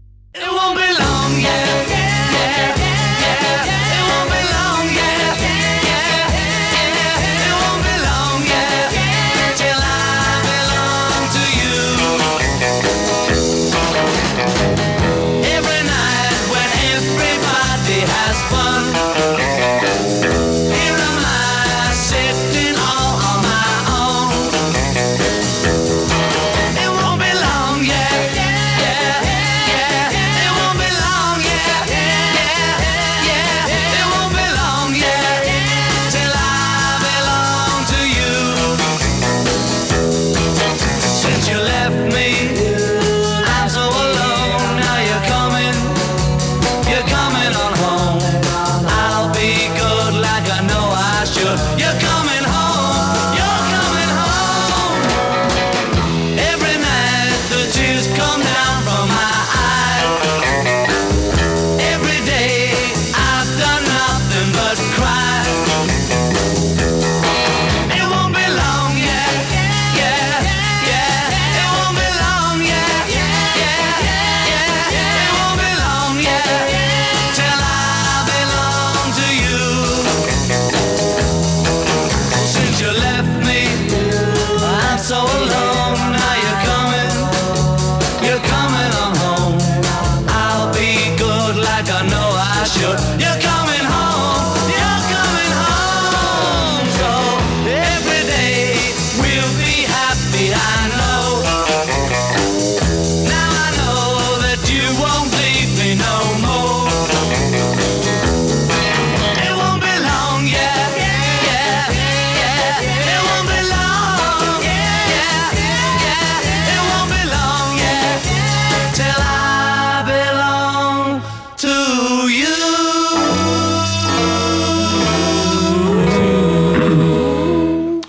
M: long, yeah, yeah, yeah, yeah. It won't be long, yeah, yeah, yeah. It won't be long, yeah, yeah, till I belong to you. Every night when everybody has fun, here am I sitting all on my own. It won't be long, yeah, yeah, yeah. It won't be long, yeah, yeah, yeah. It won't be long, yeah, till I belong to you. Since you left me, I'm so alone. Now you're coming, you're coming on home. I'll be good like I know I should. You're coming home, you're coming home. Every night the tears come down from my eyes. Every day I've done nothing but cry. It won't be long, yeah, yeah, yeah. It won't be long, yeah, yeah, yeah, yeah. It won't be long, yeah, till I belong to you. Since you left me, I'm so alone. Now you're coming, you're coming on home. I'll be good like I know I should. You're coming home, you're coming home. So every day we'll be happy, I know. Now I know that you won't leave me no more. It won't be long, yeah, yeah, yeah. It won't be long, yeah, yeah. It won't be long, yeah, till I belong to you.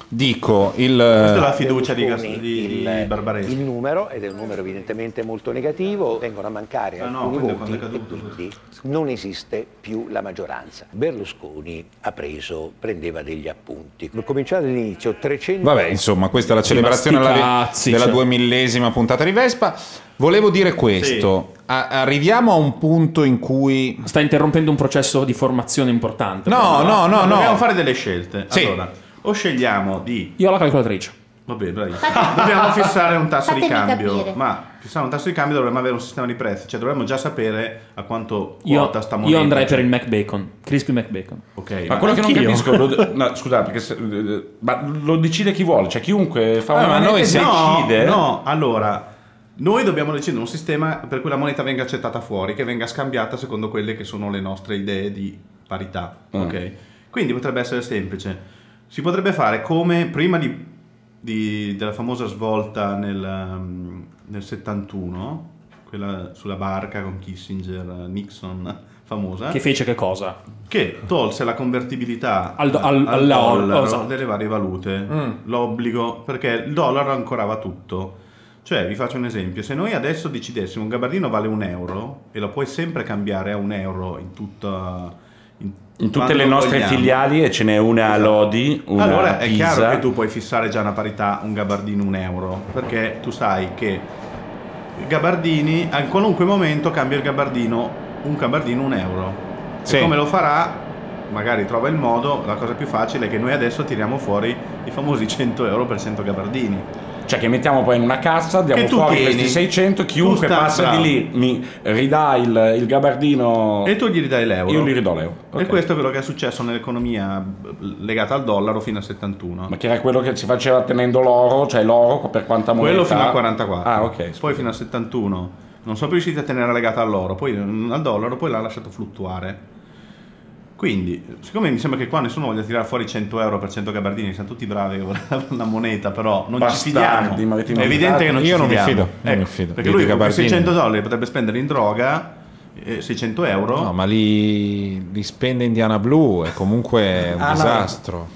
B: Dico, il...
E: Questa è la fiducia di, Gas-
R: Berlusconi,
E: di- di
R: il-
E: Barbaresco.
R: Il numero, ed è un numero evidentemente molto negativo, vengono a mancare
E: Ah, no,
R: alcuni
E: quello è quando
R: voti
E: è
R: e quindi non esiste più la maggioranza. Berlusconi ha preso, prendeva degli appunti. Cominciare dall'inizio, 300...
B: Vabbè, insomma, questa è la
R: Sì,
B: celebrazione
R: ma sti
B: alla-
R: cazzi,
B: della
R: cioè.
B: duemillesima puntata di Vespa. Volevo dire questo. A- arriviamo a un punto in cui...
F: Sta interrompendo un processo di formazione importante.
B: No, no, no, no.
E: Dobbiamo fare delle scelte.
B: Sì.
E: Allora, o scegliamo di...
F: Io ho la calcolatrice.
E: Va bene, bravi.
F: Fate-
E: Dobbiamo fissare un tasso di
F: Fatemi
E: cambio.
F: capire.
E: Ma fissare un tasso di cambio dovremmo avere un sistema di prezzi. Cioè dovremmo già sapere a quanto
F: Io,
E: quota sta moneta. cioè.
F: io andrei per il McBacon. Crispy McBacon.
E: Ok.
G: Ma quello che non
E: [LAUGHS]
G: capisco,
F: [LAUGHS]
G: lo, no, scusate, perché se-
E: eh,
G: ma lo decide chi vuole, cioè chiunque fa una moneta e
E: Ah, no,
G: decide. eh.
E: No, allora... Noi dobbiamo decidere un sistema per cui la moneta venga accettata fuori, che venga scambiata secondo quelle che sono le nostre idee di parità.
G: Mm.
E: Ok? Quindi potrebbe essere semplice. Si potrebbe fare come prima di, di- della famosa svolta nel, um, nel 71, quella sulla barca con Kissinger, Nixon, famosa.
F: Che fece che cosa?
E: Che tolse la convertibilità
F: Al do- al-
E: al
F: alla-
E: dollaro
F: esatto.
E: delle varie valute.
F: Mm.
E: L'obbligo, perché il dollaro ancorava tutto. Cioè, vi faccio un esempio, se noi adesso decidessimo un gabardino vale un euro e lo puoi sempre cambiare a un euro in tutta... In,
G: In tutte
E: quando
G: le
E: lo
G: nostre
E: vogliamo. Esatto.
G: filiali e ce n'è una a Lodi, una
E: allora
G: a
E: è
G: Pisa.
E: chiaro che tu puoi fissare già una parità un gabardino un euro, perché tu sai che gabardini a qualunque momento cambia il gabardino un gabardino un euro.
B: Sì.
E: E come lo farà? Magari trova il modo, la cosa più facile è che noi adesso tiriamo fuori i famosi 100 euro per 100 gabardini.
G: Cioè che mettiamo poi in una cassa, andiamo
E: Che tu
G: fuori
E: tieni.
G: questi 600, chiunque
E: Tu sta-
G: passa
E: bravo.
G: di lì mi ridà il, il gabardino...
E: E tu gli ridai l'euro.
G: Io gli ridò l'euro.
E: E questo è quello che è successo nell'economia legata al dollaro fino al 71.
G: Ah. Ma che era quello che si faceva tenendo l'oro, cioè l'oro per quanta moneta?
E: Quello fino a 44.
G: Ah, ok.
E: Poi fino a 71. Non sono più riusciti a tenere legata all'oro, poi mm, al dollaro, poi l'ha lasciato fluttuare. Quindi, siccome mi sembra che qua nessuno voglia tirare fuori 100 euro per 100 gabardini, siamo tutti bravi che volevano [LAUGHS] una moneta, però non
G: Bastardi,
E: ci fidiamo.
G: ma avete
E: È evidente
G: inventato.
E: che non
B: Io
E: ci
B: non mi
E: fidiamo.
B: fido, non
E: Ecco,
B: mi fido.
E: Perché
B: Dei
E: lui con
B: gabardini.
E: 600 dollari potrebbe spendere in droga eh, 600 euro.
B: No, ma li, li spende Indiana Blu, è comunque un
E: Ah, no.
B: disastro.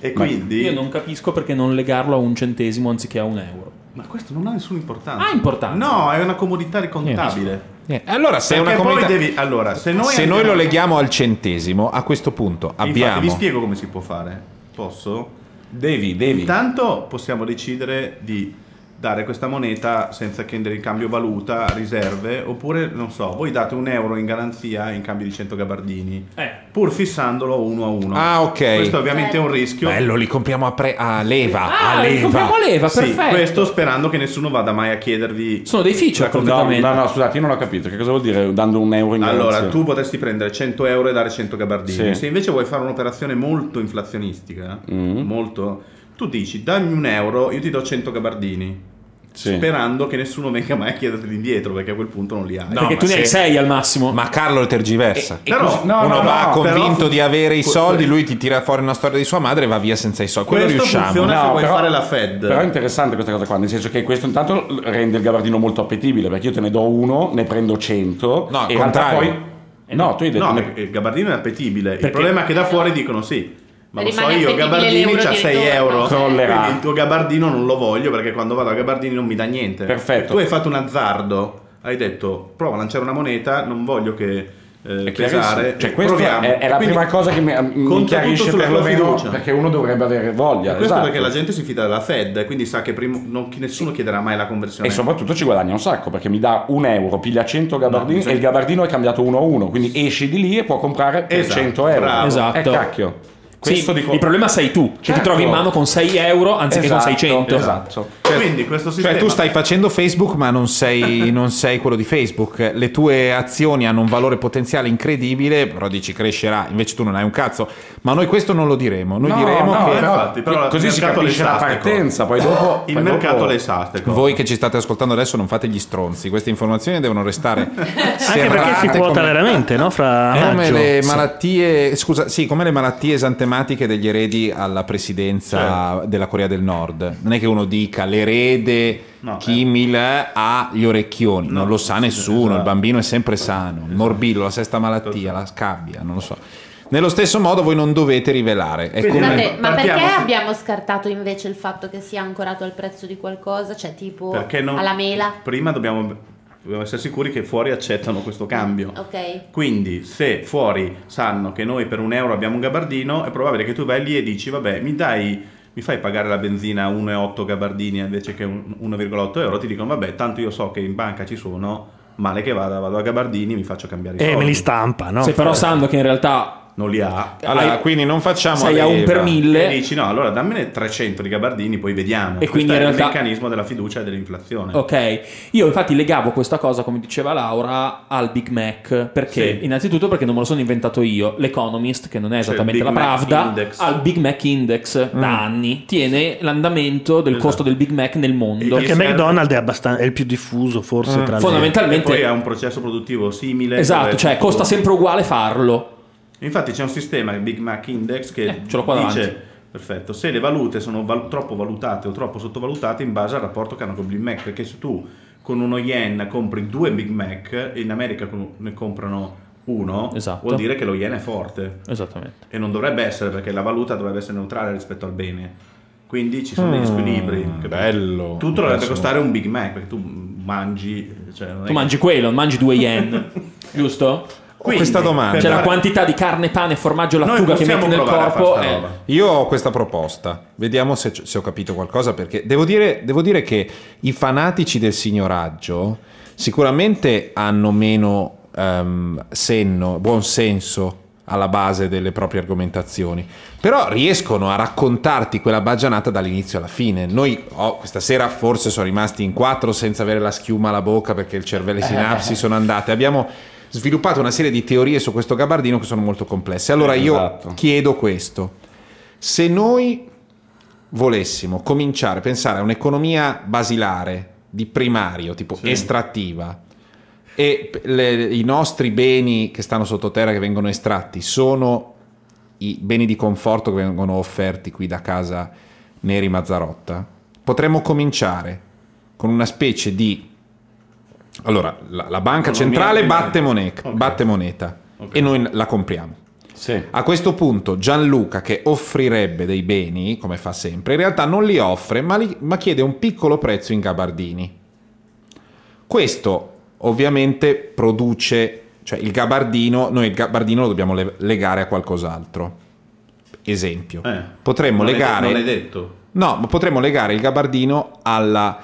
E: E
F: Ma
E: quindi-
F: Io non capisco perché non legarlo a un centesimo anziché a un euro.
E: Ma questo non ha nessuna importanza.
F: Ah, importanza.
E: No, è una comodità ricontabile.
B: Niente. Allora, se è
E: Perché
B: una
E: poi
B: comodità-
E: devi- allora, se noi,
B: Se
E: andiamo-
B: noi lo leghiamo al centesimo, a questo punto abbiamo...
E: Infatti, vi spiego come si può fare. Posso?
G: Devi, devi.
E: Intanto possiamo decidere di dare questa moneta senza chiedere in cambio valuta, riserve, oppure non so, voi date un euro in garanzia in cambio di 100 gabardini, pur fissandolo uno a uno.
B: Ah, ok.
E: Questo ovviamente è un rischio.
B: Bello, li compriamo a, pre- a leva.
E: Ah,
B: a
E: li
B: leva.
E: compriamo a leva,
B: Sì,
E: Sì, questo sperando che nessuno vada mai a chiedervi
F: Sono dei feature,
E: completamente.
G: Ecco, No, no, no, scusate, io non ho capito. Che cosa vuol dire dando un euro in
E: Allora,
G: garanzia?
E: tu potresti prendere 100 euro e dare 100 gabardini.
G: Sì.
E: Se invece vuoi fare un'operazione molto inflazionistica, molto, tu dici dammi un euro, io ti do 100 gabardini.
G: Sì.
E: Sperando che nessuno venga mai a chiederti indietro, perché a quel punto non li hai.
B: No, ma se- Ma Carlo tergiversa.
E: E- e così- no,
B: Uno
E: no,
B: va
E: no,
B: convinto
E: però-
B: di avere i
E: que-
B: soldi, lui ti tira fuori una storia di sua madre e va via senza i soldi. Quello
G: Questo
B: riusciamo.
G: funziona se No, vuoi però- fare
E: la Fed.
G: Però è interessante questa cosa qua, nel senso che questo intanto rende il gabardino molto appetibile, perché io te ne do uno, ne prendo 100
E: No, al
G: e in realtà
E: contrario.
G: poi No, tu hai detto
E: No,
G: ne-
E: perché il gabardino è appetibile. Il problema è che da fuori dicono sì. Ma lo so
G: Rimane
E: io,
G: appetibile
E: Gabardini
G: l'euro
E: c'ha
G: di
E: 6
G: ritorno.
E: euro.
G: Crollerà.
E: Quindi il tuo Gabardino non lo voglio perché quando vado a Gabardini non mi dà niente.
G: Perfetto.
E: Tu hai fatto un azzardo. Hai detto prova a lanciare una moneta, non voglio che eh, pesare.
G: Cioè, questa
E: Proviamo.
G: è, è la
E: Quindi-
G: prima cosa che mi, mi
E: conta tutto
G: chiarisce
E: sulla tua
G: perlomeno
E: fiducia.
G: perché uno dovrebbe avere voglia.
E: Questo
G: esatto.
E: perché la gente si fida della Fed, quindi sa che prima- non- nessuno chiederà mai la conversione.
G: E soprattutto ci guadagna un sacco perché mi dà un euro, piglia 100 gabardini
E: No, bisogna-
G: e il gabardino è cambiato uno a uno. Quindi esci di lì e può comprare per
E: Esatto,
G: 100 euro.
E: bravo.
G: Esatto.
E: Esatto.
G: cacchio. Questo
F: Sì,
G: dico-
F: Il problema sei tu, che ti
G: Certo.
F: trovi in mano con 6 euro anziché
G: Esatto,
F: con 600.
G: Esatto.
E: Quindi questo
B: Cioè, tu stai facendo Facebook, ma non
G: [LAUGHS]
B: sei, non sei quello di Facebook. Le tue azioni hanno un valore potenziale incredibile, però dici crescerà, invece tu non hai un cazzo. Ma noi questo non lo diremo. Noi
G: No,
B: diremo
G: no,
B: che
G: però- Infatti, però così il si mercato capisce alle la sarte cose. partenza, poi dopo- Il poi mercato ecco. dopo- alle sarte cose.
B: Voi che ci state ascoltando adesso non fate gli stronzi, queste informazioni devono restare
C: Anche perché si
B: serrate
C: quota
B: come-
C: veramente, no? Fra
B: come
C: maggio.
B: le
C: Sì.
B: malattie, scusa, sì, come le malattie esantematiche degli eredi alla presidenza della Corea del Nord. Non è che uno dica l'erede Kim Il ha gli orecchioni, non lo sa nessuno, il bambino è sempre sano, il morbillo, la sesta malattia, la scabbia, non lo so. Nello stesso modo voi non dovete rivelare. È
E: Quindi,
B: come-
E: Vabbè,
H: Ma
E: Partiamo
H: perché
E: su-
H: abbiamo scartato invece il fatto che sia ancorato al prezzo di qualcosa? Cioè, tipo
E: Perché non-
H: alla mela?
E: Prima dobbiamo, dobbiamo essere sicuri che fuori accettano questo cambio.
H: Ok.
E: Quindi, se fuori sanno che noi per un euro abbiamo un gabardino, è probabile che tu vai lì e dici: Vabbè, mi dai. Mi fai pagare la benzina 1,8 gabardini invece che un- 1,8 euro? Ti dicono: Vabbè, tanto io so che in banca ci sono, male che vada, vado a gabardini, mi faccio cambiare i
C: Eh,
E: soldi.
C: me li stampa, no? Cioè,
E: Se
F: Se però sanno che in realtà
E: non li ha.
F: Allora, Hai- quindi
B: non facciamo
F: sei a un leva. per mille.
E: E dici no, allora dammene 300 di gabardini, poi vediamo.
F: E
E: Questo
F: quindi
E: è
F: in realtà-
E: il meccanismo della fiducia e dell'inflazione.
F: Ok, io infatti legavo questa cosa, come diceva Laura, al Big Mac, perché
E: Sì.
F: innanzitutto perché non me lo sono inventato io, l'Economist, che non è
E: Sì,
F: esattamente
E: il
F: la
E: Big Mac
F: pravda,
E: Index.
F: al Big Mac Index da anni, tiene l'andamento del costo del Big Mac nel mondo.
C: Perché McDonald's è, abbastan- è il più diffuso, forse,
F: Mm.
C: tra le-
F: Fondamentalmente-
E: E poi ha un processo produttivo simile.
F: Esatto,
E: dove-
F: cioè costa sempre uguale farlo. Eh,
E: Infatti c'è un sistema, il Big Mac Index, che
F: ce l'ho qua
E: dice...
F: davanti.
E: Perfetto, se le valute sono val- troppo valutate o troppo sottovalutate in base al rapporto che hanno con il Big Mac, perché se tu con uno yen compri due Big Mac e in America con- ne comprano uno, vuol dire che lo yen è forte.
F: Esatto. Esattamente.
E: E non dovrebbe essere perché la valuta dovrebbe essere neutrale rispetto al bene. Quindi ci sono degli
B: Mm,
E: squilibri. capito?
B: bello.
E: Tutto dovrebbe
B: Adesso-
E: costare un Big Mac perché tu mangi. Cioè, non è
F: Tu
E: che-
F: mangi quello, mangi due
E: [LAUGHS]
F: yen, giusto?
E: Quindi, questa domanda.
F: C'è la
E: per-
F: quantità di carne, pane, formaggio,
E: Noi
F: lattuga che
E: possiamo
F: metti nel
E: provare a far
F: corpo.
E: sta
F: eh,
E: roba.
B: Io ho questa proposta, vediamo se, se ho capito qualcosa perché devo dire, devo dire che i fanatici del signoraggio sicuramente hanno meno ehm, senno, buon senso alla base delle proprie argomentazioni, però riescono a raccontarti quella baggianata dall'inizio alla fine. Noi oh, questa sera forse sono rimasti in quattro senza avere la schiuma alla bocca perché il cervello e le sinapsi sono andate. Abbiamo sviluppato una serie di teorie su questo gabardino che sono molto complesse. Allora io
G: Esatto.
B: chiedo questo. Se noi volessimo cominciare a pensare a un'economia basilare di primario, tipo estrattiva, e p- le- i nostri beni che stanno sottoterra, che vengono estratti, sono i beni di conforto che vengono offerti qui da casa Neri Mazzarotta, potremmo cominciare con una specie di... Allora, la, la banca
K: Economia
B: centrale
K: primaria.
B: batte, moneca- batte moneta e noi la compriamo. A questo punto Gianluca che offrirebbe dei beni, come fa sempre, in realtà non li offre, ma, li- ma chiede un piccolo prezzo in gabardini. Questo ovviamente produce, cioè il gabardino, noi il gabardino lo dobbiamo le- legare a qualcos'altro. Esempio, potremmo
E: Eh. non è-
B: legare...
E: non è detto.
B: No, ma potremmo legare il gabardino alla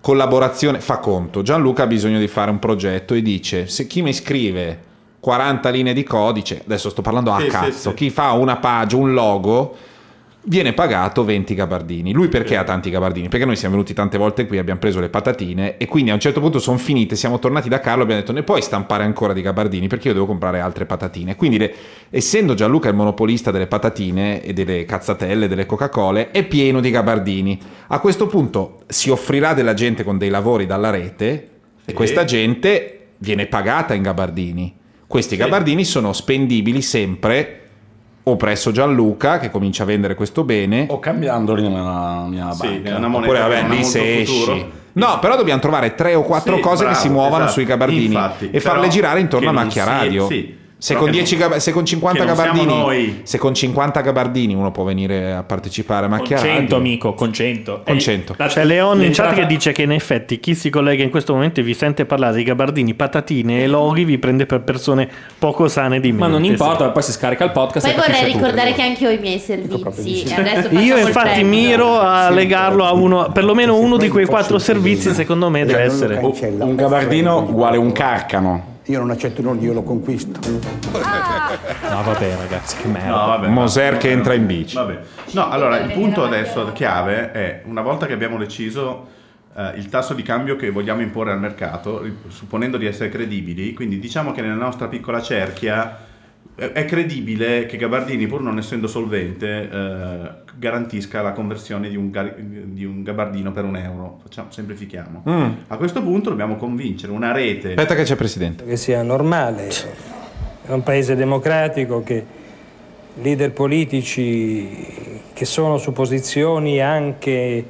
B: collaborazione, fa conto, Gianluca ha bisogno di fare un progetto e dice se chi mi scrive 40 linee di codice, adesso sto parlando a
K: Sì, sì,
B: cazzo,
K: sì.
B: chi fa una pagina, un logo, viene pagato 20 gabardini. Lui perché ha tanti gabardini? Perché noi siamo venuti tante volte qui, abbiamo preso le patatine e quindi a un certo punto sono finite, siamo tornati da Carlo e abbiamo detto ne puoi stampare ancora di gabardini perché io devo comprare altre patatine. Quindi le- essendo Gianluca il monopolista delle patatine e delle cazzatelle, delle Coca-Cola, è pieno di gabardini. A questo punto si offrirà della gente con dei lavori dalla rete e questa gente viene pagata in gabardini. Questi gabardini sono spendibili sempre o presso Gianluca che comincia a vendere questo bene o
G: cambiandoli nella mia
B: banca
E: nella moneta
B: oppure
E: che
B: vabbè
E: non ha
B: lì
E: molto
B: se
E: futuro.
B: esci no però dobbiamo trovare tre o quattro
E: Sì,
B: cose
E: bravo,
B: che si muovano
E: esatto.
B: sui gabardini
E: Infatti,
B: e farle
E: però
B: girare intorno
E: che
B: a
E: non
B: macchia
E: sia-
B: radio
E: sì.
B: se
E: Però
B: con,
E: che
B: 10
E: non-
B: gab- se con 50
E: che non siamo
B: gabardini
E: noi.
B: se con 50 gabardini uno può venire a partecipare a macchia radio
C: 100,
F: amico con 100
B: con 100
C: C'è Leon in chat che dice che in effetti chi si collega in questo momento e vi sente parlare di gabardini, patatine e loghi vi prende per persone poco sane di mente.
F: Ma non importa, poi si scarica il podcast
H: Poi vorrei ricordare che anche io ho i miei servizi. e adesso facciamo
C: Io
H: il
C: infatti
H: prezzo.
C: miro a legarlo a uno, perlomeno uno di quei quattro servizi secondo me deve essere.
G: Un gabardino uguale un carcano.
T: Io non accetto nulla, io lo conquisto.
G: Ah.
E: [LAUGHS]
F: Ah,
C: No, vabbè, ragazzi, che merda.
E: Eh, No, vabbè,
B: Moser che entra in bici.
E: Vabbè. No, allora il punto adesso la chiave è una volta che abbiamo deciso eh, il tasso di cambio che vogliamo imporre al mercato, ri- supponendo di essere credibili, quindi diciamo che nella nostra piccola cerchia eh, è credibile che Gabardini, pur non essendo solvente, eh, garantisca la conversione di un, gar- di un gabardino per un euro. Facciamo- semplifichiamo.
B: Mm.
E: A questo punto dobbiamo convincere una rete.
B: aspetta che c'è il presidente
U: che sia normale. È un paese democratico che leader politici che sono su posizioni anche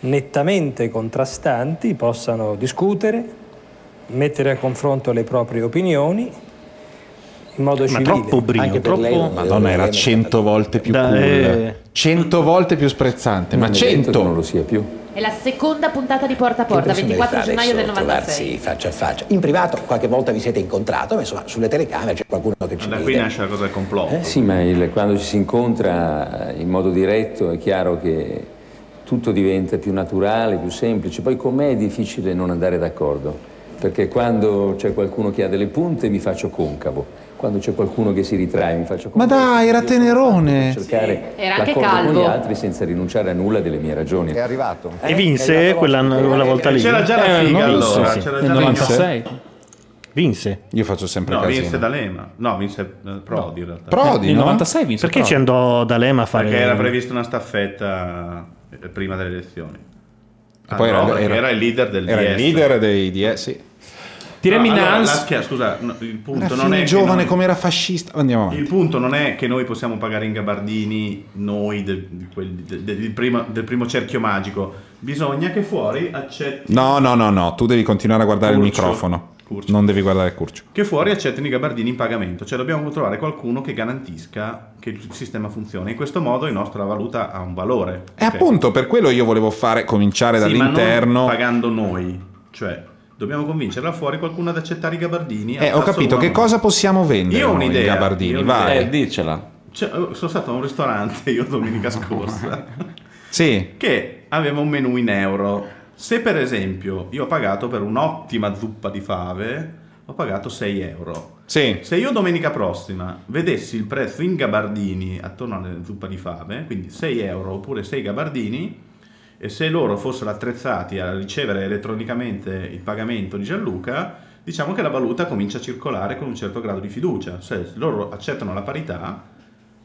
U: nettamente contrastanti possano discutere, mettere a confronto le proprie opinioni in modo
B: ma
U: civile.
B: troppo brio
U: Anche per
B: troppo...
U: lei, eh,
B: madonna era 100 volte più
U: Da-
B: cool
U: eh.
B: 100 volte più sprezzante ma
V: Non è detto che
B: 100
V: non lo sia più
H: È la seconda puntata di Porta a Porta,
V: Che impressione
H: 24
V: vi fa
H: gennaio del
V: adesso
H: 96.
V: trovarsi faccia a faccia in privato qualche volta vi siete incontrato ma insomma sulle telecamere c'è qualcuno che ci
E: Da qui
V: vede.
E: nasce la cosa del complotto.
V: Eh sì, ma il- quando ci si incontra eh, in modo diretto è chiaro che tutto diventa più naturale, più semplice. Poi con me è difficile non andare d'accordo, perché quando c'è qualcuno che ha delle punte mi faccio concavo, quando c'è qualcuno che si ritrae mi faccio concavo.
B: ma dai era tenerone
V: cercare
H: Era anche
V: l'accordo con
H: calvo.
V: gli altri senza rinunciare a nulla delle mie ragioni. Eh, È arrivato.
B: Eh,
C: E vinse quella, quella volta lì.
E: C'era già la
C: Eh,
E: figa
C: non vinse,
E: allora,
C: sì.
E: c'era
C: Nel
E: già la
C: 96. Vinse.
B: Io faccio sempre
E: No,
B: casino.
E: vinse D'Alema. No, vinse eh, Prodi in realtà.
C: Nel 96 vinse. Perché ci andò D'Alema a fare
E: Perché era prevista una staffetta eh, prima delle elezioni.
B: E poi
E: Ah,
B: era,
E: no, perché era il leader del
B: era il
E: DS.
B: leader dei DS sì.
E: No, allora, la schia- scusa, no, il punto
B: Era
E: non
B: fine
E: è
B: giovane
E: che
B: come era fascista andiamo
E: noi,
B: avanti
E: il punto non è che noi possiamo pagare in gabardini noi del, di quelli- del- del primo, del primo cerchio magico. Bisogna che fuori accetti
B: no no no no tu devi continuare a guardare il
E: Curcio.
B: microfono non devi guardare il curcio
E: che fuori accettano i gabardini in pagamento, cioè dobbiamo trovare qualcuno che garantisca che il sistema funzioni. In questo modo il nostro, la valuta ha un valore. Cioè,
B: e appunto per quello io volevo fare cominciare
E: Sì, ma non
B: dall'interno
E: pagando noi, cioè dobbiamo convincere là fuori qualcuno ad accettare i gabardini.
B: eh, ho capito che cosa possiamo vendere
E: Io ho
B: noi,
E: un'idea,
B: i
E: io ho
B: gabardini
E: un'idea.
B: vai
E: Eh,
B: dicela
E: Cioè, sono stato a un ristorante io domenica scorsa
B: sì
E: che aveva un menù in euro. Se per esempio io ho pagato per un'ottima zuppa di fave, ho pagato 6 euro.
B: Sì.
E: Se io domenica prossima vedessi il prezzo in gabardini attorno alla zuppa di fave, quindi 6 euro oppure 6 gabardini, e se loro fossero attrezzati a ricevere elettronicamente il pagamento di Gianluca, diciamo che la valuta comincia a circolare con un certo grado di fiducia. Se loro accettano la parità,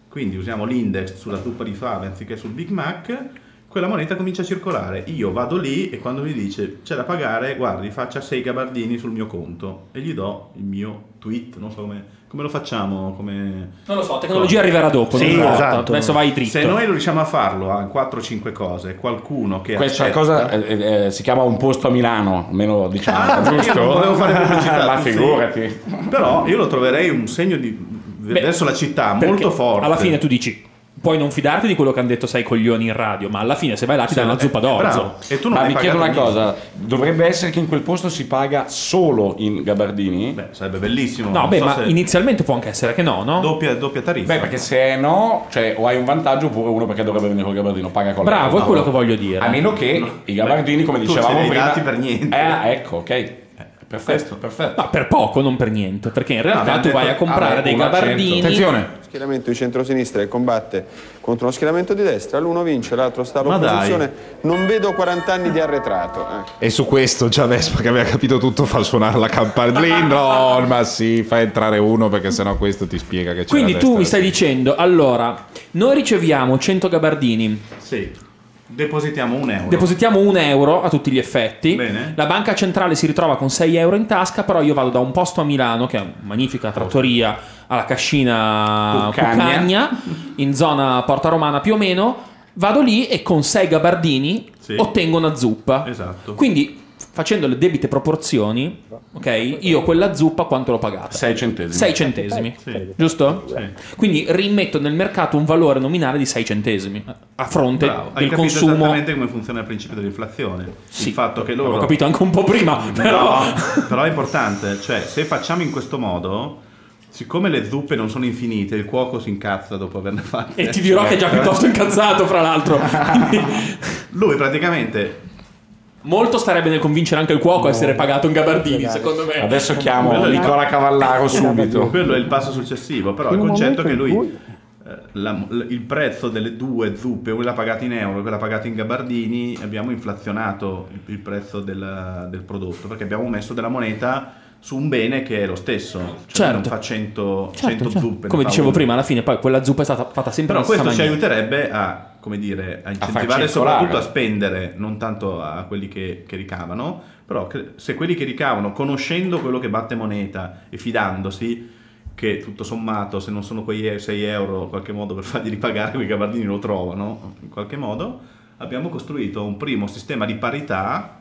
E: quindi usiamo l'index sulla zuppa di fave anziché sul Big Mac, quella moneta comincia a circolare. Io vado lì e quando mi dice c'è da pagare, guardi, faccia 6 gabardini sul mio conto e gli do il mio tweet, non so come, come lo facciamo, come...
F: Non lo so, la tecnologia arriverà dopo, non importa.
G: esatto.
F: Adesso vai dritto.
E: Se noi riusciamo a farlo a 4-5 cose, qualcuno che
G: Questa
E: accetta-
G: cosa eh, eh, si chiama un posto a Milano, almeno diciamo,
E: Ah,
G: giusto?
E: io non volevo fare pubblicità.
G: [LAUGHS] Ma
E: tu sì.
G: figurati.
E: Però io lo troverei un segno di verso la città
F: Perché
E: molto forte.
F: Alla fine tu dici Puoi non fidarti di quello che hanno detto sei coglioni in radio, ma alla fine se vai là ti dai
E: eh,
F: una zuppa d'orzo.
G: Ma Ah, mi chiedo una cosa: dovrebbe essere che in quel posto si paga solo in gabardini? Beh,
E: sarebbe bellissimo.
F: No, beh, ma inizialmente può anche essere che no, no?
E: Doppia, tariffa.
G: Beh, perché se no, cioè, o hai un vantaggio oppure uno perché dovrebbe venire col gabardino, paga con
F: Bravo, è quello che voglio dire.
G: A meno che i gabardini, come
F: tu
G: dicevamo
F: ce li hai
G: prima,
F: dati
E: per niente.
G: Eh, ecco, ok. Perfetto, perfetto.
F: Ma per poco, non per niente, perché in realtà
A: abbiamo
F: tu vai
A: detto-
F: a comprare
A: ah,
F: dei
A: uno a cento.
F: gabardini.
A: Schieramento di centrosinistra che combatte contro uno schieramento di destra, l'uno vince, l'altro sta all'opposizione. Non vedo 40 anni di arretrato. eh.
B: E su questo già Vespa che aveva capito tutto fa suonare la campanella. Blindron, ma sì, fa entrare uno perché sennò questo ti spiega che c'è
F: Quindi
B: la
F: tu
B: destra.
F: mi stai dicendo, allora, noi riceviamo 100 gabardini.
E: Sì. Depositiamo un euro.
F: Depositiamo un euro a tutti gli effetti. La banca centrale si ritrova con 6 euro in tasca. Però io vado da un posto a Milano, che è una magnifica trattoria alla cascina
G: Cuccagna.
F: Cuccagna, in zona Porta Romana più o meno. Vado lì e con 6 gabardini
E: Sì.
F: ottengo una zuppa.
E: Esatto.
F: Quindi facendo le debite proporzioni, ok, io quella zuppa quanto l'ho pagata?
G: 6 centesimi.
F: 6 centesimi,
G: Sì.
F: giusto? Quindi rimetto nel mercato un valore nominale di 6 centesimi a fronte
E: Bravo, hai
F: del
E: capito
F: consumo
E: esattamente come funziona il principio dell'inflazione. il fatto che loro
F: L'avevo capito anche un po' prima,
E: No,
F: però-
E: però è importante, cioè se facciamo in questo modo, siccome le zuppe non sono infinite, il cuoco si incazza dopo averne fatte. Cioè,
F: E ti dirò che è già piuttosto incazzato, fra l'altro.
E: Lui [LAUGHS] praticamente
F: Molto starebbe nel convincere anche il cuoco a essere pagato in gabardini, secondo me.
E: Quello è il- [LAUGHS]
G: Cavallaro subito.
E: Quello è il passo successivo, però il
F: In un
E: concetto è che
F: momento
E: lui
F: in
E: eh, la- l- il prezzo delle due zuppe, quella pagata in euro e quella pagata in gabardini, abbiamo inflazionato il, il prezzo del, del prodotto perché abbiamo messo della moneta su un bene che è lo stesso, cioè
F: Certo.
E: non fa 100,
F: Certo,
E: 100
F: certo.
E: zuppe. ne
F: Come
E: fa
F: dicevo
E: una.
F: prima, alla fine poi quella zuppa è stata fatta sempre
E: Però
F: nella stessa
E: questo ci
F: maniera.
E: aiuterebbe a, come dire, a
F: far
E: incentivare
F: circolare.
E: soprattutto a spendere, non tanto a quelli che, che ricavano, però che- se quelli che ricavano, conoscendo quello che batte moneta e fidandosi che tutto sommato se non sono quei 6 euro in qualche modo per fargli ripagare quei gabardini lo trovano in qualche modo, abbiamo costruito un primo sistema di parità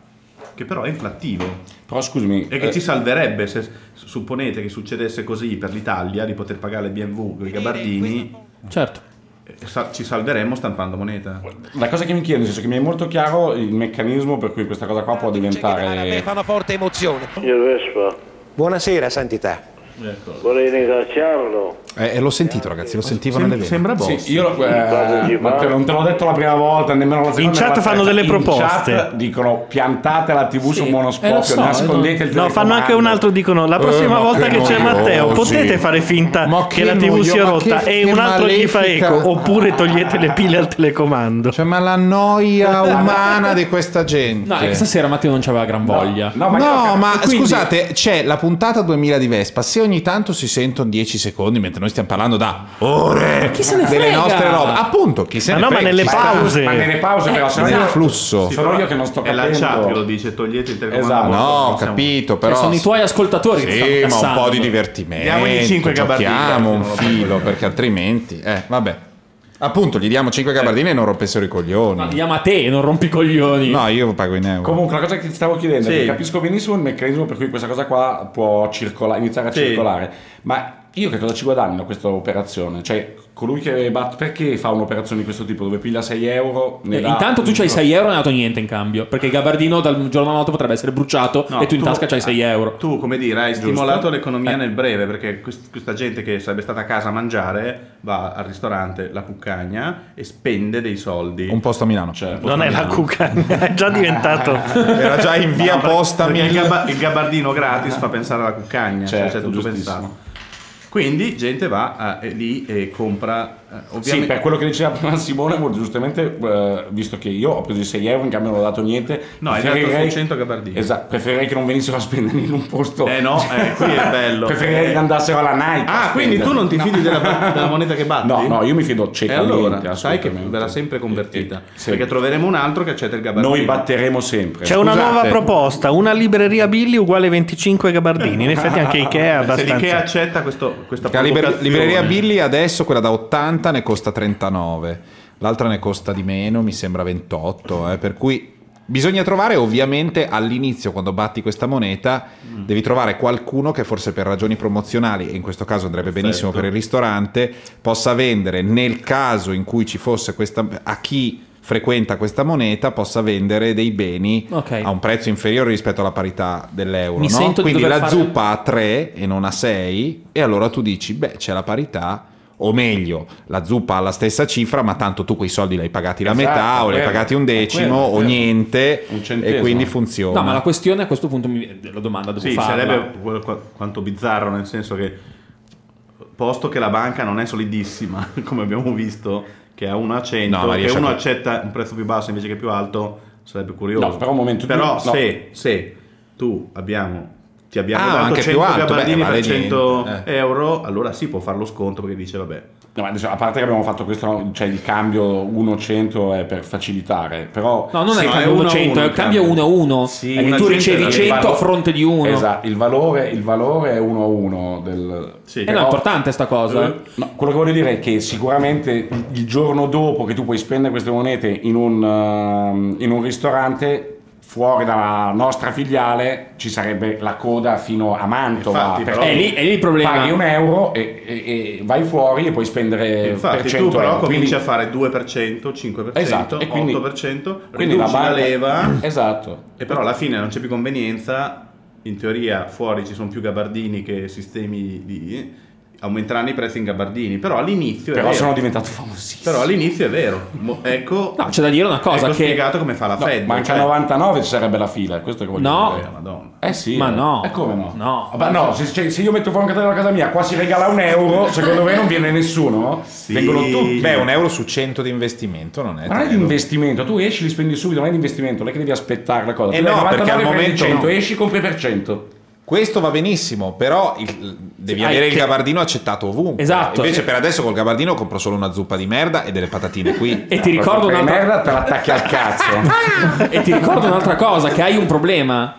E: che però è inflattivo.
G: Però scusami.
E: E che
G: eh,
E: ci salverebbe se supponete che succedesse così per l'Italia di poter pagare le BMW con i gabardini.
F: Certo.
E: Eh, ci salveremmo stampando moneta.
G: La cosa che mi chiedo, nel senso che mi è molto chiaro il meccanismo per cui questa cosa qua può diventare.
R: Fa una forte emozione.
I: Signor Vespa,
R: Buonasera, santità.
I: Ecco. vorrei ringraziarlo.
B: Eh, eh, l'ho sentito, ragazzi, lo sentivo nelle vene.
F: boh.
G: Sì, io lo- eh,
I: Fateci
G: ma te-
I: fare.
G: non te l'ho detto la prima volta, nemmeno la seconda.
C: In chat
G: ma-
C: fanno delle
G: in
C: proposte.
G: chat dicono piantate la TV su
C: Sì,
G: un
C: eh,
G: monoscopio,
C: lo so,
G: nascondete il
C: No,
G: telecomando.
C: fanno anche un altro, dicono la prossima
G: Eh, ma
C: volta
G: che
C: che c'è
G: noiosi.
C: Matteo potete fare finta che, la TV
B: noio,
C: sia
B: ma
C: rotta
B: che-
C: e
B: che
C: un altro gli fa
B: malefica.
C: eco, oppure togliete le pile al telecomando. Cioè,
B: ma la noia
C: [LAUGHS]
B: umana di questa gente.
F: No, è che stasera Matteo non c'aveva gran voglia.
B: No, ma, scusate, c'è la puntata 2000 di Vespa. Se ogni tanto si sentono 10 secondi, mentre noi stiamo parlando da ore
F: chi se ne
B: delle
F: frega?
B: nostre robe, appunto, chi se
F: Ma
B: ne
F: no, ma
B: frega,
F: nelle
B: ci sta.
F: pause.
B: ma nelle pause, però, se no
E: Esatto.
B: nel flusso.
E: Sì, però È la chat che lo dice, togliete il telecomando.
B: Esatto,
E: a bordo,
B: no,
E: non siamo-
B: capito, però
F: sono i tuoi ascoltatori che stanno
B: Sì, ma un
F: cassando.
B: po' di divertimento.
E: Diamogli cinque gabardine,
B: Giochiamo
E: dai,
B: un
E: se non lo
B: filo perché altrimenti, eh, vabbè. Appunto, gli diamo
F: Eh.
B: 5 gabardine e non rompessero i coglioni. Ma
F: diamo a te, non rompi i coglioni.
B: No, io pago in euro.
G: Comunque, la cosa che ti stavo chiedendo
B: Sì.
G: è che capisco benissimo il meccanismo per cui questa cosa qua può circola- iniziare a
B: Sì.
G: circolare, ma io che cosa ci guadagno da questa operazione? Cioè, colui che batte, perché fa un'operazione di questo tipo dove piglia 6 euro? ne
F: Eh,
B: Esatto.
G: dà-
F: intanto tu c'hai 6 euro e non hai dato niente in cambio. Perché il gabardino dal giorno alla notte potrebbe essere bruciato
E: No,
F: e tu in
E: tu- ah,
F: tasca c'hai 6 euro.
E: Tu, come dire, hai
F: Giusto.
E: stimolato
B: Eh.
E: l'economia nel breve perché quest- questa gente che sarebbe stata a casa a mangiare va al ristorante La Cuccagna e spende dei soldi. Certo.
B: Un posto a Milano.
E: Non è la
C: cuccagna, è già diventato.
B: [LAUGHS] Era già in via posta
E: Perché il,
B: mille.
E: gaba- il gabardino gratis fa pensare alla cuccagna, cioè,
G: Certo,
E: c'è tutto
G: giustissimo.
E: pensato. Quindi gente va eh, lì e compra, eh,
G: Sì,
E: ovviamente...
G: per quello che diceva prima Simone, molto giustamente, eh, visto che io ho preso i 6 euro, in cambio non ho dato niente.
E: No, hai dato 600 gabardini.
G: Esatto, preferirei che non venissero a spendere in un posto.
E: Eh no, eh, qui è bello.
G: [LAUGHS] preferirei che andassero alla Nike. a
E: Ah, quindi
G: spendere.
E: tu non ti fidi della,
G: [LAUGHS]
E: della moneta che batti?
G: No, no, io mi fido
E: E
G: ciecamente.
E: allora, sai che
G: assolutamente.
E: verrà sempre convertita.
G: sì.
E: Perché troveremo un altro che accetta il gabardino.
G: Noi batteremo sempre.
C: C'è una nuova proposta, una libreria Billy uguale 25 gabardini. In effetti anche Ikea è abbastanza.
E: Se l'Ikea accetta questo, questa
B: La liber-
E: provocazione-
B: libreria Billy adesso quella da 80 ne costa 39, l'altra ne costa di meno, mi sembra 28, eh, per cui Bisogna trovare ovviamente all'inizio, quando batti questa moneta,
E: Mm.
B: devi trovare qualcuno che forse per ragioni promozionali, e in questo caso andrebbe benissimo per il ristorante, possa vendere nel caso in cui ci fosse questa... a chi frequenta questa moneta possa vendere dei beni
F: Ok.
B: a un prezzo inferiore rispetto alla parità dell'euro.
F: Mi
B: no?
F: sento di
B: Quindi
F: dover
B: la
F: fare-
B: zuppa a 3 e non a 6 e allora tu dici, beh, c'è la parità. O meglio, la zuppa ha la stessa cifra, ma tanto tu quei soldi li hai pagati la
F: Esatto,
B: metà, o li hai
F: quello,
B: pagati un decimo,
F: quello,
B: o
F: quello.
B: niente, e quindi funziona.
F: No, ma la questione a questo punto mi- la domanda devo
E: Sì,
F: farla.
E: sarebbe qu- qu- quanto bizzarro, nel senso che posto che la banca non è solidissima, [LAUGHS] come abbiamo visto, che a 1 a 100,
G: No, ma
E: che
G: riesce a
E: uno
G: co-
E: accetta un prezzo più basso invece che più alto, sarebbe curioso.
G: No, però un momento,
E: Però
G: tu- no.
E: se, se tu abbiamo ti abbiamo
G: Ah,
E: dato
G: anche più
E: 100
G: alto, beh, eh.
E: gabardini
G: vale
E: per 100
G: niente,
E: euro, allora si può fare lo sconto perché dice vabbè.
G: No, ma adesso, a parte che abbiamo fatto questo, cioè il cambio 1-100 è per facilitare, però...
F: No, non è il cambio 100, è il cambio 1 a 1.
G: Sì,
F: È che
G: una
F: tu
G: gente
F: ricevi
G: del
F: 100 a
G: valore-
F: fronte di 1.
G: Esatto, il valore, il valore è 1 a 1 del...
F: Eh no, è importante sta cosa, eh.
G: No, quello che voglio dire è che sicuramente il giorno dopo che tu puoi spendere queste monete in un, ehm, in un ristorante, fuori dalla nostra filiale ci sarebbe la coda fino a Mantova.
E: Infatti,
G: perché
E: però-
F: Eh,
E: È lì- è lì il problema.
G: Paghi un euro e, e- e vai fuori e puoi spendere per
E: Infatti
G: 100
E: tu però
G: euro.
E: cominci
G: Quindi-
E: a fare 2%, 5%,
G: Esatto, e quindi-
E: 8%,
G: quindi
E: riduci
G: la
E: la,
G: banca-
E: leva.
G: Esatto.
E: E però alla fine non c'è più convenienza, in teoria fuori ci sono più gabardini che sistemi di... aumenteranno i prezzi in gabardini, però all'inizio...
G: Però
E: è vero.
G: sono diventato famosissimo.
E: Però all'inizio è vero, Mo- ecco...
F: No, c'è da dire una cosa
E: ecco
F: che-
E: spiegato come fa la
G: No,
E: Fed.
G: ma anche a
E: cioè-
G: 99 ci sarebbe la fila, questo è che voglio
E: No.
G: dire.
E: Eh, Madonna.
G: Eh sì.
E: Ma
G: eh.
E: no.
G: E come no?
F: No.
G: Ma no, se, cioè, se io metto fuori un catalogo a casa mia, qua si regala un euro, secondo me non viene nessuno. Vengono tutti.
B: Beh, un euro su 100 di investimento non è.
G: Ma non è di
B: tanto.
G: investimento, tu esci, li spendi subito, non è di investimento, non è che devi aspettare la cosa.
B: Eh
G: Tu dai
B: no, perché al
G: 99 prendi
B: momento
G: 100,
B: no.
G: esci, compri per 100.
B: Questo va benissimo, però il- devi
F: Ah,
G: Hai
B: avere il
G: che-
B: gabardino accettato ovunque.
G: Esatto.
B: Invece
G: Sì.
B: per adesso col gabardino compro solo una zuppa di merda e delle patatine qui.
F: [LAUGHS] E ti ricordo
B: una
F: un'altra-
G: te l'attacchi al cazzo.
F: e [LAUGHS] ti ricordo un'altra cosa, che hai un problema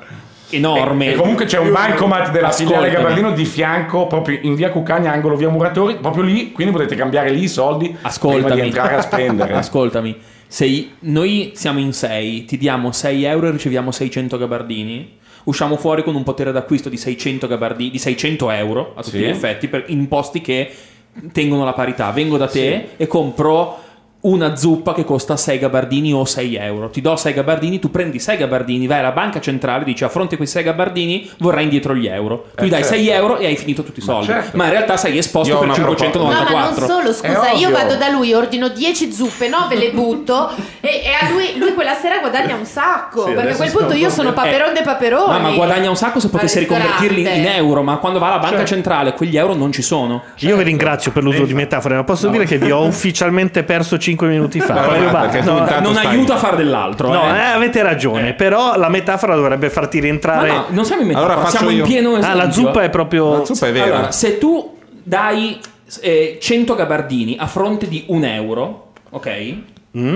F: enorme.
G: [LAUGHS] E comunque c'è un bancomat della filiale
F: Ascoltami.
G: Gabardino di fianco, proprio in via Cucagna, angolo via Muratori, proprio lì, quindi potete cambiare lì i soldi prima
F: Ascoltami.
G: di entrare a spendere.
F: [LAUGHS] Ascoltami. Se i- noi siamo in 6, ti diamo 6 euro e riceviamo 600 gabardini. Usciamo fuori con un potere d'acquisto di 600, gabardini, di 600 euro a tutti
G: Sì.
F: gli effetti per, in posti che tengono la parità. Vengo da te e compro una zuppa che costa 6 gabardini o 6 euro. Ti do 6 gabardini, tu prendi 6 gabardini, vai alla banca centrale, dici a fronte di quei 6 gabardini vorrai indietro gli euro. Tu
G: Eh,
F: gli dai
G: certo.
F: 6 euro e hai finito tutti i soldi.
G: certo.
F: Ma in realtà sei esposto
G: Io ho
F: per
G: una proposta.
H: No, ma
F: 594.
H: non solo, scusa,
G: È
H: io
G: ovvio.
H: vado da lui, ordino 10 zuppe, 9 le butto e, e a lui, lui quella sera guadagna un sacco,
F: Sì,
H: perché a
F: adesso
H: quel
F: sto
H: punto io
F: proprio-
H: sono paperon de paperoni.
F: Ma, ma guadagna un sacco se potesse
H: Al ristorante.
F: riconvertirli in euro, ma quando va alla banca
C: Certo.
F: centrale quegli euro non ci sono.
C: Io vi ringrazio per l'uso di metafore, ma posso dire che vi ho ufficialmente perso 5 minuti fa.
F: Ma
C: Proprio
F: guarda,
C: basta.
F: perché tu intanto Non stai- aiuta a fare dell'altro,
C: No,
F: eh.
C: eh, avete ragione, però la metafora dovrebbe farti rientrare.
F: Ma no, non siamo in metafora, siamo in pieno
C: Ah, la
F: esempio.
C: zuppa è proprio.
F: Allora, se tu dai eh, 100 gabardini a fronte di un euro, ok?
C: Mm?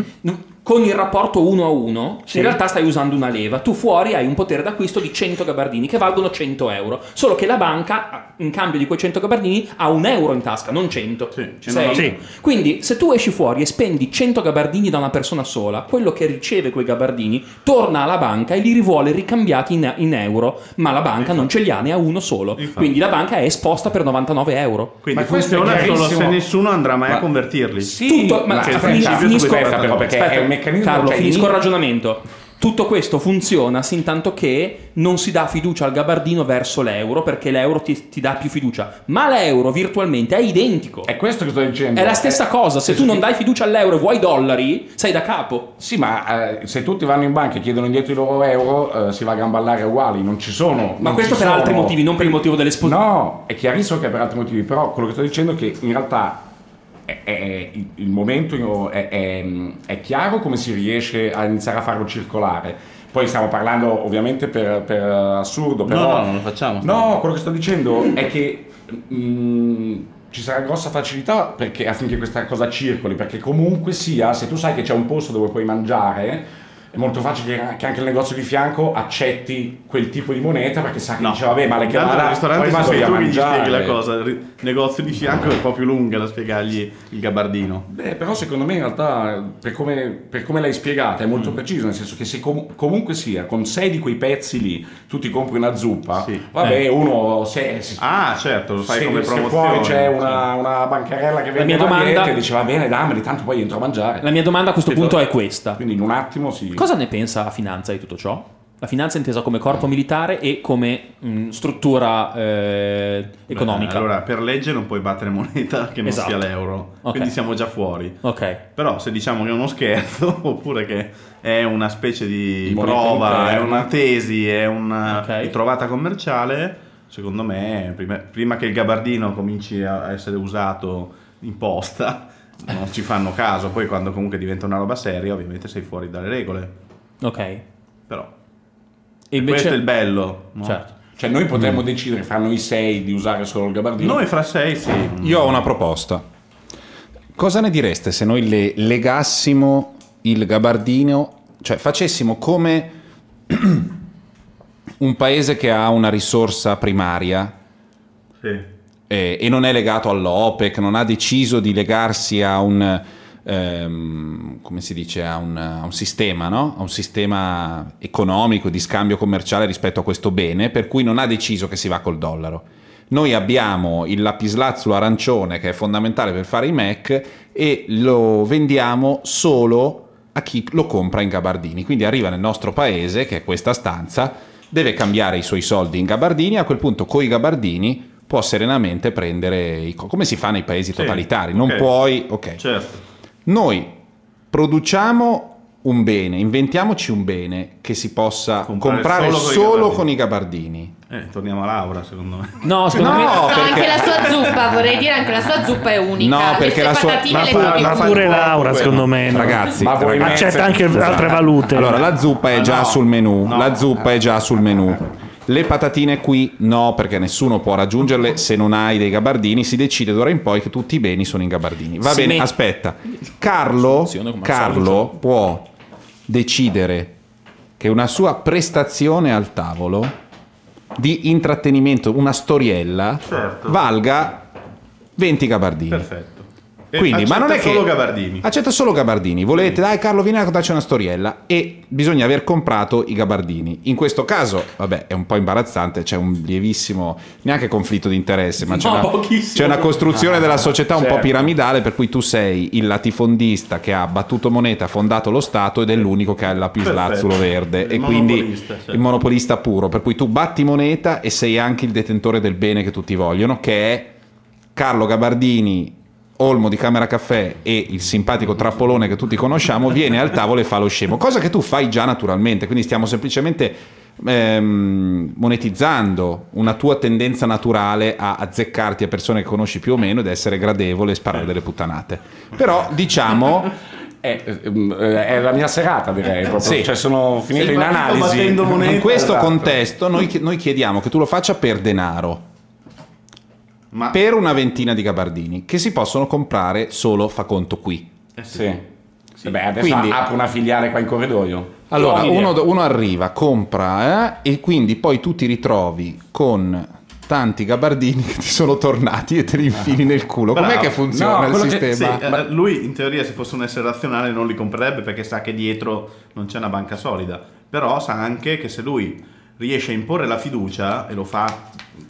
F: Con il rapporto 1 a 1,
C: Sì.
F: in realtà stai usando una leva. Tu fuori hai un potere d'acquisto di 100 gabardini che valgono 100 euro. Solo che la banca, in cambio di quei 100 gabardini, ha un euro in tasca, non 100. Sei?
C: Sì.
F: Quindi, se tu esci fuori e spendi 100 gabardini da una persona sola, quello che riceve quei gabardini torna alla banca e li rivuole ricambiati in, in euro. Ma la banca non ce li ha, ne ha uno solo. Quindi la banca è esposta per 99 euro.
E: Quindi funziona solo se nessuno andrà mai a convertirli.
F: Tutto, ma
E: Che è il
F: finisco,
E: principio su
F: finisco-
E: cui
F: aspetta,
E: trattano.
F: aspetta,
G: cioè,
F: Carlo, finisco il ragionamento. Tutto questo funziona sin tanto che non si dà fiducia al gabardino verso l'euro perché l'euro ti, ti dà più fiducia. Ma l'euro virtualmente è identico.
G: È questo che sto dicendo.
F: È la stessa cosa. Se tu non dai fiducia all'euro e vuoi dollari, sei da capo.
G: Sì, ma eh, se tutti vanno in banca e chiedono indietro i loro euro, eh, si va a gamballare uguali, non ci sono.
F: Ma questo per altri motivi, non per il motivo dell'esposizione.
G: No, è chiarissimo che è per altri motivi, però quello che sto dicendo è che in realtà è- è- il, il momento io- è, è- è chiaro come si riesce a iniziare a farlo circolare. Poi stiamo parlando ovviamente per, per assurdo,
E: No,
G: però...
E: no, non lo facciamo.
G: No, quello che sto dicendo è che mm, ci sarà grossa facilità perché, affinché questa cosa circoli, perché comunque sia, se tu sai che c'è un posto dove puoi mangiare, è molto facile che anche il negozio di fianco accetti quel tipo di moneta perché sa che dice vabbè ma le
E: Intanto
G: chiamate
E: nel ristorante se
G: poi vado
E: sei
G: io a
E: tu mi
G: mangiare.
E: spieghi la cosa. Il negozio di fianco è un po' più lunga da spiegargli il gabardino.
G: Beh, però secondo me in realtà, per come, per come l'hai spiegata, è
E: Mm.
G: molto preciso, nel senso che se com- comunque sia, con sei di quei pezzi lì, tu ti compri una zuppa, vabbè,
E: Eh.
G: uno... Se,
E: ah, certo, lo fai
G: se,
E: come
G: se
E: promozione.
G: fuori c'è una, una bancarella che
E: La
G: vende
E: mia domanda-
G: magliette e dice va bene, dammeli, tanto poi entro a mangiare.
F: La mia domanda a questo punto è questa.
G: Quindi in un attimo si...
F: Cosa ne pensa la finanza di tutto ciò? La finanza è intesa come corpo militare e come mh, struttura eh, economica.
E: Beh, allora, per legge non puoi battere moneta che non
F: Esatto.
E: sia l'euro.
F: Ok.
E: Quindi siamo già fuori.
F: Ok.
E: Però se diciamo che è uno scherzo, [LAUGHS] oppure che è una specie di
F: Moneta
E: prova, è
F: interna.
E: una tesi, è una trovata commerciale, secondo me, prima, prima che il gabardino cominci a essere usato in posta, non ci fanno caso. Poi quando comunque diventa una roba seria, ovviamente sei fuori dalle regole.
F: Ok.
E: Però...
F: E
G: invece-
E: Questo è il bello. no? Mm.
G: Certo. Cioè noi potremmo decidere fra noi sei di usare solo il gabardino.
E: Noi fra sei sì.
B: Io ho una proposta. Cosa ne direste se noi le legassimo il gabardino, cioè facessimo come [CLEARS THROAT] un paese che ha una risorsa primaria
E: Sì.
B: eh, e non è legato all'OPEC, non ha deciso di legarsi a un, ehm, come si dice, a un, a un sistema, no? a un sistema economico di scambio commerciale rispetto a questo bene, per cui non ha deciso che si va col dollaro. Noi abbiamo il lapislazzo arancione che è fondamentale per fare i Mac e lo vendiamo solo a chi lo compra in gabardini. Quindi arriva nel nostro paese, che è questa stanza, deve cambiare i suoi soldi in gabardini, a quel punto coi gabardini può serenamente prendere i co- come si fa nei paesi totalitari, non
E: ok.
B: puoi, ok. Noi produciamo un bene, inventiamoci un bene che si possa comprare,
E: solo coi
B: solo,
E: gabardini.
B: con i gabardini.
E: Eh, torniamo a Laura, secondo me. [LAUGHS]
F: No,
H: No,
B: no,
H: anche la sua zuppa, vorrei dire, anche la sua zuppa è unica.
B: No,
H: Le
B: perché
H: sue
B: la sua-
H: patatine
B: ma
H: le
B: fa-
H: trovi
B: ma fa-
H: ovunque.
C: Pure Laura, secondo me. no?
B: Ragazzi, ragazzi.
C: accetta anche altre valute.
B: Allora, la zuppa
E: Ah,
B: è già sul menù. La zuppa è già sul menù. Le patatine qui no, perché nessuno può raggiungerle se non hai dei gabardini. Si decide d'ora in poi che tutti i beni sono in gabardini. Va
F: Si
B: bene,
F: mette-
B: aspetta. Carlo,
F: come al
B: Carlo
F: solito.
B: può decidere che una sua prestazione al tavolo di intrattenimento, una storiella,
E: Certo.
B: valga 20 gabardini.
E: Perfetto. E
B: Quindi, ma non è
E: Eh, accetta
B: che
E: solo gabardini.
B: accetta solo gabardini. Volete, dai, Carlo, vieni a raccontarci una storiella. E bisogna aver comprato i gabardini. In questo caso, vabbè, è un po' imbarazzante. C'è un lievissimo, neanche conflitto di interesse, ma c'è,
F: No,
B: una,
F: pochissimo.
B: c'è una costruzione
F: Ah,
B: della società un po'
F: certo.
B: piramidale. Per cui tu sei il latifondista che ha battuto moneta, ha fondato lo Stato ed è l'unico che ha il lapislazzulo
E: Perfetto.
B: verde.
E: Il
B: e quindi
E: monopolista, certo.
B: il monopolista puro. Per cui tu batti moneta e sei anche il detentore del bene che tutti vogliono, che è Carlo Gabardini, Olmo di Camera Caffè e il simpatico trappolone che tutti conosciamo viene al tavolo e fa lo scemo, cosa che tu fai già naturalmente, quindi stiamo semplicemente ehm, monetizzando una tua tendenza naturale a azzeccarti a persone che conosci più o meno ed essere gradevole e sparare delle puttanate. Però diciamo...
G: [LAUGHS] È, ehm, è la mia serata direi
E: Eh,
G: proprio. Cioè, sono finito in analisi.
B: in questo
G: Esatto.
B: contesto noi, chi- noi chiediamo che tu lo faccia per denaro. Per una ventina di gabardini che si possono comprare solo fa conto qui.
E: Eh
G: Sì. Beh, adesso
B: Quindi-
G: apro una filiale qua in corridoio.
B: Allora,
G: Buona idea.
B: uno, uno arriva, compra eh, e quindi poi tu ti ritrovi con tanti gabardini [LAUGHS] che ti sono tornati e te li infili nel culo. Com'è
E: Ah. Bravo.
B: che
E: No,
B: funziona il
E: quello che-
B: sistema?
E: sì, eh, lui in teoria se fosse un essere razionale non li comprerebbe perché sa che dietro non c'è una banca solida, però sa anche che se lui riesce a imporre la fiducia e lo fa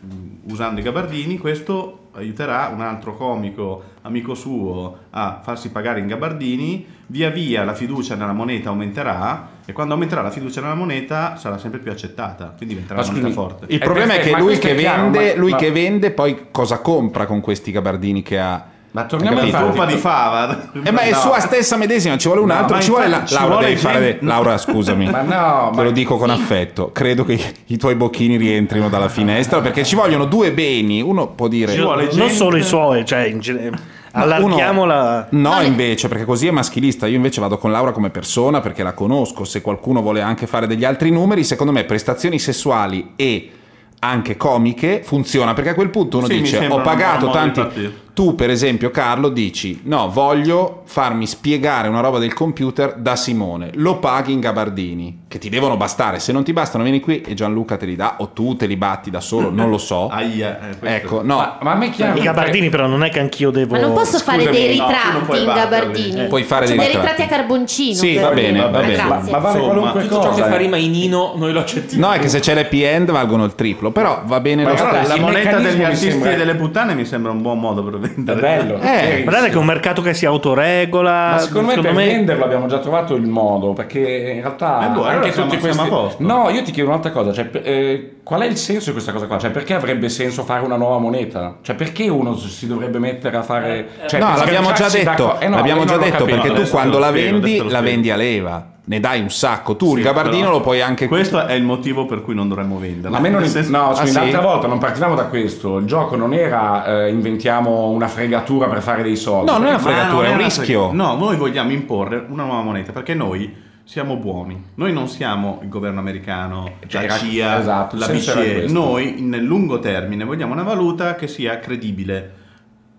E: mm, usando i gabardini, questo aiuterà un altro comico amico suo a farsi pagare in gabardini, via via la fiducia nella moneta aumenterà e quando aumenterà la fiducia nella moneta sarà sempre più accettata, quindi diventerà
B: Ma
E: una moneta
B: scusami,
E: forte.
B: Il problema è, che, lui che, vende, lui che vende poi cosa compra con questi gabardini che ha. Ma
E: torniamo alla zuppa di fava.
B: Eh, ma è
E: [LAUGHS] No.
B: sua stessa medesima, ci vuole un
E: No,
B: altro,
E: ma
B: ci vuole la...
E: infatti ci
B: Laura,
E: vuole
B: devi
E: gente-
B: fare de- Laura, scusami.
G: Ma no,
B: Te lo dico con affetto. Credo che i- i tuoi bocchini rientrino dalla finestra perché ci vogliono due beni. Uno può dire...
C: Ci vuole Non gente- solo i suoi, cioè in genere... Allarghiamola...
B: No, invece, perché così è maschilista. Io invece vado con Laura come persona perché la conosco. Se qualcuno vuole anche fare degli altri numeri, secondo me prestazioni sessuali e anche comiche funziona perché a quel punto uno
E: Sì, mi
B: dice
E: sembra
B: ho
E: un
B: pagato
E: buon modo di
B: tanti
E: partire."
B: Tu, per esempio, Carlo, dici: No, voglio farmi spiegare una roba del computer da Simone. Lo paghi in gabardini, che ti devono bastare. Se non ti bastano, vieni qui e Gianluca te li dà, o tu te li batti da solo, non lo
E: [LAUGHS]
B: so.
E: eh,
B: ecco, no. Ma,
C: a me I gabardini, però, non è che anch'io devo.
H: Ma non posso fare dei ritratti in gabardini.
B: Eh, Puoi fare
H: Cioè,
B: dei
H: dei
B: ritratti.
H: ritratti a carboncino.
B: Sì,
H: per
B: va
H: dire.
B: bene, va
H: Ah,
B: bene.
H: grazie.
B: Ma- ma vale qualunque
F: tutto ciò
B: cosa,
F: che fa
B: eh.
F: rima in Ino, noi lo accettiamo.
B: No, è che se c'è l'EPN valgono il triplo, però va bene
E: Ma
B: lo
E: allora
B: stesso.
E: la
B: Il
E: moneta
B: meccanismo
E: degli
B: mi
E: artisti
B: sembra-
E: e delle puttane mi sembra un buon modo per vendere.
G: bello.
C: Eh, guardate che è un mercato che si autoregola.
G: Ma secondo me per venderlo abbiamo già trovato il modo, perché in realtà
E: Eh, boh, allora
G: anche
E: siamo-
G: tutti questi...
E: siamo a posto.
G: No, io ti chiedo un'altra cosa, cioè, per- eh, qual è il senso di questa cosa qua? Cioè, perché avrebbe senso fare una nuova moneta? Cioè, perché uno si dovrebbe mettere a fare...
E: Eh,
G: Cioè,
B: no,
G: per
B: l'abbiamo già
G: sganciarsi da-
B: detto,
G: Eh no,
B: l'abbiamo
G: io
B: già
G: non l'ho
B: detto
G: capito.
B: perché tu
G: Adesso
B: quando
G: te lo
B: la
G: spiego,
B: vendi
G: adesso te lo
B: la
G: spiego.
B: vendi a leva, ne dai un sacco. Tu il
E: Sì,
B: gabardino
E: però
B: lo puoi anche
E: Questo è il motivo per cui non dovremmo venderlo.
G: Ma a me non
E: Nel senso-
G: No, scusa,
E: Ah, sì?
G: l'altra volta non partivamo da questo. Il gioco non era eh, inventiamo una fregatura per fare dei soldi.
E: Ma non
G: Ma no,
E: è
G: non
E: una
G: frega-
E: frega- No, noi vogliamo imporre una nuova moneta perché noi siamo buoni. Noi non siamo il governo americano, la
G: era-
E: CIA,
G: esatto, il
E: la
G: senso era
E: BCE.
G: questo.
E: Noi nel lungo termine vogliamo una valuta che sia credibile.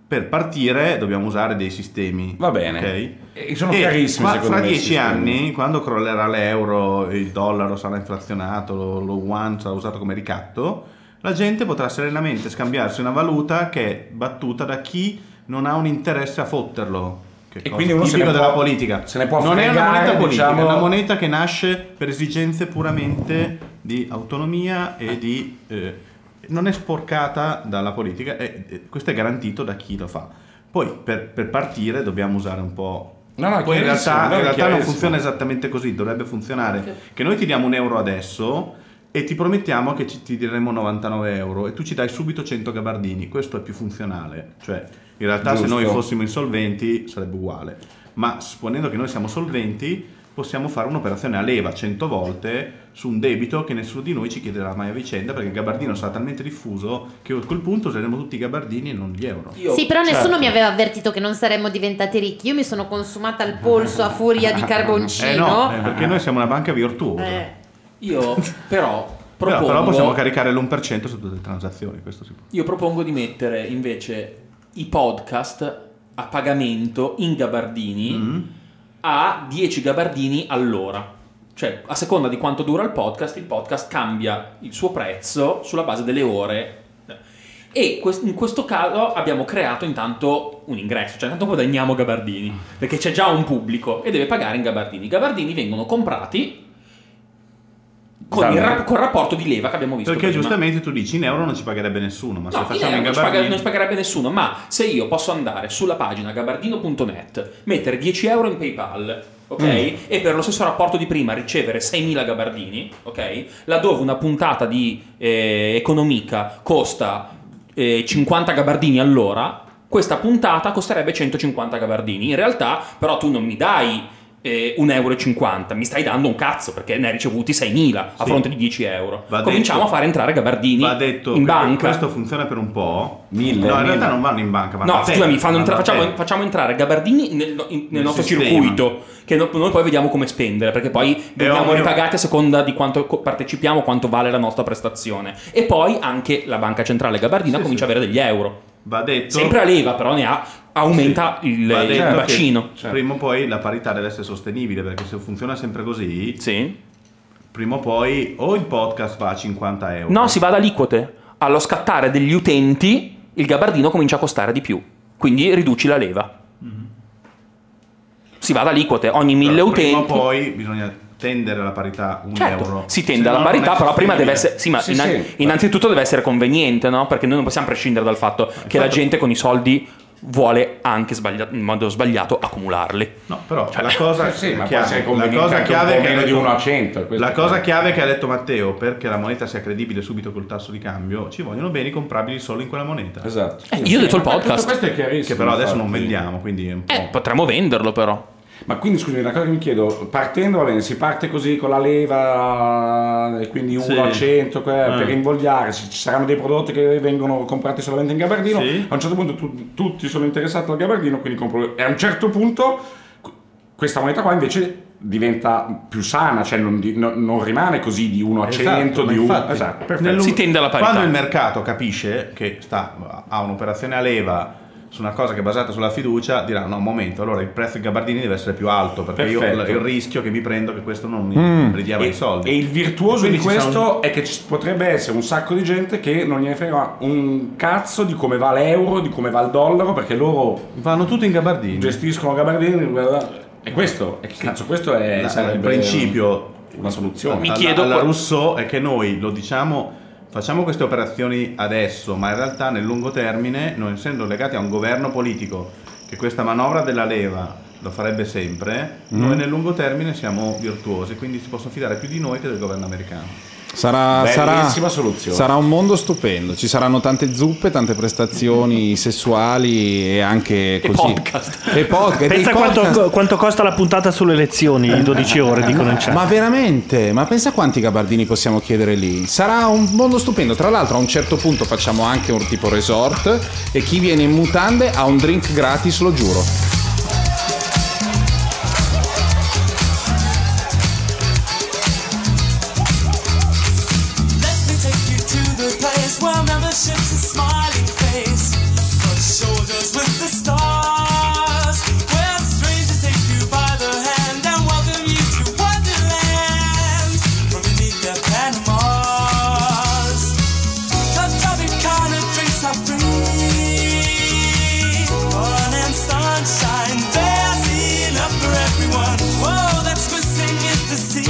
E: Per partire dobbiamo usare dei sistemi. Va bene.
G: Eh, E sono carissimi,
E: Eh, qua-
G: secondo
E: fra
G: me, i
E: dieci
G: sistemi.
E: anni, quando crollerà l'euro, il dollaro sarà inflazionato, lo, lo yuan sarà usato come ricatto, la gente potrà serenamente scambiarsi una valuta che è battuta da chi non ha un interesse a fotterlo. Che cosa
G: quindi uno se
E: tipico
G: ne può-
E: della politica.
G: se ne può
E: non è una
G: fregare,
E: moneta politica,
G: diciamo-
E: è una moneta che nasce per esigenze puramente di autonomia e di... eh, non è sporcata dalla politica e e questo è garantito da chi lo fa. Poi per, per partire dobbiamo usare un po'...
G: No, no, è
E: Poi in
G: chiarissimo,
E: realtà,
G: no, è
E: in realtà non
G: chiarissimo.
E: funziona esattamente così, dovrebbe funzionare
G: Perché?
E: che noi ti diamo un euro adesso e ti promettiamo che ci- ti diremo 99 euro e tu ci dai subito 100 gabardini, questo è più funzionale, cioè in realtà se
G: Giusto.
E: noi fossimo insolventi sarebbe uguale, ma supponendo che noi siamo solventi possiamo fare un'operazione a leva 100 volte su un debito che nessuno di noi ci chiederà mai a vicenda perché il gabardino sarà talmente diffuso che a quel punto useremo tutti i gabardini e non gli euro. Certo.
H: Sì, però
B: Certo.
H: nessuno mi aveva avvertito che non saremmo diventati ricchi. Io mi sono consumata al polso a furia di carboncino.
E: Eh no, eh, perché noi siamo una banca virtuosa.
H: Eh.
F: Io però
E: Però,
F: propongo,
E: però possiamo caricare l'1% su tutte le transazioni, questo sì.
F: io propongo di mettere invece i podcast a pagamento in gabardini
E: Mm.
F: a 10 gabardini all'ora. Cioè, a seconda di quanto dura il podcast, il podcast cambia il suo prezzo sulla base delle ore. E quest- in questo caso abbiamo creato intanto un ingresso, cioè intanto guadagniamo gabardini, perché c'è già un pubblico e deve pagare in gabardini. I gabardini vengono comprati con
E: Da
F: il,
E: noi.
F: rap- col rapporto di leva che abbiamo visto
E: Perché
F: prima.
E: giustamente tu dici in euro non ci pagherebbe nessuno, ma se
F: No, in
E: facciamo
F: euro
E: in
F: non ci paga-
E: gabardini...
F: non ci pagherebbe nessuno, ma se io posso andare sulla pagina gabardino.net, mettere 10 euro in PayPal, ok?
G: Mm.
F: E per lo stesso rapporto di prima ricevere 6.000 gabardini, ok? Laddove una puntata di eh, economica costa eh, 50 gabardini all'ora, questa puntata costerebbe 150 gabardini. In realtà, però, tu non mi dai. eh, 1,50 euro, mi stai dando un cazzo perché ne hai ricevuti 6.000 a
E: Sì.
F: fronte di 10 euro.
E: Va
F: Cominciamo
E: detto-
F: a fare entrare gabardini
E: Va detto
F: in
E: che
F: banca.
E: questo funziona per un po'. no,
F: Mille,
E: in
F: mille.
E: realtà non vanno in banca, vanno
F: No,
E: a te.
F: scusami, fanno entra-
E: Vanno a te.
F: facciamo, facciamo entrare Gabardini nel, in- nel
E: Nel
F: nostro
E: sistema.
F: circuito, che no- noi poi vediamo come spendere, perché poi veniamo
E: ognuno-
F: ripagati a seconda di quanto co- partecipiamo, quanto vale la nostra prestazione. E poi anche la Banca Centrale Gabardina
E: Sì,
F: comincia
E: sì.
F: ad avere degli euro.
E: Va detto...
F: Sempre a leva, però ne ha, aumenta il,
E: Va
F: il
E: detto che cioè,
F: bacino.
E: Prima o poi la parità deve essere sostenibile, perché se funziona sempre così... Prima o poi o il podcast va a 50 euro.
F: No, si va ad aliquote. Allo scattare degli utenti, il gabardino comincia a costare di più. Quindi riduci la leva.
E: Mm-hmm.
F: Si va ad aliquote, ogni mille
E: Però
F: utenti.
E: Prima o poi bisogna tendere alla parità un
F: Certo,
E: euro.
F: si tende
E: Se
F: alla
E: no non
F: parità,
E: è
F: però prima deve
E: sostenibile.
F: essere. Sì, ma
E: Sì,
F: inna-
E: sì.
F: innanzitutto deve essere conveniente, no? Perché noi non possiamo prescindere dal fatto che la gente con i soldi vuole anche sbaglia- in modo sbagliato accumularli.
E: No, però
G: [LAUGHS]
E: la cosa,
G: Cioè, Sì, ma può essere
E: chiave, la
G: conveniente
E: cosa
G: anche
E: chiave
G: un po'
E: che ha
G: meno di
E: detto-
G: uno a cento, questo
E: la
G: è
E: cosa
G: chiaro.
E: chiave che ha detto Matteo perché la moneta sia credibile subito col tasso di cambio ci vogliono beni comprabili solo in quella moneta
G: esatto
F: Eh, io ho detto il podcast. Tutto questo è
E: che
F: chiarissimo,
E: però adesso non
F: infatti.
E: vendiamo quindi è un po'.
F: Eh, potremmo venderlo, però.
G: Ma quindi scusami, una cosa che mi chiedo, partendo va bene, si parte così con la leva, eh, e quindi 1
E: Sì.
G: a 100 que-
E: Eh.
G: per rinvogliare, ci ci saranno dei prodotti che vengono comprati solamente in gabardino,
E: Sì.
G: a un certo punto tu- tutti sono interessati al gabardino, quindi compro... E a un certo punto qu- questa moneta qua invece diventa più sana, cioè non, di- no- non rimane così di 1 a 100,
E: Esatto, ma
G: di 1
E: infatti,
G: Esatto,
E: nel lungo-
G: perfetto.
E: Quando il mercato capisce che sta- ha un'operazione a leva su una cosa che è basata sulla fiducia, dirà no, un momento, allora il prezzo di Gabardini deve essere più alto perché io
G: Perfetto.
E: il rischio che mi prendo è che questo non mi
G: Mm.
E: ridiava
G: E-
E: i soldi.
G: E il virtuoso
E: Quindi
G: di
E: ci
G: questo
E: sarà
G: è che ci potrebbe essere un sacco di gente che non gliene frega un cazzo di come va l'euro, di come va il dollaro, perché loro
E: vanno tutto in gabardini.
G: Gestiscono gabardini. guarda- E questo, e cazzo, questo è
E: La-
G: sarebbe
E: il principio
G: una soluzione.
E: Mi chiedo alla Rousseau è che noi lo diciamo, facciamo queste operazioni adesso, ma in realtà nel lungo termine, noi essendo legati a un governo politico che questa manovra della leva lo farebbe sempre,
B: Mm.
E: noi nel lungo termine siamo virtuosi, quindi si possono fidare più di noi che del governo americano.
B: Sarà, sarà,
E: Bellissima soluzione.
B: sarà un mondo stupendo. Ci saranno tante zuppe, tante prestazioni sessuali e anche così.
C: podcast.
B: E podcast.
C: Pensa
B: e
C: quanto, [LAUGHS]
B: podcast.
C: quanto costa la puntata sulle elezioni, 12 ore, dicono in chat.
B: Ma veramente? Ma pensa quanti gabardini possiamo chiedere lì? Sarà un mondo stupendo. Tra l'altro, a un certo punto facciamo anche un tipo resort e chi viene in mutande ha un drink gratis, lo giuro.
M: Let me take you to the place where membership's a smiling face. Touch shoulders with the stars. Where strangers take you by the hand and welcome you to Wonderland. From beneath their Panamas. The tropic kind of drinks are free. Fun and sunshine, there's enough for everyone. Whoa, that's what sing is the sea.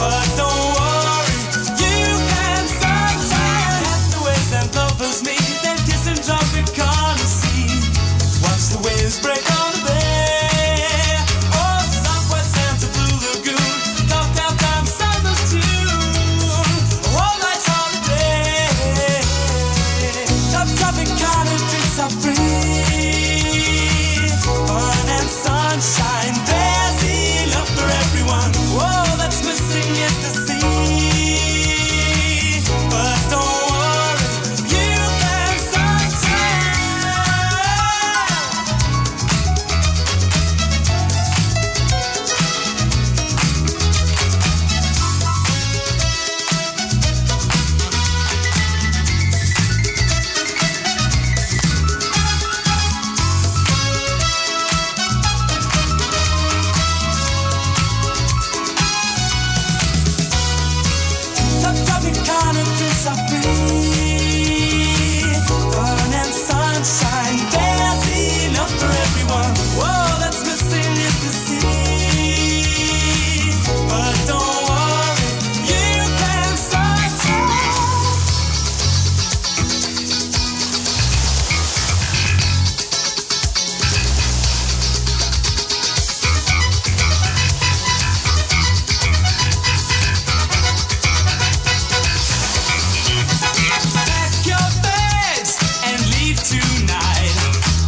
M: But don't worry, you can sunshine. Castaways and lovers meet, they kiss in tropical sea. Watch the waves break on the bay. Oh, Southwest Santa Blue Lagoon, top down time, Southern's tune. One night's holiday. The tropic kind of drinks are free. Fun and sunshine, there's enough for everyone. Whoa, that's missing is the sea. But don't worry, you can sunshine. The tropic kind of drinks are free. Fun and sunshine, there's enough for everyone. Whoa, that's missing is the sea. But don't worry, you can sunshine. Pack your bags and leave tonight.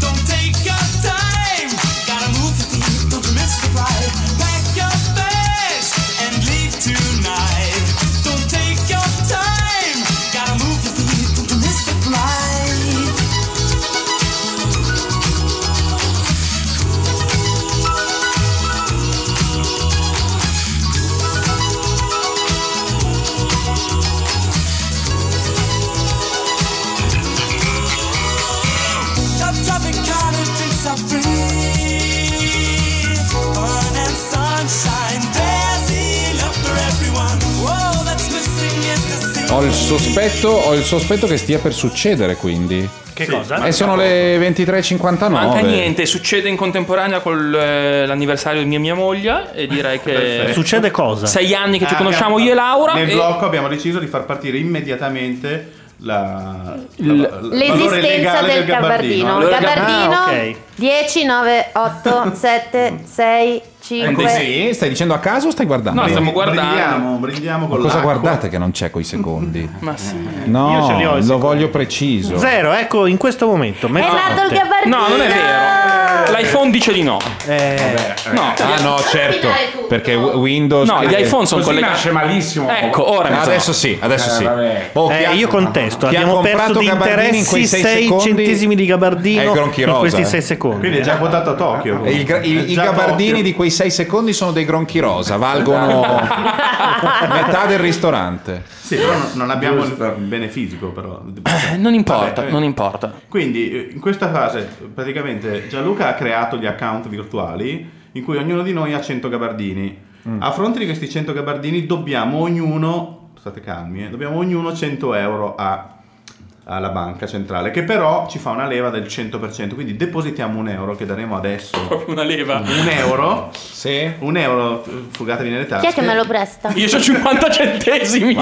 M: Don't take your time. Gotta move the beat, don't you miss the ride. Pack your bags and leave tonight. Don't take your time. Gotta move the beat, don't you miss the ride. The tropic kind of drinks are free. Fun and sunshine, there's enough for everyone. Whoa, that's missing is the sea.
B: Ho il sospetto, ho il sospetto che stia per succedere, quindi.
D: Che cosa?
B: E sono le 23.59.
D: Manca niente, succede in contemporanea con
F: eh,
D: l'anniversario di mia, mia moglie e direi che...
E: Perfetto.
B: Esatto.
D: Sei anni che ci
E: Ah,
D: conosciamo
E: abbiamo-
D: io e Laura.
E: Nel
D: e-
E: blocco abbiamo deciso di far partire immediatamente la, la- la- il valore
H: L'esistenza
E: legale
H: del gabardino.
E: Allora,
H: Gabardino,
E: ah, ok.
H: 10, 9,
B: [LAUGHS]
H: 8, 7, 6, 5.
B: Sì, stai dicendo a caso o stai guardando?
D: No, stiamo guardando.
E: Brindiamo, brindiamo
B: Ma
E: con
B: cosa
E: l'acqua.
B: guardate che non c'è coi secondi?
D: Ma sì.
B: No,
C: Io ce li ho i
B: lo voglio preciso.
C: Zero, ecco, in questo momento.
H: dato il gabardino!
D: No, non è vero. L'iPhone dice di no.
C: Eh,
D: No.
B: Ah no, certo.
H: Dai, tu.
B: perché w- Windows.
D: No, gli
B: eh,
D: iPhone sono
B: così
D: collegati.
B: nasce malissimo.
D: Ecco, ora mi
B: No,
D: sono-
B: adesso sì, adesso
D: Eh,
B: sì. Boh,
D: vabbè.
B: chi
C: Eh,
B: ha-
C: io contesto,
B: chi ha
C: abbiamo perso
B: comprato
C: di
B: Gabardini in quei
C: interessi
B: sei
C: 6
B: secondi
C: centesimi di
B: è
C: gabardino
B: Gronchi
C: in
B: rosa,
C: questi
B: eh.
C: 6 secondi. Eh,
E: Quindi è già quotato a Tokyo.
B: E il gra- il- I
E: Già
B: gabardini
E: Tokyo.
B: di quei 6 secondi sono dei gronchi rosa,
C: [LAUGHS]
B: valgono metà del ristorante.
E: Sì, però non, non abbiamo il bene fisico, però.
D: [CLEARS THROAT] non importa,
E: Vabbè, eh.
D: non importa.
E: Quindi eh, in questa fase praticamente Gianluca ha creato gli account virtuali in cui ognuno di noi ha 100 gabardini.
D: Mm.
E: A fronte di questi 100 gabardini dobbiamo ognuno, state calmi, eh, dobbiamo ognuno 100 euro a- alla banca centrale che però ci fa una leva del 100%, quindi depositiamo un euro che daremo adesso.
D: Proprio una leva.
E: Un euro?
B: Sì.
E: Un euro, eh, fugatevi nelle
H: Chi
E: tasche.
H: è che me lo presta?
D: Io ho 50 centesimi.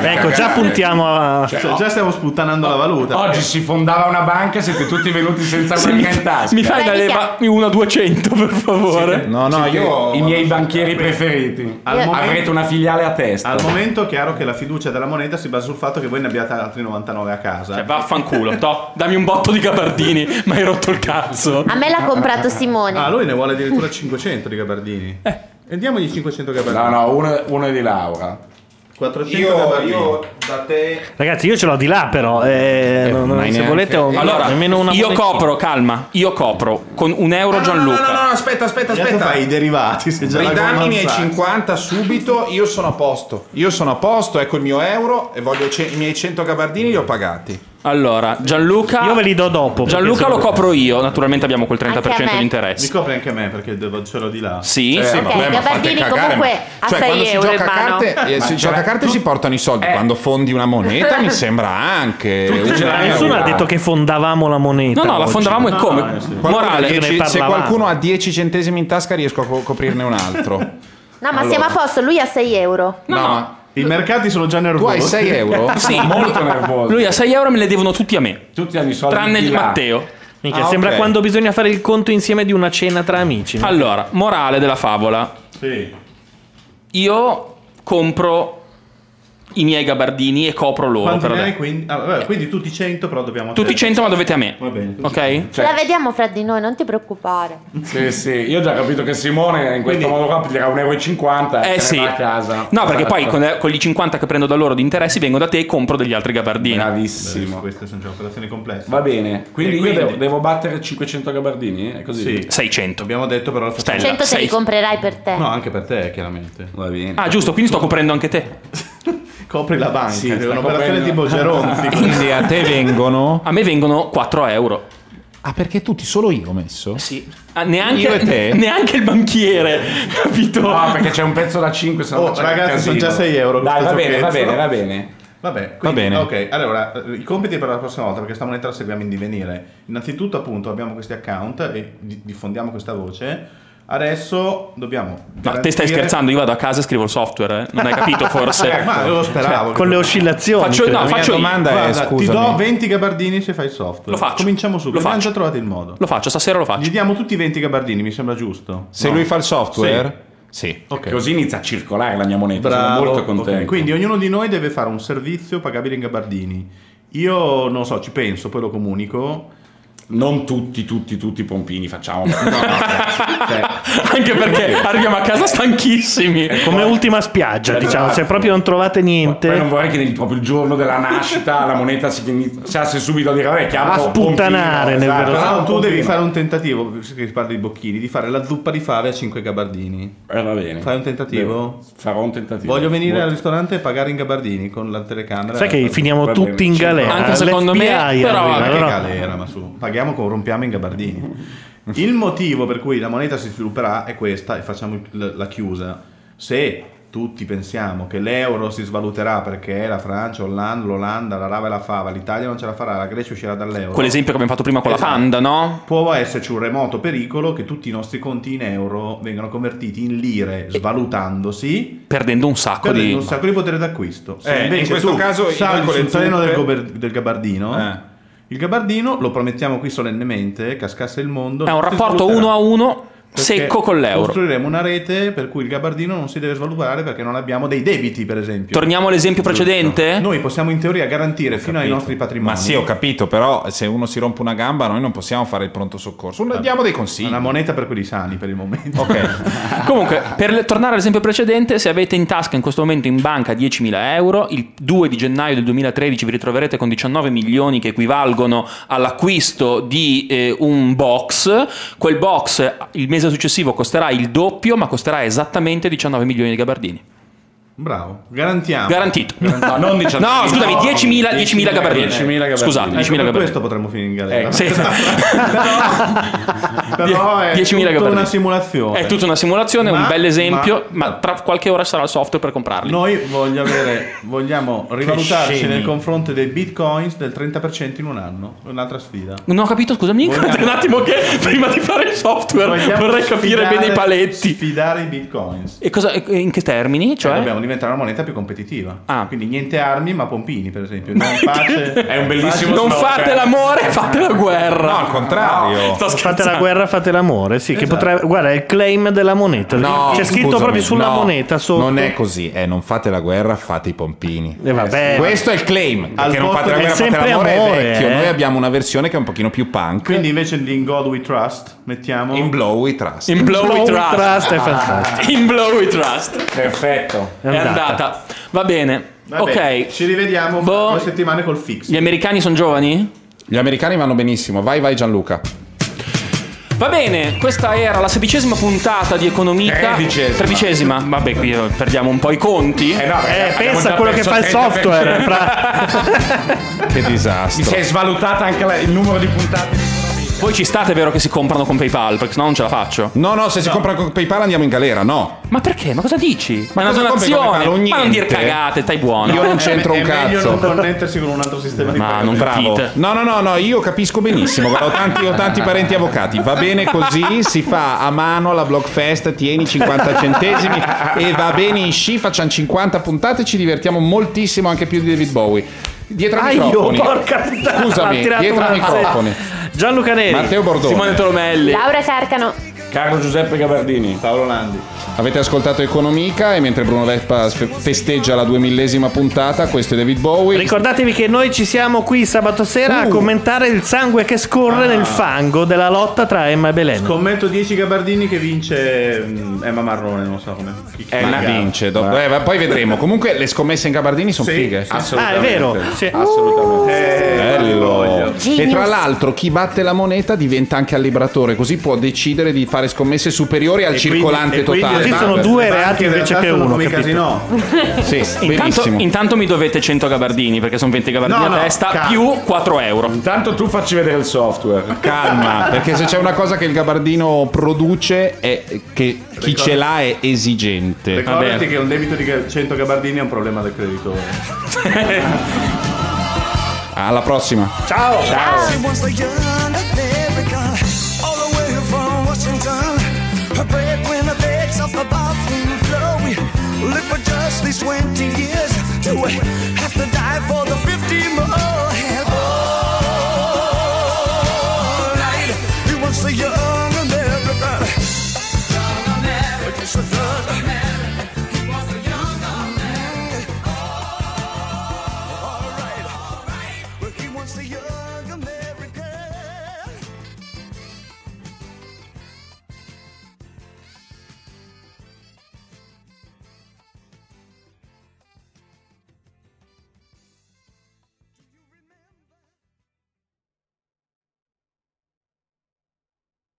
C: Ecco, già puntiamo a.
E: Cioè, già stiamo sputtanando la valuta.
G: Oggi si fondava una banca, siete tutti venuti senza
D: Se mi,
G: banca in tasca.
D: mi fai una leva 1 a 200 per favore.
B: No,
G: no, io-
E: i miei banchieri preferiti.
G: Al momento- Avrete una
E: filiale a testa. Al momento è chiaro che la fiducia della moneta si basa sul fatto che voi ne abbiate altri 99 a casa.
D: Cioè, vaffanculo, to, dammi un botto di gabardini, [LAUGHS] ma hai rotto il cazzo.
H: A me l'ha comprato Simone.
E: Ah, lui ne vuole addirittura 500 di gabardini.
D: Eh.
E: E diamogli 500 gabardini.
G: No, no, uno, uno è di Laura.
E: 400
G: Io,
E: gabardini.
G: io
E: da te
C: Ragazzi, io ce l'ho di là, però. eh, non- non- se volete, ho
D: allora,
C: nemmeno una
D: io
C: moneta.
D: copro, calma, io copro con un euro Gianluca.
B: No, no, no, aspetta, aspetta, aspetta.
E: fai i derivati. Se già la
B: Ridammi i
E: Goldman
B: miei
E: Sachs.
B: 50 subito, io sono a posto. Io sono a posto, ecco il mio euro e voglio ce- i miei 100 gabardini li ho pagati.
D: Allora, Gianluca. Io ve li do dopo. Gianluca
B: perché
D: lo
B: sono-
D: copro io, naturalmente abbiamo quel
H: Anche a
D: 30%
H: me.
D: di
E: Mi
D: interessi.
E: copri anche me perché devo- ce l'ho di là.
D: Sì,
B: Eh,
H: Ok,
B: vabbè, ma fate
H: gabardini
B: cagare,
H: comunque
B: ma-
H: a
B: cioè,
H: 6
B: quando si
H: euro in
B: gioca a
H: mano.
B: carte, eh, si
H: Ma-
E: cioè,
B: gioca a carte si portano i
E: Eh.
B: soldi. Quando fondi una moneta, mi sembra [LAUGHS] anche.
C: Tutti-
B: un
C: ma nessuno
B: euro.
C: ha detto che fondavamo la moneta. oggi.
B: Qualcuno
C: Morale,
B: ha dieci-
C: ne
B: se
C: parlavamo.
B: qualcuno ha 10 centesimi in tasca, riesco a co- coprirne un altro.
H: No, ma
B: Allora.
H: siamo a posto, lui ha 6 euro.
B: No,
E: i mercati sono già nervosi.
B: Tu hai 6 euro?
D: [LAUGHS]
E: [LAUGHS]
D: Sì.
B: molto nervoso.
D: Lui a 6 euro me le devono tutti a me.
G: Tutti hanno i soldi
D: Tranne
G: di
D: il
G: là.
D: Matteo.
C: Minchia,
B: Ah,
C: sembra quando bisogna fare il conto insieme di una cena tra amici. no?
D: Allora, morale della favola.
E: Sì.
D: Io compro i miei gabardini e copro loro.
E: Quanti
D: per
E: ne
D: adesso.
E: hai quindi? Ah, vabbè, quindi tutti 100, però dobbiamo.
D: Tutti 100 ma dovete a me.
E: Va bene.
D: Ok?
H: Ce la vediamo fra di noi, non ti preoccupare.
G: Sì, sì, io ho già capito che Simone in questo modo qua piglierà 1,50 euro e cinquanta e
D: Eh
G: se ne
D: sì.
G: va a casa.
D: No, perché poi
G: Esatto.
D: con, con gli 50 che prendo da loro di interessi vengo da te e compro degli altri gabardini.
G: Bravissimo.
E: Queste sono già operazioni complesse.
G: Va bene, quindi,
E: E quindi?
G: io devo, devo battere 500 gabardini? È così?
E: Sì.
D: 600.
E: Abbiamo detto però la facciamo.
H: 100 te li comprerai per te.
E: No, anche per te, chiaramente. Va bene.
D: Ah, giusto, quindi sto coprendo anche te.
E: Copri la banca.
D: Sì,
E: è
D: sta
E: un'operazione
D: coprendo.
E: tipo
D: [LAUGHS]
E: Geronti.
B: Quindi a te vengono.
D: A me vengono 4 euro.
B: Ah, perché tutti, solo io ho messo?
D: Sì. Ah, neanche,
B: Io e te?
D: [LAUGHS] neanche il
E: [LAUGHS]
D: banchiere, capito?
G: No, perché c'è un pezzo da 5, se no
E: Oh,
G: facciamo un
D: Cioè,
E: ragazzi, sono
G: casino.
E: già 6 euro.
G: Dai,
E: questo
G: va bene, va
E: giochetto.
G: bene, va bene.
E: Vabbè, quindi,
G: bene.
E: Ok, allora eh, i compiti per la prossima volta, perché sta moneta la seguiamo in divenire. Innanzitutto, appunto, abbiamo questi account e di- diffondiamo questa voce. Adesso dobbiamo.
D: Ma te stai scherzando? Io vado a casa e scrivo il software, eh? Non hai
E: [LAUGHS]
D: capito forse? Cioè,
E: Eh, ma lo speravo.
C: Con le oscillazioni.
D: Faccio,
C: credo.
D: no, faccio io.
E: Guarda, ti do 20 gabardini se fai il software.
D: Lo faccio.
E: Cominciamo subito.
D: Lo
E: Abbiamo
D: faccio.
E: già trovato il modo.
D: Lo faccio, stasera lo faccio.
E: Gli diamo tutti i 20 gabardini, mi sembra giusto.
B: Se
E: No.
B: lui fa il software, sì.
E: Ok.
G: Così inizia a circolare la mia moneta.
E: Bravo.
G: Sono molto contento.
E: Ok, Quindi ognuno di noi deve fare un servizio pagabile in gabardini. Io non so, ci penso, poi lo comunico.
G: Non tutti, tutti, tutti
E: [LAUGHS]
G: i pompini facciamo.
D: [LAUGHS]
E: Cioè,
D: Anche perché arriviamo a casa stanchissimi.
C: Come ultima
G: Esatto.
C: spiaggia, diciamo, se proprio non trovate
G: Poi non
C: niente.
G: vorrei che nel- proprio il giorno della nascita la moneta si iniziasse subito a dire vabbè chiamo
C: A sputtanare
G: Pompino,
C: nel
G: esatto.
C: vero
E: Però
G: Però
E: tu devi fare un tentativo, visto che si parla di bocchini, di fare la zuppa di fave a 5 gabardini.
G: Eh, va bene.
E: Fai un tentativo?
G: Farò un tentativo.
E: Voglio venire
B: Boh.
G: Molto.
E: al ristorante e pagare in gabardini con la telecamera.
C: Sai che finiamo
E: Va bene,
C: tutti in
E: ci-
C: galera.
D: Anche secondo me,
C: l'FBI
D: però,
C: arriva,
E: Ma che
C: allora-
E: galera, ma su. Paghiamo, con- rompiamo in gabardini. Il motivo per cui la moneta si svilupperà è questa, e facciamo il- la chiusa. Se tutti pensiamo che l'euro si svaluterà perché la Francia, l'Olanda, l'Olanda, la Rava e la Fava, l'Italia non ce la farà, la Grecia uscirà dall'euro.
D: Quell'esempio che abbiamo fatto prima con la
E: Esatto.
D: Fanda, no?
E: Può esserci un remoto pericolo che tutti i nostri conti in euro vengano convertiti in lire svalutandosi
D: Perdendo un sacco
E: perdendo
D: di.
E: un sacco di potere d'acquisto. Se
B: Eh,
E: invece
B: in questo
E: tu
B: caso
E: sali
B: io con le
E: sul treno del,
B: zuppe-
E: gober- del gabardino,
D: Eh.
E: il gabardino lo promettiamo qui solennemente, eh, cascasse il mondo.
D: È un
E: si
D: rapporto
E: svaluterà.
D: uno a uno.
E: Perché
F: Secco con l'euro.
E: Costruiremo una rete per cui il gabardino non si deve svalutare perché non abbiamo dei debiti, per esempio.
F: Torniamo all'esempio
E: Giusto.
F: precedente?
E: Noi possiamo in teoria garantire fino ai nostri patrimoni.
B: Ma sì, ho capito, però se uno si rompe una gamba noi non possiamo fare il pronto soccorso. Un- Diamo dei consigli. Una
E: moneta per quelli sani per il momento. [LAUGHS]
F: Comunque, per le- tornare all'esempio precedente, se avete in tasca in questo momento in banca 10.000 euro, il 2 di gennaio del 2013 vi ritroverete con 19 milioni che equivalgono all'acquisto di eh, un box. Quel box eh, il mese successivo costerà il doppio, ma costerà esattamente 19 milioni di gabardini.
E: Bravo, garantiamo.
F: Garantito.
E: Garantito. Non 19.
F: No, scusami,
E: No,
F: 10.000, 10.000 gabardine.
E: 10.000 gabardine.
F: Scusate,
E: Ecco,
F: 10.000
E: per
F: gabardine.
E: questo potremmo finire in galera.
F: Eh, sì. [LAUGHS]
E: Però è
F: 10.000
E: tutta
F: gabardine.
E: una simulazione.
F: È tutta una simulazione,
E: Ma-
F: un bel esempio, ma, tra qualche ora sarà il software per comprarli.
E: Noi voglio avere- vogliamo rivalutarci
F: scemi.
E: nel confronto dei bitcoins del 30% in un anno. Un'altra sfida.
F: Non ho capito, scusami,
E: Vogliamo-
F: un attimo che prima di fare il software
E: Vogliamo
F: vorrei capire
E: sfidare-
F: bene i paletti.
E: Sfidare i bitcoins.
F: E cosa- e- in che termini? Cioè?
E: Eh, dobbiamo diventare una moneta più competitiva. Quindi niente armi, ma pompini, per
F: [LAUGHS]
E: esempio. Non pace.
F: Ah. È un
C: bellissimo
F: Non
C: slogan.
F: fate l'amore, fate la guerra.
C: No, al
B: contrario.
F: sto
C: fate
F: scherzando.
C: la guerra, fate l'amore. Sì, che
F: Esatto.
C: potrebbe. Guarda, è il claim della moneta. C'è scritto
B: scusami,
C: proprio sulla
B: no,
C: moneta sotto.
B: Non è così, eh, non fate la guerra, fate i pompini.
C: Eh, vabbè.
B: Questo è il claim,
E: Al
B: perché non
E: posto
B: fate la
E: di-
B: guerra,
E: è
B: fate
E: sempre
B: l'amore, è
E: amore,
B: vecchio.
E: eh.
B: Noi abbiamo una versione che è un pochino più punk.
E: Quindi invece di In God We Trust mettiamo.
B: In Blow We Trust.
F: In blow, we trust.
E: è fantastico.
F: In blow we trust.
E: Perfetto.
F: È andata. Va bene. Boh, ok.
E: Ci rivediamo fra due settimane col fix.
F: Gli americani sono giovani?
B: Gli americani vanno benissimo. Vai, vai, Gianluca.
F: Va bene, questa era la sedicesima puntata di Economica.
B: Tredicesima.
F: Tredicesima. Vabbè, qui eh, perdiamo un po' i conti.
B: Eh, no, perché Eh, abbiamo pensa già
C: a quello che fa
B: [LAUGHS]
C: il software.
F: [LAUGHS]
C: fra-
B: Che disastro.
F: Mi si è
B: svalutata anche il numero di puntate.
F: Voi ci state, vero, che si comprano con PayPal? Perché sennò non ce la faccio.
B: No, no, se si compra con PayPal andiamo in galera, no.
F: Ma perché? Ma cosa dici? Ma è una
B: Cosa compri con
F: donazione.
B: PayPal? Un
F: Ma non dire
B: niente.
F: cagate, stai buono.
B: Io
C: Eh,
B: non c'entro
E: è
B: un
E: meglio non
B: cazzo.
E: connettersi con un altro sistema di
B: Ma
E: pagamento.
B: non bravo. No, no, no, no, io capisco benissimo. guarda, ho, tanti, ho tanti parenti avvocati. Va bene così, si fa a mano la Blockfest, tieni 50 centesimi e va bene in sci, facciamo 50 puntate, ci divertiamo moltissimo anche più di David Bowie. Dietro ai
C: Aio,
B: microfoni.
C: porca puttana, ha
B: Scusami,
C: tirato
B: dietro ai
C: una mazzetta.
B: microfoni.
C: Gianluca Neri.
B: Matteo Bordone.
F: Simone Tolomelli.
H: Laura Carcano.
B: Carlo Giuseppe Gabardini. Paolo Landi. Avete ascoltato Economica e mentre Bruno Vespa sfe- festeggia la duemillesima puntata, questo è David Bowie.
C: Ricordatevi che noi ci siamo qui sabato sera a commentare il sangue che scorre nel fango della lotta tra Emma e Belen.
E: Scommetto 10 gabardini che vince mm, Emma Marrone, non so come. Chi-
B: Eh,
E: chi
B: ma
E: gana.
B: vince, dopo- eh, ma poi vedremo. Comunque le scommesse in gabardini sono fighe.
E: assolutamente. Ah, è vero, Ah. sì.
B: Assolutamente. Bello.
E: Genius.
B: E tra l'altro chi batte la moneta diventa anche al libratore, così può decidere di fare scommesse superiori al
E: E quindi-
B: circolante
E: e quindi
B: totale.
E: esatto, le banche in realtà sono come i
B: capito?
E: casinò.
B: Sì,
F: Intanto,
B: benissimo.
F: intanto mi dovete 100 gabardini perché sono 20 gabardini
B: No,
F: a
B: no,
F: testa
B: calma.
F: più 4 euro.
G: Intanto tu facci vedere il software.
F: [LAUGHS]
B: Calma, perché se c'è una cosa che il gabardino produce è che chi
E: Ricorda-
B: ce l'ha è esigente.
E: Ricordati che un debito di ga- 100 gabardini è un problema del creditore.
F: [LAUGHS]
B: Alla prossima.
C: Ciao.
J: She was a young American, all the way from Washington. Her breadwinner begs off the bathroom floor. We live for just these 20 years to have to die for the future.